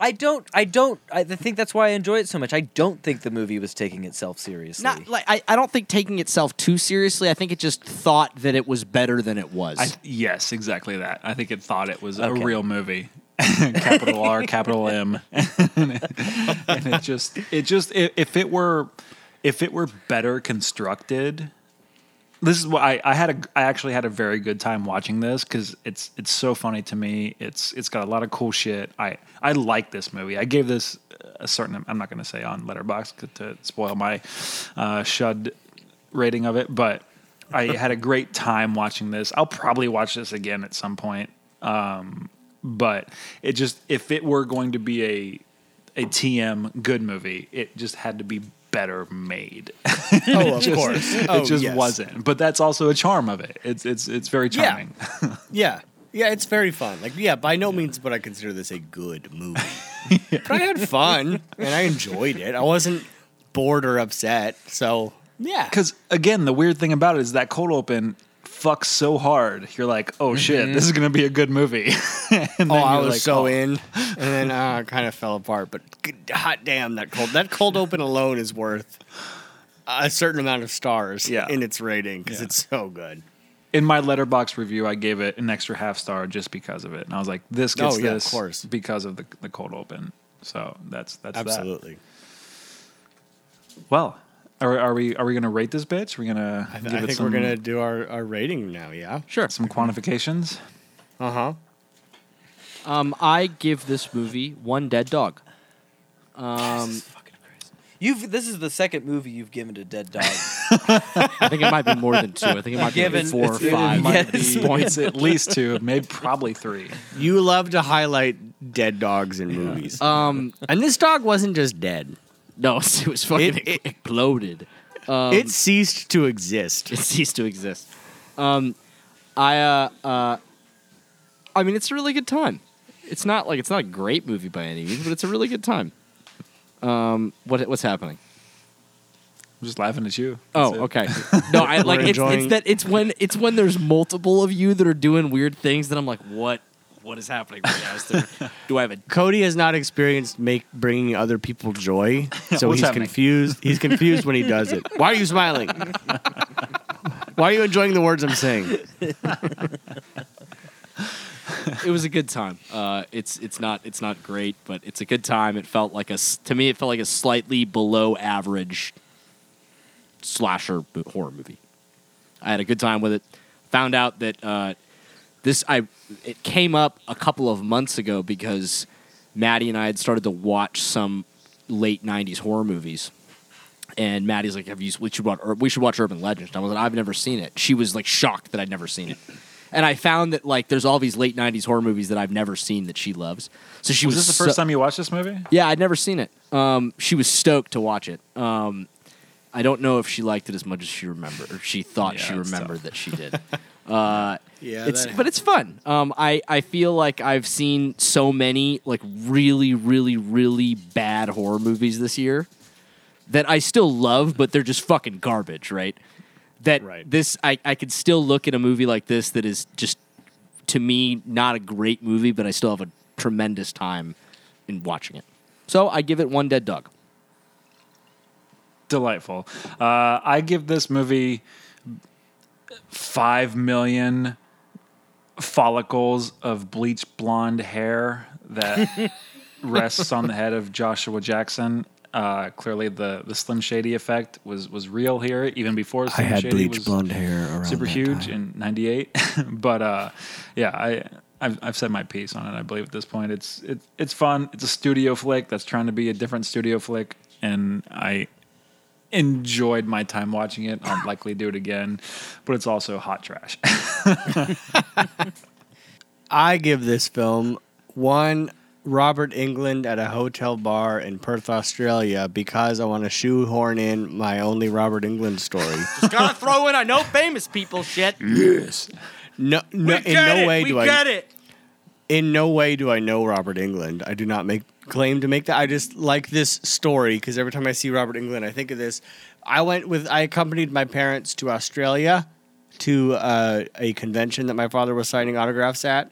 Speaker 6: I don't I don't I think that's why I enjoy it so much. I don't think the movie was taking itself seriously.
Speaker 3: not like I, I don't think taking itself too seriously i think it just thought that it was better than it was
Speaker 5: I, yes, exactly that. I think it thought it was
Speaker 6: Okay.
Speaker 5: a real movie. capital R, capital M. and it just it just i if it were if it were better constructed, this is what I, I had a I actually had a very good time watching this because it's it's so funny to me. It's it's got a lot of cool shit. I I like this movie. I gave this a certain I'm not going to say on Letterbox to spoil my uh, shud rating of it, but I had a great time watching this. I'll probably watch this again at some point. Um, but it just if it were going to be a a TM good movie, it just had to be better made.
Speaker 4: Oh, of course.
Speaker 5: it just wasn't. But that's also a charm of it. It's it's it's very
Speaker 4: Yeah.
Speaker 5: charming.
Speaker 4: Yeah. Yeah, it's very fun. Like, yeah, by no means would I consider this a good movie. But I had fun and I enjoyed it. I wasn't bored or upset. So, yeah.
Speaker 5: Because again, the weird thing about it is that cold open fucks so hard. You're like, oh shit,
Speaker 4: Mm-hmm.
Speaker 5: this is gonna be a good movie. and then
Speaker 4: Oh, I
Speaker 5: you're
Speaker 4: was
Speaker 5: like,
Speaker 4: so
Speaker 5: oh.
Speaker 4: in, and then uh, kind of fell apart. But good, hot damn, that cold that cold open alone is worth a certain amount of stars
Speaker 5: Yeah.
Speaker 4: in its rating because
Speaker 5: Yeah.
Speaker 4: it's so good.
Speaker 5: In my letterbox review, I gave it an extra half star just because of it, and I was like, this gets
Speaker 4: Oh, yeah, of
Speaker 5: this
Speaker 4: course.
Speaker 5: because of the the cold open. So that's that's that.
Speaker 4: Absolutely.
Speaker 5: Well, are, are we are we gonna rate this bitch? We're gonna
Speaker 4: I,
Speaker 5: give
Speaker 4: th- I
Speaker 5: it
Speaker 4: think
Speaker 5: some,
Speaker 4: we're gonna do our, our rating now. Yeah.
Speaker 3: Sure.
Speaker 5: some quantifications.
Speaker 4: Uh huh.
Speaker 3: Um, I give this movie one dead dog. Um,
Speaker 6: You've this is the second movie you've given to Dead Dog.
Speaker 3: I think it might be more than two. I think it might be
Speaker 6: Given-
Speaker 3: like four or
Speaker 6: it's- it
Speaker 3: five.
Speaker 6: might
Speaker 5: Might be-
Speaker 6: Yes.
Speaker 5: it's at least two, maybe probably three.
Speaker 4: You love to highlight dead dogs in movies,
Speaker 3: Um,
Speaker 4: and this dog wasn't just dead;
Speaker 3: no, it was fucking
Speaker 4: It- it-
Speaker 3: exploded. Um,
Speaker 4: it ceased to exist.
Speaker 3: it ceased to exist. Um, I, uh, uh, I mean, it's a really good time. It's not like it's not a great movie by any means, but it's a really good time. Um, what what's happening?
Speaker 5: I'm just laughing at you. That's
Speaker 3: Oh,
Speaker 5: it.
Speaker 3: okay. No, I like it's, it's
Speaker 4: enjoying-
Speaker 3: that it's when it's when there's multiple of you that are doing weird things that I'm like, what what is happening right now? Is there, do I have a
Speaker 4: Cody has not experienced make bringing other people joy, so
Speaker 5: What's
Speaker 4: he's
Speaker 5: happening?
Speaker 4: confused. He's confused when he does it. Why are you smiling? Why are you enjoying the words I'm saying?
Speaker 3: it was a good time. Uh, it's it's not it's not great, but it's a good time. It felt like a s- to me it felt like a slightly below average slasher mo- horror movie. I had a good time with it. Found out that uh, this I it came up a couple of months ago because Maddie and I had started to watch some late '90s horror movies. And Maddie's like, "Have you? We should watch. Or we should watch Urban Legend." I was like, "I've never seen it." She was like shocked that I'd never seen it. And I found that like there's all these late '90s horror movies that I've never seen that she loves. So she
Speaker 5: Was
Speaker 3: was,
Speaker 5: this the
Speaker 3: so-
Speaker 5: first time you watched this movie?
Speaker 3: yeah, I'd never seen it. Um, she was stoked to watch it. Um, I don't know if she liked it as much as she remembered, or she thought
Speaker 5: Yeah,
Speaker 3: she
Speaker 5: it's
Speaker 3: remembered that she did. Uh,
Speaker 4: Yeah,
Speaker 3: it's but it's fun. Um, I I feel like I've seen so many like really really really bad horror movies this year that I still love, but they're just fucking garbage, right? That
Speaker 4: Right.
Speaker 3: this I I could still look at a movie like this that is just to me not a great movie, but I still have a tremendous time in watching it. So I give it one dead dog.
Speaker 5: Delightful. Uh, I give this movie five million follicles of bleach blonde hair that rests on the head of Joshua Jackson. Uh, clearly, the the Slim Shady effect was was real here, even before Slim Shady was
Speaker 4: hair around
Speaker 5: super huge in '98. but uh, yeah, I. I've, I've said my piece on it. I believe at this point, it's it's it's fun. It's a studio flick that's trying to be a different studio flick, and I enjoyed my time watching it. I'll likely do it again, but it's also hot trash.
Speaker 4: I give this film one Robert England at a hotel bar in Perth, Australia, because I want to shoehorn in my only Robert England story.
Speaker 3: Just gotta throw in I know famous people shit.
Speaker 4: No, no in no way do I.
Speaker 3: it.
Speaker 4: in no way do I know Robert England. I do not make claim to make that. I just like this story because every time I see Robert England, I think of this. I went with I accompanied my parents to Australia to uh, a convention that my father was signing autographs at,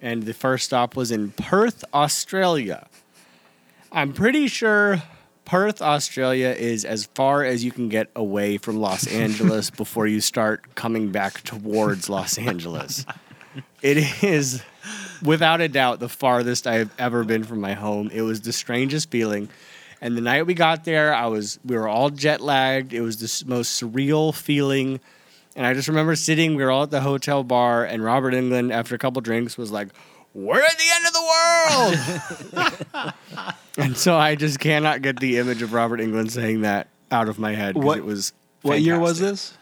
Speaker 4: and the first stop was in Perth, Australia. I'm pretty sure Perth, Australia is as far as you can get away from Los Angeles before you start coming back towards Los Angeles. It is without a doubt the farthest I've ever been from my home. It was the strangest feeling. And the night we got there, I was we were all jet lagged. It was the s- most surreal feeling And I just remember sitting, we were all at the hotel bar, and Robert England, after a couple drinks, was like, We're at the end of the world. and so I just cannot get the image of Robert England saying that out of my head because
Speaker 5: What-
Speaker 4: it was.
Speaker 5: What year was
Speaker 4: fantastic.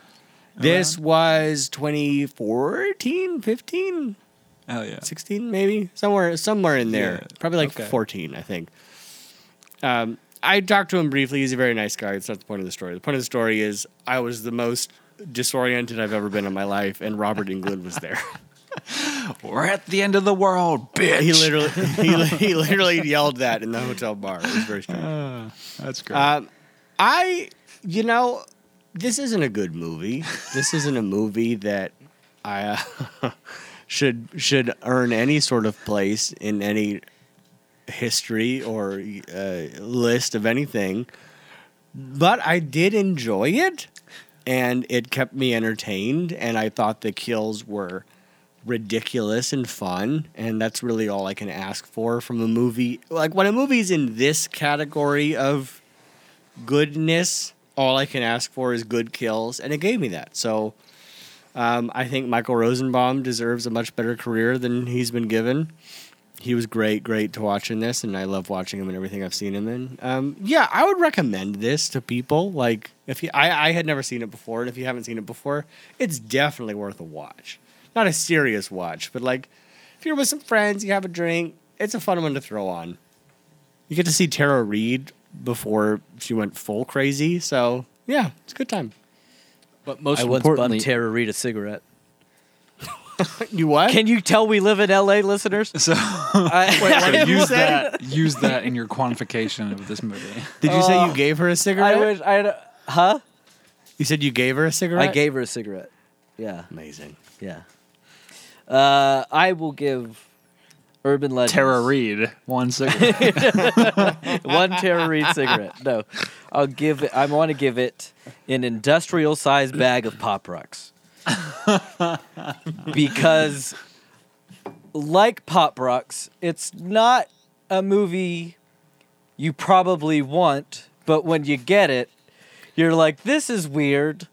Speaker 5: this?
Speaker 4: This was 2014, 15,
Speaker 5: Oh yeah.
Speaker 4: 16 maybe somewhere somewhere in there
Speaker 5: Yeah.
Speaker 4: probably like
Speaker 5: Okay.
Speaker 4: 14 i think um, i talked to him briefly he's a very nice guy it's not the point of the story the point of the story is i was the most disoriented i've ever been in my life and robert england was there
Speaker 5: We're at the end of the world, bitch.
Speaker 4: he literally he, li- he literally yelled that in the hotel bar it was very strange
Speaker 5: Ah, That's great.
Speaker 4: Um, I, you know, this isn't a good movie. This isn't a movie that I uh, should should earn any sort of place in any history or uh, list of anything. But I did enjoy it, and it kept me entertained. And I thought the kills were ridiculous and fun and that's really all i can ask for from a movie like when a movie's in this category of goodness. All I can ask for is good kills, and it gave me that. So um, I think Michael Rosenbaum deserves a much better career than he's been given. He was great, great to watch in this, and I love watching him and everything I've seen him in. Um, yeah, I would recommend this to people. Like, if you, I, I had never seen it before, and if you haven't seen it before, it's definitely worth a watch. Not a serious watch, but like, if you're with some friends, you have a drink, it's a fun one to throw on you get to see Tara Reid before she went full crazy. So yeah, it's a good time.
Speaker 3: But most
Speaker 6: I once
Speaker 3: importantly,
Speaker 6: bummed Tara Reid a cigarette.
Speaker 4: You what?
Speaker 6: Can you tell we live in LA, listeners?
Speaker 5: so
Speaker 6: I-
Speaker 5: so use
Speaker 4: say-
Speaker 5: that use that in your quantification of this movie.
Speaker 4: Did you say you gave her a cigarette?
Speaker 6: Oh. I wish I had. a- Huh?
Speaker 4: you said you gave her a cigarette.
Speaker 6: I gave her a cigarette. Yeah,
Speaker 4: Amazing.
Speaker 6: yeah. Uh, I will give Urban Legends
Speaker 5: Tara Reed, one cigarette.
Speaker 6: one Tara Reid cigarette. No, I'll give it. I want to give it an industrial sized bag of Pop Rocks because, like Pop Rocks, it's not a movie you probably want, but when you get it, you're like, this is weird.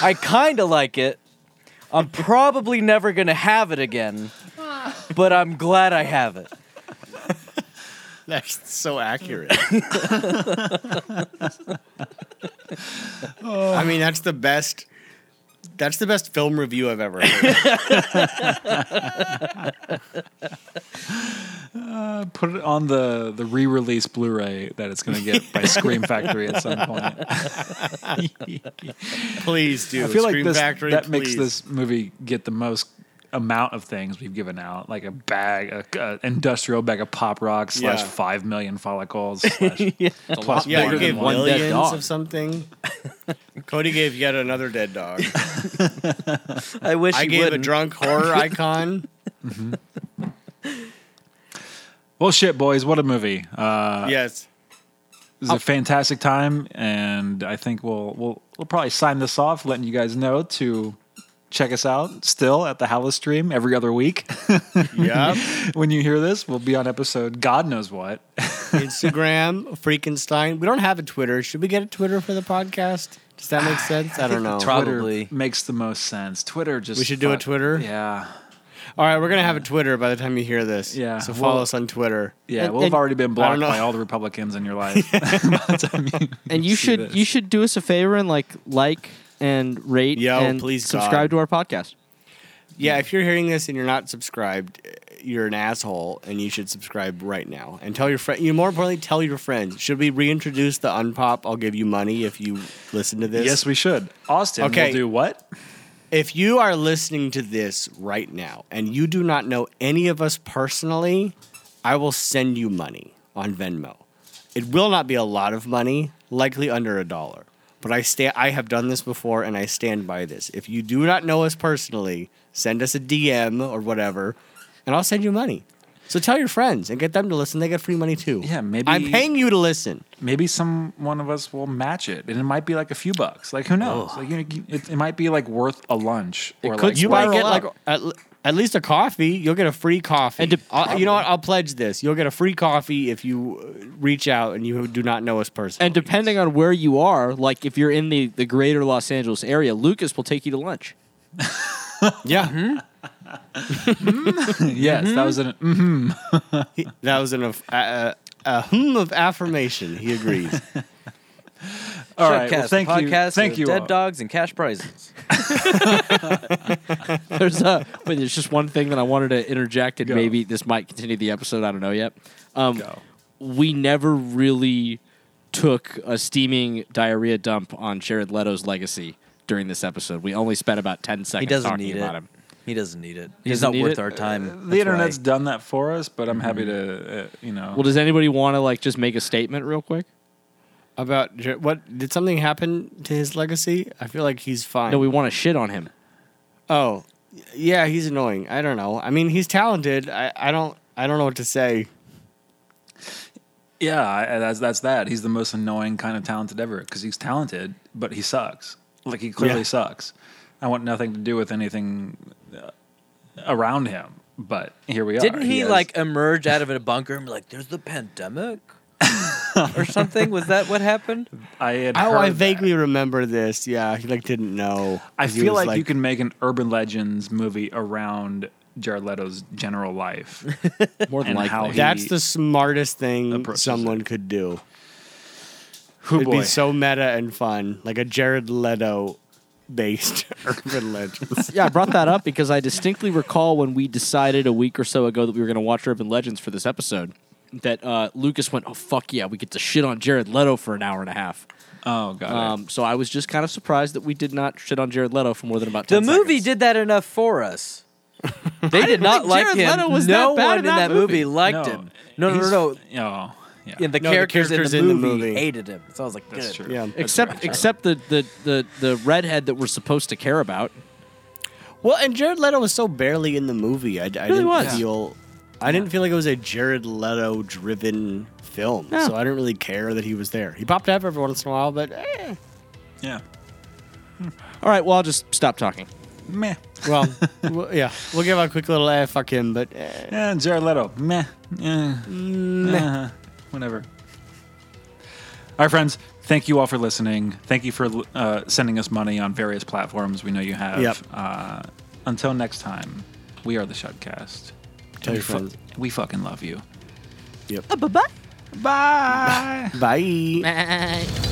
Speaker 6: I kind of like it. I'm probably never gonna have it again, but I'm glad I have it.
Speaker 4: That's so accurate. I mean, that's the best. That's the best film review I've ever heard.
Speaker 5: Uh, Put it on the the re-release Blu-ray that it's going to get by Scream Factory at some point.
Speaker 4: Please do.
Speaker 5: I feel like
Speaker 4: Scream
Speaker 5: this,
Speaker 4: Factory,
Speaker 5: that makes
Speaker 4: please.
Speaker 5: this movie get the most amount of things we've given out, like a bag, a, a industrial bag of pop rocks slash
Speaker 4: Yeah.
Speaker 5: five million follicles. Slash plus
Speaker 4: Yeah,
Speaker 5: bigger
Speaker 4: you
Speaker 5: than
Speaker 4: gave
Speaker 5: one dead
Speaker 4: millions
Speaker 5: dog.
Speaker 4: of something. Cody gave yet another dead dog.
Speaker 6: I wish
Speaker 4: I
Speaker 6: you
Speaker 4: gave a
Speaker 6: wouldn't.
Speaker 4: drunk horror icon.
Speaker 5: Well, shit, boys, what a movie! Uh,
Speaker 4: yes.
Speaker 5: it was a fantastic time, and I think we'll we'll we'll probably sign this off, letting you guys know to check us out still at the Hallow Stream every other week.
Speaker 4: Yep.
Speaker 5: when you hear this, we'll be on episode God knows what.
Speaker 4: Instagram, Freakenstein. We don't have a Twitter. Should we get a Twitter for the podcast? Does that make sense? I don't know.
Speaker 6: Probably.
Speaker 5: Twitter makes the most sense. Twitter just
Speaker 4: We should do a
Speaker 5: fuck-
Speaker 4: Twitter?
Speaker 5: Yeah.
Speaker 4: All right, we're gonna have a Twitter by the time you hear this.
Speaker 5: Yeah,
Speaker 4: So follow
Speaker 5: well-
Speaker 4: us on Twitter.
Speaker 5: Yeah,
Speaker 4: And-
Speaker 5: we'll have
Speaker 4: and-
Speaker 5: already been blocked
Speaker 4: know.
Speaker 5: by all the Republicans in your life.
Speaker 3: and you
Speaker 5: see
Speaker 3: should
Speaker 5: this.
Speaker 3: you should do us a favor and like like and rate
Speaker 4: Yo,
Speaker 3: and
Speaker 4: please,
Speaker 3: subscribe
Speaker 4: God.
Speaker 3: to our podcast.
Speaker 4: Yeah, if you're hearing this and you're not subscribed, you're an asshole, and you should subscribe right now. And tell your friend. You more importantly, tell your friends. Should we reintroduce the unpop? I'll give you money if you listen to this.
Speaker 5: yes, we should. Austin,
Speaker 4: Okay.
Speaker 5: we'll do what?
Speaker 4: If you are listening to this right now and you do not know any of us personally, I will send you money on Venmo. It will not be a lot of money, likely under a dollar. But I sta- I have done this before and I stand by this. If you do not know us personally, send us a DM or whatever, and I'll send you money. So tell your friends and get them to listen. They get free money too.
Speaker 5: Yeah, maybe-
Speaker 4: I'm paying you to listen.
Speaker 5: Maybe some one of us will match it, and it might be like a few bucks. Like who knows? Like you know, it, it might be like worth a lunch. Or
Speaker 3: could
Speaker 5: like
Speaker 4: You
Speaker 5: worth-
Speaker 4: might get
Speaker 3: up.
Speaker 4: like at, l- At least a coffee. You'll get a free coffee.
Speaker 3: And to-
Speaker 4: I'll- you know what? I'll pledge this. You'll get a free coffee if you uh, reach out and you do not know us personally.
Speaker 3: And depending on where you are, like if you're in the, the greater Los Angeles area, Lucas will take you to lunch.
Speaker 4: yeah,
Speaker 5: Mm-hmm. yes,
Speaker 6: Mm-hmm.
Speaker 5: that was an. mm,
Speaker 4: He- that was an aff- a, a, a hum of affirmation. He agrees.
Speaker 5: All right, well,
Speaker 6: Shortcast,
Speaker 5: thank
Speaker 6: a
Speaker 5: you,
Speaker 6: podcast
Speaker 5: thank
Speaker 6: of
Speaker 5: you.
Speaker 6: Dead
Speaker 5: all.
Speaker 6: dogs and cash prizes.
Speaker 3: There's a, but there's just one thing that I wanted to interject, and
Speaker 5: Go.
Speaker 3: maybe this might continue the episode. I don't know yet. Um,
Speaker 5: Go.
Speaker 3: We never really took a steaming diarrhea dump on Jared Leto's legacy during this episode. We only spent about ten seconds
Speaker 6: He doesn't
Speaker 3: talking
Speaker 6: need
Speaker 3: about
Speaker 6: it.
Speaker 3: him.
Speaker 6: He doesn't need it.
Speaker 3: He
Speaker 6: He's
Speaker 3: doesn't
Speaker 6: not
Speaker 3: need
Speaker 6: worth
Speaker 3: it?
Speaker 6: our time. That's
Speaker 5: The internet's
Speaker 6: why.
Speaker 5: done that for us, but I'm happy to, uh, you know.
Speaker 3: Well, does anybody want to like just make a statement real quick?
Speaker 4: About Jer- what did something happen to his legacy? I feel like he's fine.
Speaker 3: No, we want to shit on him.
Speaker 4: oh, yeah, he's annoying. I don't know. I mean, he's talented. I, I don't. I don't know what to say.
Speaker 5: Yeah, I- I- that's that's that. He's the most annoying kind of talented ever because he's talented, but he sucks. Like he clearly
Speaker 4: Yeah.
Speaker 5: sucks. I want nothing to do with anything uh, around him. But here we are.
Speaker 6: Didn't he,
Speaker 5: has-
Speaker 6: like emerge out of a bunker and be like, "There's the pandemic," or something? Was that what happened?
Speaker 5: I had
Speaker 4: Oh,
Speaker 5: heard
Speaker 4: I
Speaker 5: that.
Speaker 4: vaguely remember this. Yeah, he like didn't know.
Speaker 5: I
Speaker 4: 'Cause he
Speaker 5: feel
Speaker 4: was,
Speaker 5: like, you can make an urban legends movie around Jared Leto's general life.
Speaker 3: More than
Speaker 5: And
Speaker 3: likely.
Speaker 5: how he-
Speaker 4: That's the smartest thing
Speaker 5: Approaches
Speaker 4: someone could do.
Speaker 5: Who
Speaker 3: Oh,
Speaker 4: It'd
Speaker 5: boy?
Speaker 4: be so meta and fun, like a Jared Leto based urban legends.
Speaker 3: yeah, I brought that up because I distinctly recall when we decided a week or so ago that we were going to watch Urban Legends for this episode that uh, Lucas went, "Oh fuck yeah, we get to shit on Jared Leto for an hour and a half."
Speaker 5: oh god.
Speaker 3: Um, so I was just kind of surprised that we did not shit on Jared Leto for more than about
Speaker 6: The
Speaker 3: 10
Speaker 6: movie
Speaker 3: seconds.
Speaker 6: did that enough for us. They did not
Speaker 3: think
Speaker 6: like
Speaker 3: Jared
Speaker 6: him.
Speaker 3: Leto was that
Speaker 6: no
Speaker 3: bad
Speaker 6: one
Speaker 3: in
Speaker 6: in
Speaker 3: that
Speaker 6: that, movie,
Speaker 3: movie.
Speaker 6: liked him. No, no,
Speaker 5: he's-
Speaker 6: no, no.
Speaker 5: Oh, yeah.
Speaker 6: Yeah, the,
Speaker 4: No, the
Speaker 6: characters
Speaker 4: characters
Speaker 6: in the movie hated him. So I was like,
Speaker 5: that's
Speaker 6: good.
Speaker 5: true.
Speaker 4: yeah.
Speaker 3: except except the, the the the redhead that we're supposed to care about.
Speaker 4: Well, and Jared Leto was so barely in the movie. I, I didn't
Speaker 3: was.
Speaker 4: feel. I didn't feel like it was a Jared Leto driven film,
Speaker 3: No.
Speaker 4: so I didn't really care that he was there. He popped up every once in a while, but eh.
Speaker 5: Yeah.
Speaker 3: All right, well I'll just stop talking.
Speaker 5: Meh.
Speaker 4: well, we'll- yeah, we'll give a quick little eh, fuck him, but eh.
Speaker 5: Yeah, Jared Leto. Meh. Eh. Uh, whatever. All right, friends. Thank you all for listening. Thank you for uh, sending us money on various platforms. We know you have.
Speaker 4: Yep.
Speaker 5: Uh, until next time, we are the Shudcast.
Speaker 4: Tell
Speaker 5: we,
Speaker 4: your friends.
Speaker 5: we fucking love you.
Speaker 4: Yep.
Speaker 5: Bye. Bye.
Speaker 4: Bye.
Speaker 3: Bye.